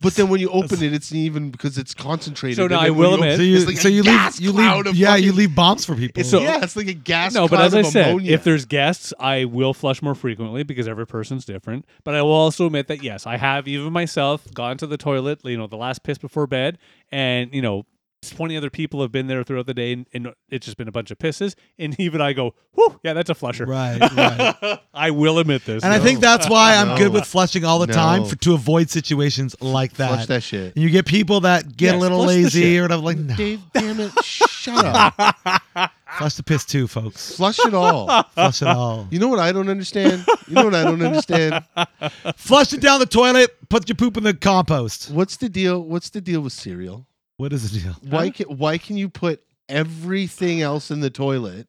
Speaker 4: But then when you open it, it's even because it's concentrated.
Speaker 3: So
Speaker 4: and
Speaker 3: no,
Speaker 4: then
Speaker 3: I
Speaker 4: when
Speaker 3: will
Speaker 4: you
Speaker 3: admit-
Speaker 1: So
Speaker 4: open-
Speaker 1: you,
Speaker 4: it's like
Speaker 1: so
Speaker 4: a
Speaker 1: you
Speaker 4: gas
Speaker 1: leave, you
Speaker 4: cloud
Speaker 1: leave,
Speaker 4: of
Speaker 1: yeah, you
Speaker 4: fucking-
Speaker 1: leave bombs for people.
Speaker 3: So-
Speaker 4: yeah, it's like a gas.
Speaker 3: No, but
Speaker 4: cloud
Speaker 3: as I
Speaker 4: of
Speaker 3: said,
Speaker 4: ammonia.
Speaker 3: if there's guests, I will flush more frequently because every person's different. But I will also admit that yes, I have even myself gone to the toilet, you know, the last piss before bed, and you know, twenty other people have been there throughout the day, and, and it's just been a bunch of pisses, and even I go, whoo, yeah, that's a flusher.
Speaker 1: right, right.
Speaker 3: I will admit this.
Speaker 1: And I
Speaker 4: No.
Speaker 1: think that's why I'm good
Speaker 4: No.
Speaker 1: with flushing all the time
Speaker 4: No.
Speaker 1: for, to avoid situations like that.
Speaker 4: flush that shit.
Speaker 1: And you get people that get
Speaker 3: Yes,
Speaker 1: a little
Speaker 3: flush the
Speaker 1: lazy
Speaker 3: shit.
Speaker 1: or whatever, like, no.
Speaker 4: Dave, damn it, shut up.
Speaker 1: Flush the piss too, folks.
Speaker 4: Flush it all.
Speaker 1: Flush it all.
Speaker 4: You know what I don't understand? You know what I don't understand?
Speaker 1: Flush it down the toilet. Put your poop in the compost.
Speaker 4: What's the deal? What's the deal with cereal?
Speaker 1: What is the deal?
Speaker 4: Why can why can you put everything else in the toilet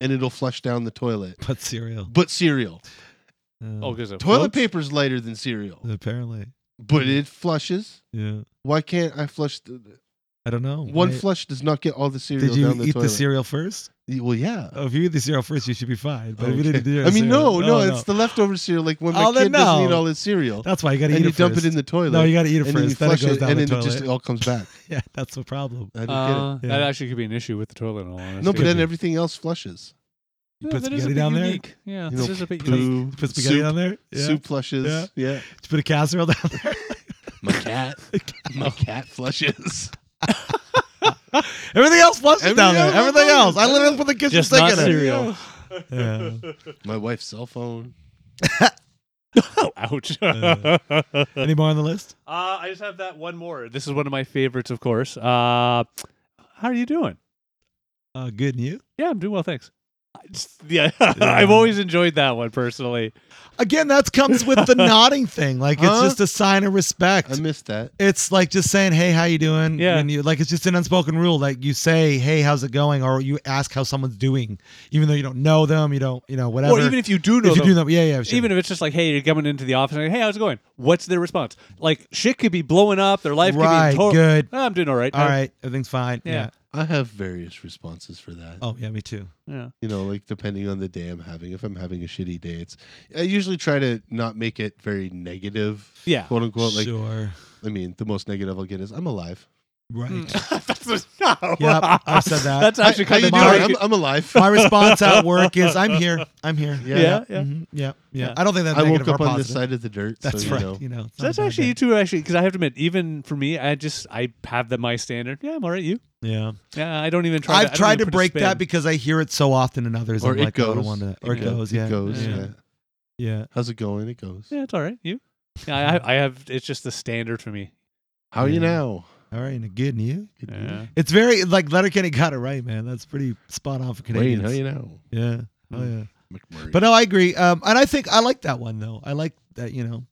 Speaker 4: and it'll flush down the toilet?
Speaker 1: But cereal.
Speaker 4: But cereal.
Speaker 1: Uh,
Speaker 3: Oh, because
Speaker 4: Toilet paper's lighter than cereal,
Speaker 1: Apparently.
Speaker 4: but it flushes.
Speaker 1: Yeah.
Speaker 4: Why can't I flush? The,
Speaker 1: I don't know.
Speaker 4: one
Speaker 1: Oh, Why-
Speaker 4: flush does not get all the cereal
Speaker 1: Did you
Speaker 4: down the
Speaker 1: eat
Speaker 4: toilet.
Speaker 1: the cereal first?
Speaker 4: cereal? Well, yeah.
Speaker 1: Oh, if you eat the cereal first, you should be fine. But if you
Speaker 4: Okay.
Speaker 1: didn't do
Speaker 4: I mean,
Speaker 1: cereal-
Speaker 4: no, no, it's the leftover cereal. Like when my
Speaker 1: Oh, then
Speaker 4: kid doesn't eat
Speaker 1: no.
Speaker 4: all his cereal,
Speaker 1: That's why you got to
Speaker 4: and
Speaker 1: eat
Speaker 4: you
Speaker 1: it
Speaker 4: dump
Speaker 1: first.
Speaker 4: it in the toilet.
Speaker 1: no, you got to eat it
Speaker 4: and then you
Speaker 1: first. Then it
Speaker 4: flush
Speaker 1: goes
Speaker 4: it,
Speaker 1: down
Speaker 4: and
Speaker 1: the
Speaker 4: then it
Speaker 1: toilet.
Speaker 4: just all comes back.
Speaker 1: yeah, that's the problem.
Speaker 4: I don't
Speaker 3: Uh,
Speaker 1: it.
Speaker 3: That
Speaker 1: Yeah.
Speaker 3: actually could be an issue with the toilet. In all honesty.
Speaker 4: get it. No, but then
Speaker 1: be.
Speaker 4: everything else flushes.
Speaker 1: You
Speaker 3: Yeah,
Speaker 1: put
Speaker 3: that is a
Speaker 1: spaghetti
Speaker 3: bit
Speaker 1: down there.
Speaker 3: unique. Yeah,
Speaker 4: You
Speaker 3: this
Speaker 4: know,
Speaker 3: is a bit unique.
Speaker 4: Poo,
Speaker 1: Put spaghetti
Speaker 4: soup,
Speaker 1: down there. Yeah.
Speaker 4: soup flushes.
Speaker 1: Yeah.
Speaker 4: yeah.
Speaker 1: Did you put a casserole down there.
Speaker 4: My cat. My cat flushes.
Speaker 1: Everything else flushes
Speaker 4: Everything
Speaker 1: down there.
Speaker 4: else-
Speaker 1: Everything else. I literally put the kitchen
Speaker 3: Just
Speaker 1: sink
Speaker 3: not
Speaker 1: in it.
Speaker 3: cereal.
Speaker 1: Yeah.
Speaker 4: My wife's cell phone.
Speaker 3: Oh, ouch.
Speaker 1: Any more on the list?
Speaker 3: Uh, I just have that one more. This is one of my favorites, of course. Uh, how are you doing?
Speaker 1: Uh, good and you?
Speaker 3: Yeah, I'm doing well, thanks. I just- yeah, I've always enjoyed that one personally.
Speaker 1: Again, that comes with the nodding thing. Like
Speaker 4: Huh?
Speaker 1: it's just a sign of respect.
Speaker 4: I missed that.
Speaker 1: it's like just saying, "Hey, how you doing?"
Speaker 3: Yeah.
Speaker 1: And you like it's just an unspoken rule. Like you say, "Hey, how's it going?" Or you ask how someone's doing, even though you don't know them. You don't, you know, whatever.
Speaker 3: Or even if you do know
Speaker 1: if you
Speaker 3: them,
Speaker 1: do know, yeah, yeah. Sure.
Speaker 3: even if it's just like, hey, you're coming into the office, like, hey, how's it going? What's their response? Like, shit could be blowing up. Their life
Speaker 1: Right,
Speaker 3: could be total.
Speaker 1: good.
Speaker 3: "Ah, I'm doing all right.
Speaker 1: all right, everything's fine. Yeah.
Speaker 3: Yeah.
Speaker 4: I have various responses for that.
Speaker 1: Oh yeah, me too.
Speaker 3: Yeah.
Speaker 4: You know, like depending on the day I'm having. If I'm having a shitty day, it's I usually try to not make it very negative.
Speaker 3: Yeah.
Speaker 4: Quote unquote. Like
Speaker 1: sure.
Speaker 4: I mean, the most negative I'll get is I'm alive.
Speaker 1: Right.
Speaker 3: That's a, no.
Speaker 1: Yep, I said that.
Speaker 3: That's actually
Speaker 4: How
Speaker 3: kind
Speaker 4: you
Speaker 3: of
Speaker 4: doing? I'm, I'm alive.
Speaker 1: My response at work is, "I'm here. I'm here."
Speaker 4: Yeah.
Speaker 3: Yeah, yeah.
Speaker 1: Mhm. yeah,
Speaker 3: Yeah.
Speaker 1: yeah. I don't think that's
Speaker 4: I woke
Speaker 1: negative or
Speaker 4: up on this
Speaker 1: positive.
Speaker 4: side of the dirt.
Speaker 1: That's
Speaker 4: so,
Speaker 1: right.
Speaker 4: You know,
Speaker 1: You know, it's
Speaker 3: So
Speaker 1: not a
Speaker 3: that's
Speaker 1: bad
Speaker 3: actually you
Speaker 1: day.
Speaker 3: two actually because I have to admit, even for me, I just I have that my standard. Yeah, I'm all right. You?
Speaker 1: Yeah.
Speaker 3: Yeah, I don't even try. to- I
Speaker 1: I've
Speaker 3: don't
Speaker 1: tried
Speaker 3: even
Speaker 1: to
Speaker 3: put a
Speaker 1: break
Speaker 3: spin.
Speaker 1: that because I hear it so often in others.
Speaker 4: Or
Speaker 1: I'm
Speaker 4: it
Speaker 1: like, I
Speaker 4: goes.
Speaker 1: don't want to. Or
Speaker 4: It
Speaker 1: it goes.
Speaker 4: It
Speaker 1: Yeah.
Speaker 4: goes.
Speaker 1: Yeah.
Speaker 4: yeah.
Speaker 1: Yeah.
Speaker 4: How's it going? It goes.
Speaker 3: Yeah, it's all right. You? Yeah, I, I have. It's just the standard for me.
Speaker 4: How are you
Speaker 1: Yeah.
Speaker 4: now?
Speaker 1: All right. And good. And you?
Speaker 3: Yeah.
Speaker 1: It's very like Letterkenny got it right, man. That's pretty spot on for
Speaker 4: Wayne,
Speaker 1: Canadians.
Speaker 4: how you now?
Speaker 1: yeah. Oh yeah.
Speaker 4: McMurray.
Speaker 1: But no, I agree. Um, and I think I like that one though. I like that you know.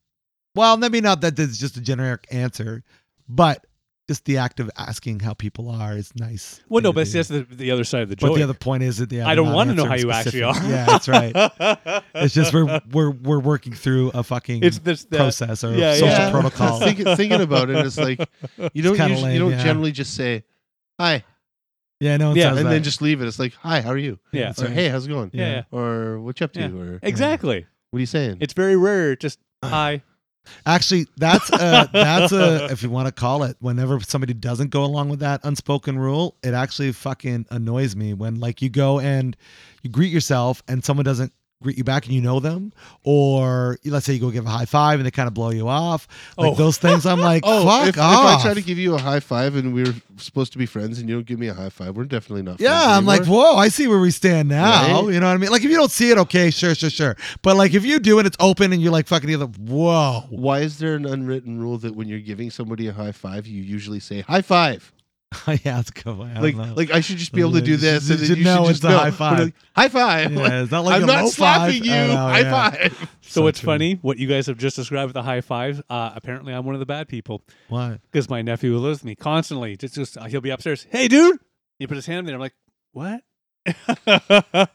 Speaker 1: Well, maybe not that it's just a generic answer, but just the act of asking how people are is nice.
Speaker 3: Well, no,
Speaker 1: thing
Speaker 3: but
Speaker 1: to
Speaker 3: see,
Speaker 1: do.
Speaker 3: that's the, the other side of the joy.
Speaker 1: But the other point is that yeah,
Speaker 3: I
Speaker 1: they're
Speaker 3: don't
Speaker 1: not
Speaker 3: want to know how
Speaker 1: answering
Speaker 3: you actually are.
Speaker 1: specifically. Yeah, that's right. It's just we're we're we're working through a fucking
Speaker 3: it's this the,
Speaker 1: process or
Speaker 3: yeah,
Speaker 1: social
Speaker 3: yeah.
Speaker 1: protocol.
Speaker 4: Think- uh, thinking about it, it's like you don't
Speaker 1: kinda
Speaker 4: usually, you
Speaker 1: lame,
Speaker 4: don't
Speaker 1: yeah.
Speaker 4: generally just say hi
Speaker 1: yeah, no one
Speaker 3: Yeah,
Speaker 1: says
Speaker 4: and then
Speaker 1: that.
Speaker 4: just leave it. It's like hi, how are you?
Speaker 3: yeah.
Speaker 1: That's
Speaker 4: Or
Speaker 1: right.
Speaker 4: hey, how's it going?
Speaker 3: Yeah, yeah.
Speaker 4: Or what you up to?
Speaker 3: Yeah.
Speaker 4: Or
Speaker 3: Exactly.
Speaker 4: what are you saying?
Speaker 3: It's very rare. Just hi.
Speaker 1: Actually, that's a, that's a if you want to call it. Whenever somebody doesn't go along with that unspoken rule, it actually fucking annoys me when like you go and you greet yourself and someone doesn't greet you back and you know them, or let's say you go give a high five and they kind of blow you off. Like
Speaker 3: Oh.
Speaker 1: those things, I'm like,
Speaker 4: oh,
Speaker 1: fuck
Speaker 4: if, if
Speaker 1: off.
Speaker 4: I try to give you a high five and we are supposed to be friends and you don't give me a high five, we're definitely not.
Speaker 1: yeah,
Speaker 4: friends
Speaker 1: I'm like,
Speaker 4: anymore.
Speaker 1: whoa, I see where we stand now.
Speaker 4: Right?
Speaker 1: You know what I mean? Like, if you don't see it, okay, sure, sure, sure. But like, if you do and it's open and you're like fucking the other, whoa.
Speaker 4: Why is there an unwritten rule that when you're giving somebody a high five, you usually say high five?
Speaker 1: yeah, it's cool. I don't
Speaker 4: Like,
Speaker 1: know.
Speaker 4: like I should just be able to
Speaker 1: Like,
Speaker 4: do
Speaker 1: you
Speaker 4: this,
Speaker 1: should-
Speaker 4: and
Speaker 1: you
Speaker 4: then
Speaker 1: should
Speaker 4: you
Speaker 1: know
Speaker 4: should
Speaker 1: it's
Speaker 4: just
Speaker 1: a
Speaker 4: know.
Speaker 1: high five.
Speaker 4: But, like, high five. Like,
Speaker 1: yeah, it's not like
Speaker 4: I'm
Speaker 1: a
Speaker 4: not
Speaker 1: low five.
Speaker 4: slapping
Speaker 1: I
Speaker 4: you.
Speaker 1: know,
Speaker 4: high
Speaker 1: yeah.
Speaker 4: five.
Speaker 3: So,
Speaker 1: So
Speaker 3: it's
Speaker 1: true.
Speaker 3: funny what you guys have just described with the high five. Uh, apparently, I'm one of the bad people
Speaker 1: What?
Speaker 3: because my nephew who lives with me constantly. Just, just uh, he'll be upstairs. Hey, dude. He put his hand there. I'm like, what?
Speaker 1: You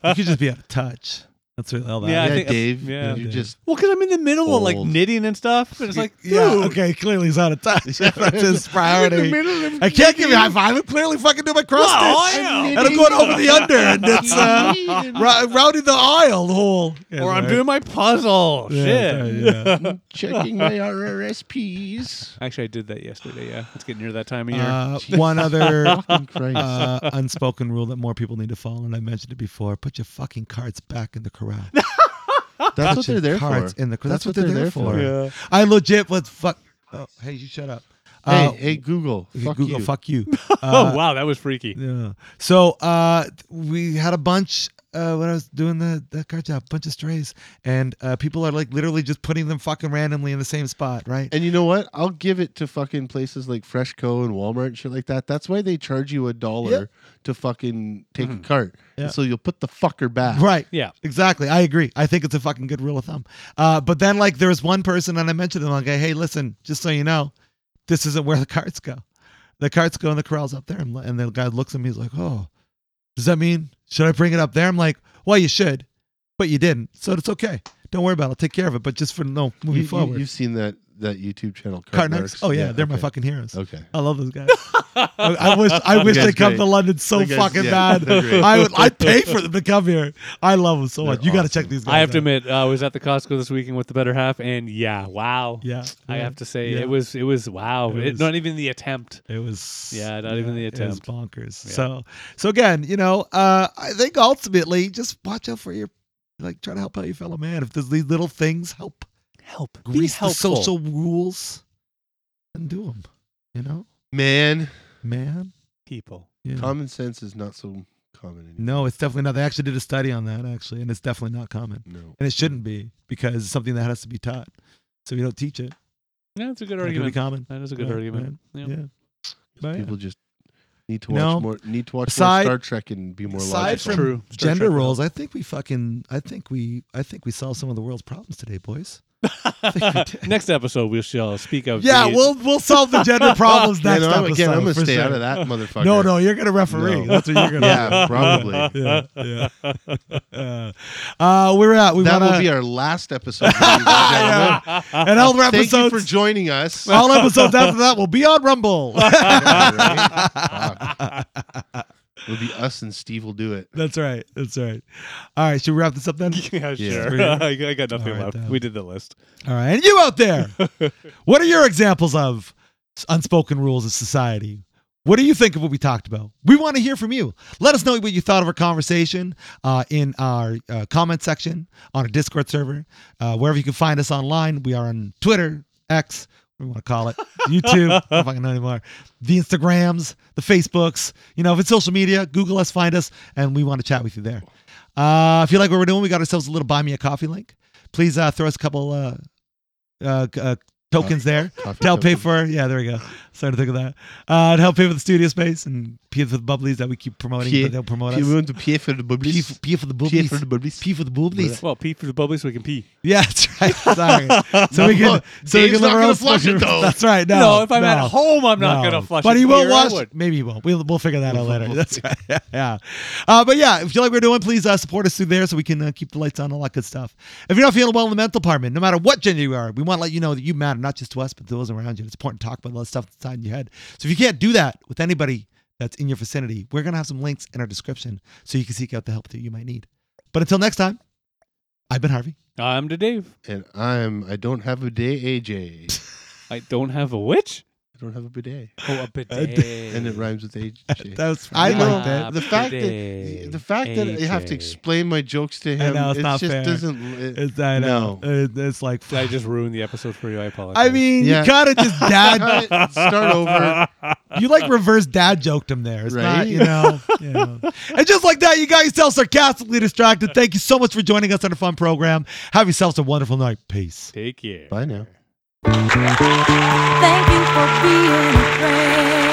Speaker 1: could just be out of touch. That's really all that.
Speaker 3: Yeah, I
Speaker 4: Yeah,
Speaker 3: think that's-
Speaker 4: Dave.
Speaker 3: yeah.
Speaker 4: You
Speaker 1: Dave.
Speaker 4: just
Speaker 3: Well, because I'm in the middle of like
Speaker 4: Old.
Speaker 3: knitting and stuff, and it's like, dude,
Speaker 1: yeah. Okay, clearly he's out of touch. That's his
Speaker 4: I'm in the
Speaker 1: priority.
Speaker 4: middle of
Speaker 1: I can't give you a high five. I'm clearly fucking doing my cross
Speaker 3: Well,
Speaker 1: stitch.
Speaker 3: I
Speaker 1: and
Speaker 3: am.
Speaker 1: I'm going over the under, and it's uh, ra- routing the aisle hole.
Speaker 3: or I'm doing my puzzle.
Speaker 1: Yeah,
Speaker 3: Shit.
Speaker 1: sorry, yeah.
Speaker 4: checking my RRSPs.
Speaker 3: Actually, I did that yesterday. Yeah, it's getting near that time of year.
Speaker 1: Uh, one other
Speaker 4: Fucking Christ.
Speaker 1: uh, unspoken rule that more people need to follow, and I mentioned it before: put your fucking cards back in the corral.
Speaker 4: that's what
Speaker 1: Put your
Speaker 4: they're there for.
Speaker 1: cards in the. That's, what, they're, there for.
Speaker 3: Yeah.
Speaker 1: I legit was fuck. Oh, hey, you shut up.
Speaker 4: Hey,
Speaker 1: Uh,
Speaker 4: hey, Google. Fuck
Speaker 1: Google,
Speaker 4: you.
Speaker 1: fuck you. Uh,
Speaker 3: oh wow, that was freaky.
Speaker 1: Yeah. So uh, we had a bunch uh, when I was doing the that car job, bunch of strays, and uh, people are like literally just putting them fucking randomly in the same spot, right?
Speaker 4: And you know what? I'll give it to fucking places like Freshco and Walmart and shit like that. That's why they charge you a dollar to fucking take a cart.
Speaker 1: Mm. Yeah.
Speaker 4: So you'll put the fucker back.
Speaker 1: Right.
Speaker 3: Yeah.
Speaker 1: Exactly. I agree. I think it's a fucking good rule of thumb. Uh, but then like there was one person and I mentioned them like, hey, listen, just so you know, this isn't where the carts go. The carts go in the corrals up there. And, and the guy looks at me, he's like, oh, does that mean, should I bring it up there? I'm like, well, you should, but you didn't. So it's okay. Don't worry about it. I'll take care of it. But just for no
Speaker 4: You,
Speaker 1: moving forward.
Speaker 4: have seen that that YouTube channel
Speaker 1: Cart
Speaker 4: Cart
Speaker 1: Narcs?
Speaker 4: Narcs?
Speaker 1: Oh yeah, they're my
Speaker 4: okay.
Speaker 1: fucking heroes.
Speaker 4: Okay.
Speaker 1: I love those guys. I, I wish I wish
Speaker 4: guys
Speaker 1: they'd come
Speaker 4: great.
Speaker 1: to London so
Speaker 4: That guy's-
Speaker 1: fucking
Speaker 4: yeah,
Speaker 1: bad.
Speaker 4: they're great.
Speaker 1: I would I'd pay for them to come here. I love them so
Speaker 4: They're
Speaker 1: much. You got to
Speaker 4: awesome.
Speaker 1: check these guys.
Speaker 3: I have to
Speaker 1: out.
Speaker 3: admit, I was at the Costco this weekend with the better half, and yeah, wow.
Speaker 1: Yeah,
Speaker 3: I
Speaker 1: yeah.
Speaker 3: have to say
Speaker 1: Yeah.
Speaker 3: it was it was wow.
Speaker 1: It
Speaker 3: It-
Speaker 1: was-
Speaker 3: not even the attempt.
Speaker 1: It was
Speaker 3: Yeah, not even the
Speaker 1: It was
Speaker 3: attempt.
Speaker 1: bonkers.
Speaker 3: Yeah.
Speaker 1: So so again, you know, uh, I think ultimately just watch out for your like try to help out your fellow man. If there's these little things help
Speaker 3: Help.
Speaker 1: grease the social rules, and do them. You know,
Speaker 4: Man,
Speaker 1: man.
Speaker 3: people.
Speaker 1: Yeah.
Speaker 4: common sense is not so common anymore.
Speaker 1: no, it's definitely not. They actually did a study on that actually, and it's definitely not common.
Speaker 4: No.
Speaker 1: and it shouldn't be because it's something that has to be taught. So we don't teach it.
Speaker 3: Yeah, that's a good
Speaker 1: That could be
Speaker 3: argument.
Speaker 1: common.
Speaker 3: That is a good
Speaker 1: Yeah,
Speaker 3: argument.
Speaker 1: Yeah.
Speaker 3: Yeah.
Speaker 1: But yeah.
Speaker 4: People just need to
Speaker 1: You
Speaker 4: watch
Speaker 1: know,
Speaker 4: more need to watch
Speaker 1: aside-
Speaker 4: more Star Trek and be more
Speaker 1: Aside
Speaker 4: logical.
Speaker 1: from
Speaker 3: True. Star
Speaker 1: gender
Speaker 3: Trek will
Speaker 1: roles, I think we fucking, I think we, I think we solved some of the world's problems today, boys.
Speaker 3: Next episode, we shall speak of.
Speaker 1: Yeah,
Speaker 3: the-
Speaker 1: we'll we'll solve the gender problems
Speaker 4: Man,
Speaker 1: next
Speaker 4: I'm,
Speaker 1: episode.
Speaker 4: again, I'm gonna
Speaker 1: for
Speaker 4: stay
Speaker 1: sure.
Speaker 4: out of that motherfucker.
Speaker 1: No, no, you're gonna referee.
Speaker 4: No.
Speaker 1: That's what you're gonna.
Speaker 4: Yeah, probably.
Speaker 1: do. yeah, yeah. Uh, we're out. We
Speaker 4: that
Speaker 1: wanna,
Speaker 4: will be our last episode. ladies and gentlemen.
Speaker 1: and all the
Speaker 4: Thank you for
Speaker 1: episodes.
Speaker 4: joining us.
Speaker 1: all episodes after that will be on Rumble.
Speaker 4: Yeah, right? Fuck. It'll be us and Steve will do it.
Speaker 1: That's right. That's right. All right. Should we wrap this up then?
Speaker 3: yeah, sure.
Speaker 1: Yeah.
Speaker 3: I got- I got
Speaker 1: All
Speaker 3: nothing
Speaker 1: right,
Speaker 3: left.
Speaker 1: then.
Speaker 3: We did the list.
Speaker 1: All right. And you out there, what are your examples of unspoken rules of society? What do you think of what we talked about? We want to hear from you. Let us know what you thought of our conversation uh, in our uh, comment section on our Discord server, uh, wherever you can find us online. We are on Twitter, X, what do we want to call it, YouTube, I don't fucking know anymore, the Instagrams, the Facebooks. You know, if it's social media, Google us, find us, and we want to chat with you there. Uh, if you like what we're doing, we got ourselves a little buy me a coffee link. Please uh, throw us a couple uh, uh, uh, tokens there
Speaker 4: Coffee
Speaker 1: to help pay for.
Speaker 4: company.
Speaker 1: Yeah, there we go. Started to think of that. Uh, to help pay for the studio space and pay for the bubblies that we keep promoting,
Speaker 4: Pay-
Speaker 1: but they'll promote
Speaker 4: Pay- we
Speaker 1: us.
Speaker 4: want to pay for the
Speaker 1: Pay
Speaker 4: bubblies.
Speaker 1: for, pay for the
Speaker 4: Pay for the
Speaker 1: bubblies.
Speaker 4: bubblies.
Speaker 1: Pay for the bubblies.
Speaker 3: Well, pee for the bubbly so we can pee.
Speaker 1: Yeah, that's right. Sorry. So we
Speaker 4: No,
Speaker 1: can. So we
Speaker 4: Dave's
Speaker 1: can
Speaker 4: not
Speaker 1: live our
Speaker 4: gonna
Speaker 1: own
Speaker 4: flush it,
Speaker 1: fucking-
Speaker 4: though.
Speaker 1: That's right. No,
Speaker 3: no, if I'm
Speaker 1: no.
Speaker 3: at home, I'm not
Speaker 1: No.
Speaker 3: gonna flush.
Speaker 1: But
Speaker 3: it
Speaker 1: he won't
Speaker 3: here. I
Speaker 1: watch.
Speaker 3: would.
Speaker 1: Maybe he won't. We'll, we'll figure that out later.
Speaker 4: we'll
Speaker 1: That's right. Yeah. Uh, but yeah, if you like what we're doing, please uh, support us through there so we can uh, keep the lights on, all that good stuff. If you're not feeling well in the mental department, no matter what gender you are, we want to let you know that you matter, not just to us, but to those around you. It's important to talk about all the stuff that's inside your head. So if you can't do that with anybody that's in your vicinity, we're going to have some links in our description so you can seek out the help that you might need. But until next time, I've been Harvey.
Speaker 3: I'm the Dave.
Speaker 4: And I'm I don't have a day AJ.
Speaker 3: I don't have a witch.
Speaker 4: I don't have a bidet.
Speaker 3: Oh, a bidet.
Speaker 4: And it rhymes with AJ.
Speaker 1: was
Speaker 4: I
Speaker 3: I
Speaker 4: know
Speaker 3: like that.
Speaker 4: the fact that
Speaker 3: Bidet.
Speaker 4: the fact that I have to
Speaker 3: AJ.
Speaker 4: explain my jokes to him.
Speaker 1: know, it's
Speaker 4: it
Speaker 1: not
Speaker 4: just
Speaker 1: fair.
Speaker 4: doesn't. It,
Speaker 1: It's, I know.
Speaker 4: No.
Speaker 1: It- It's uh, like,
Speaker 3: I just ruined the episode for you. I apologize.
Speaker 1: I mean,
Speaker 4: Yeah.
Speaker 1: you kind of just dad
Speaker 4: Cut it, start over.
Speaker 1: You like reverse dad joked him there. It's not,
Speaker 4: Right?
Speaker 1: you know, you know. And just like that, you got yourself sarcastically distracted. Thank you so much for joining us on a fun program. Have yourselves a wonderful night. Peace.
Speaker 3: take care.
Speaker 4: Bye now.
Speaker 5: Thank you for being a friend.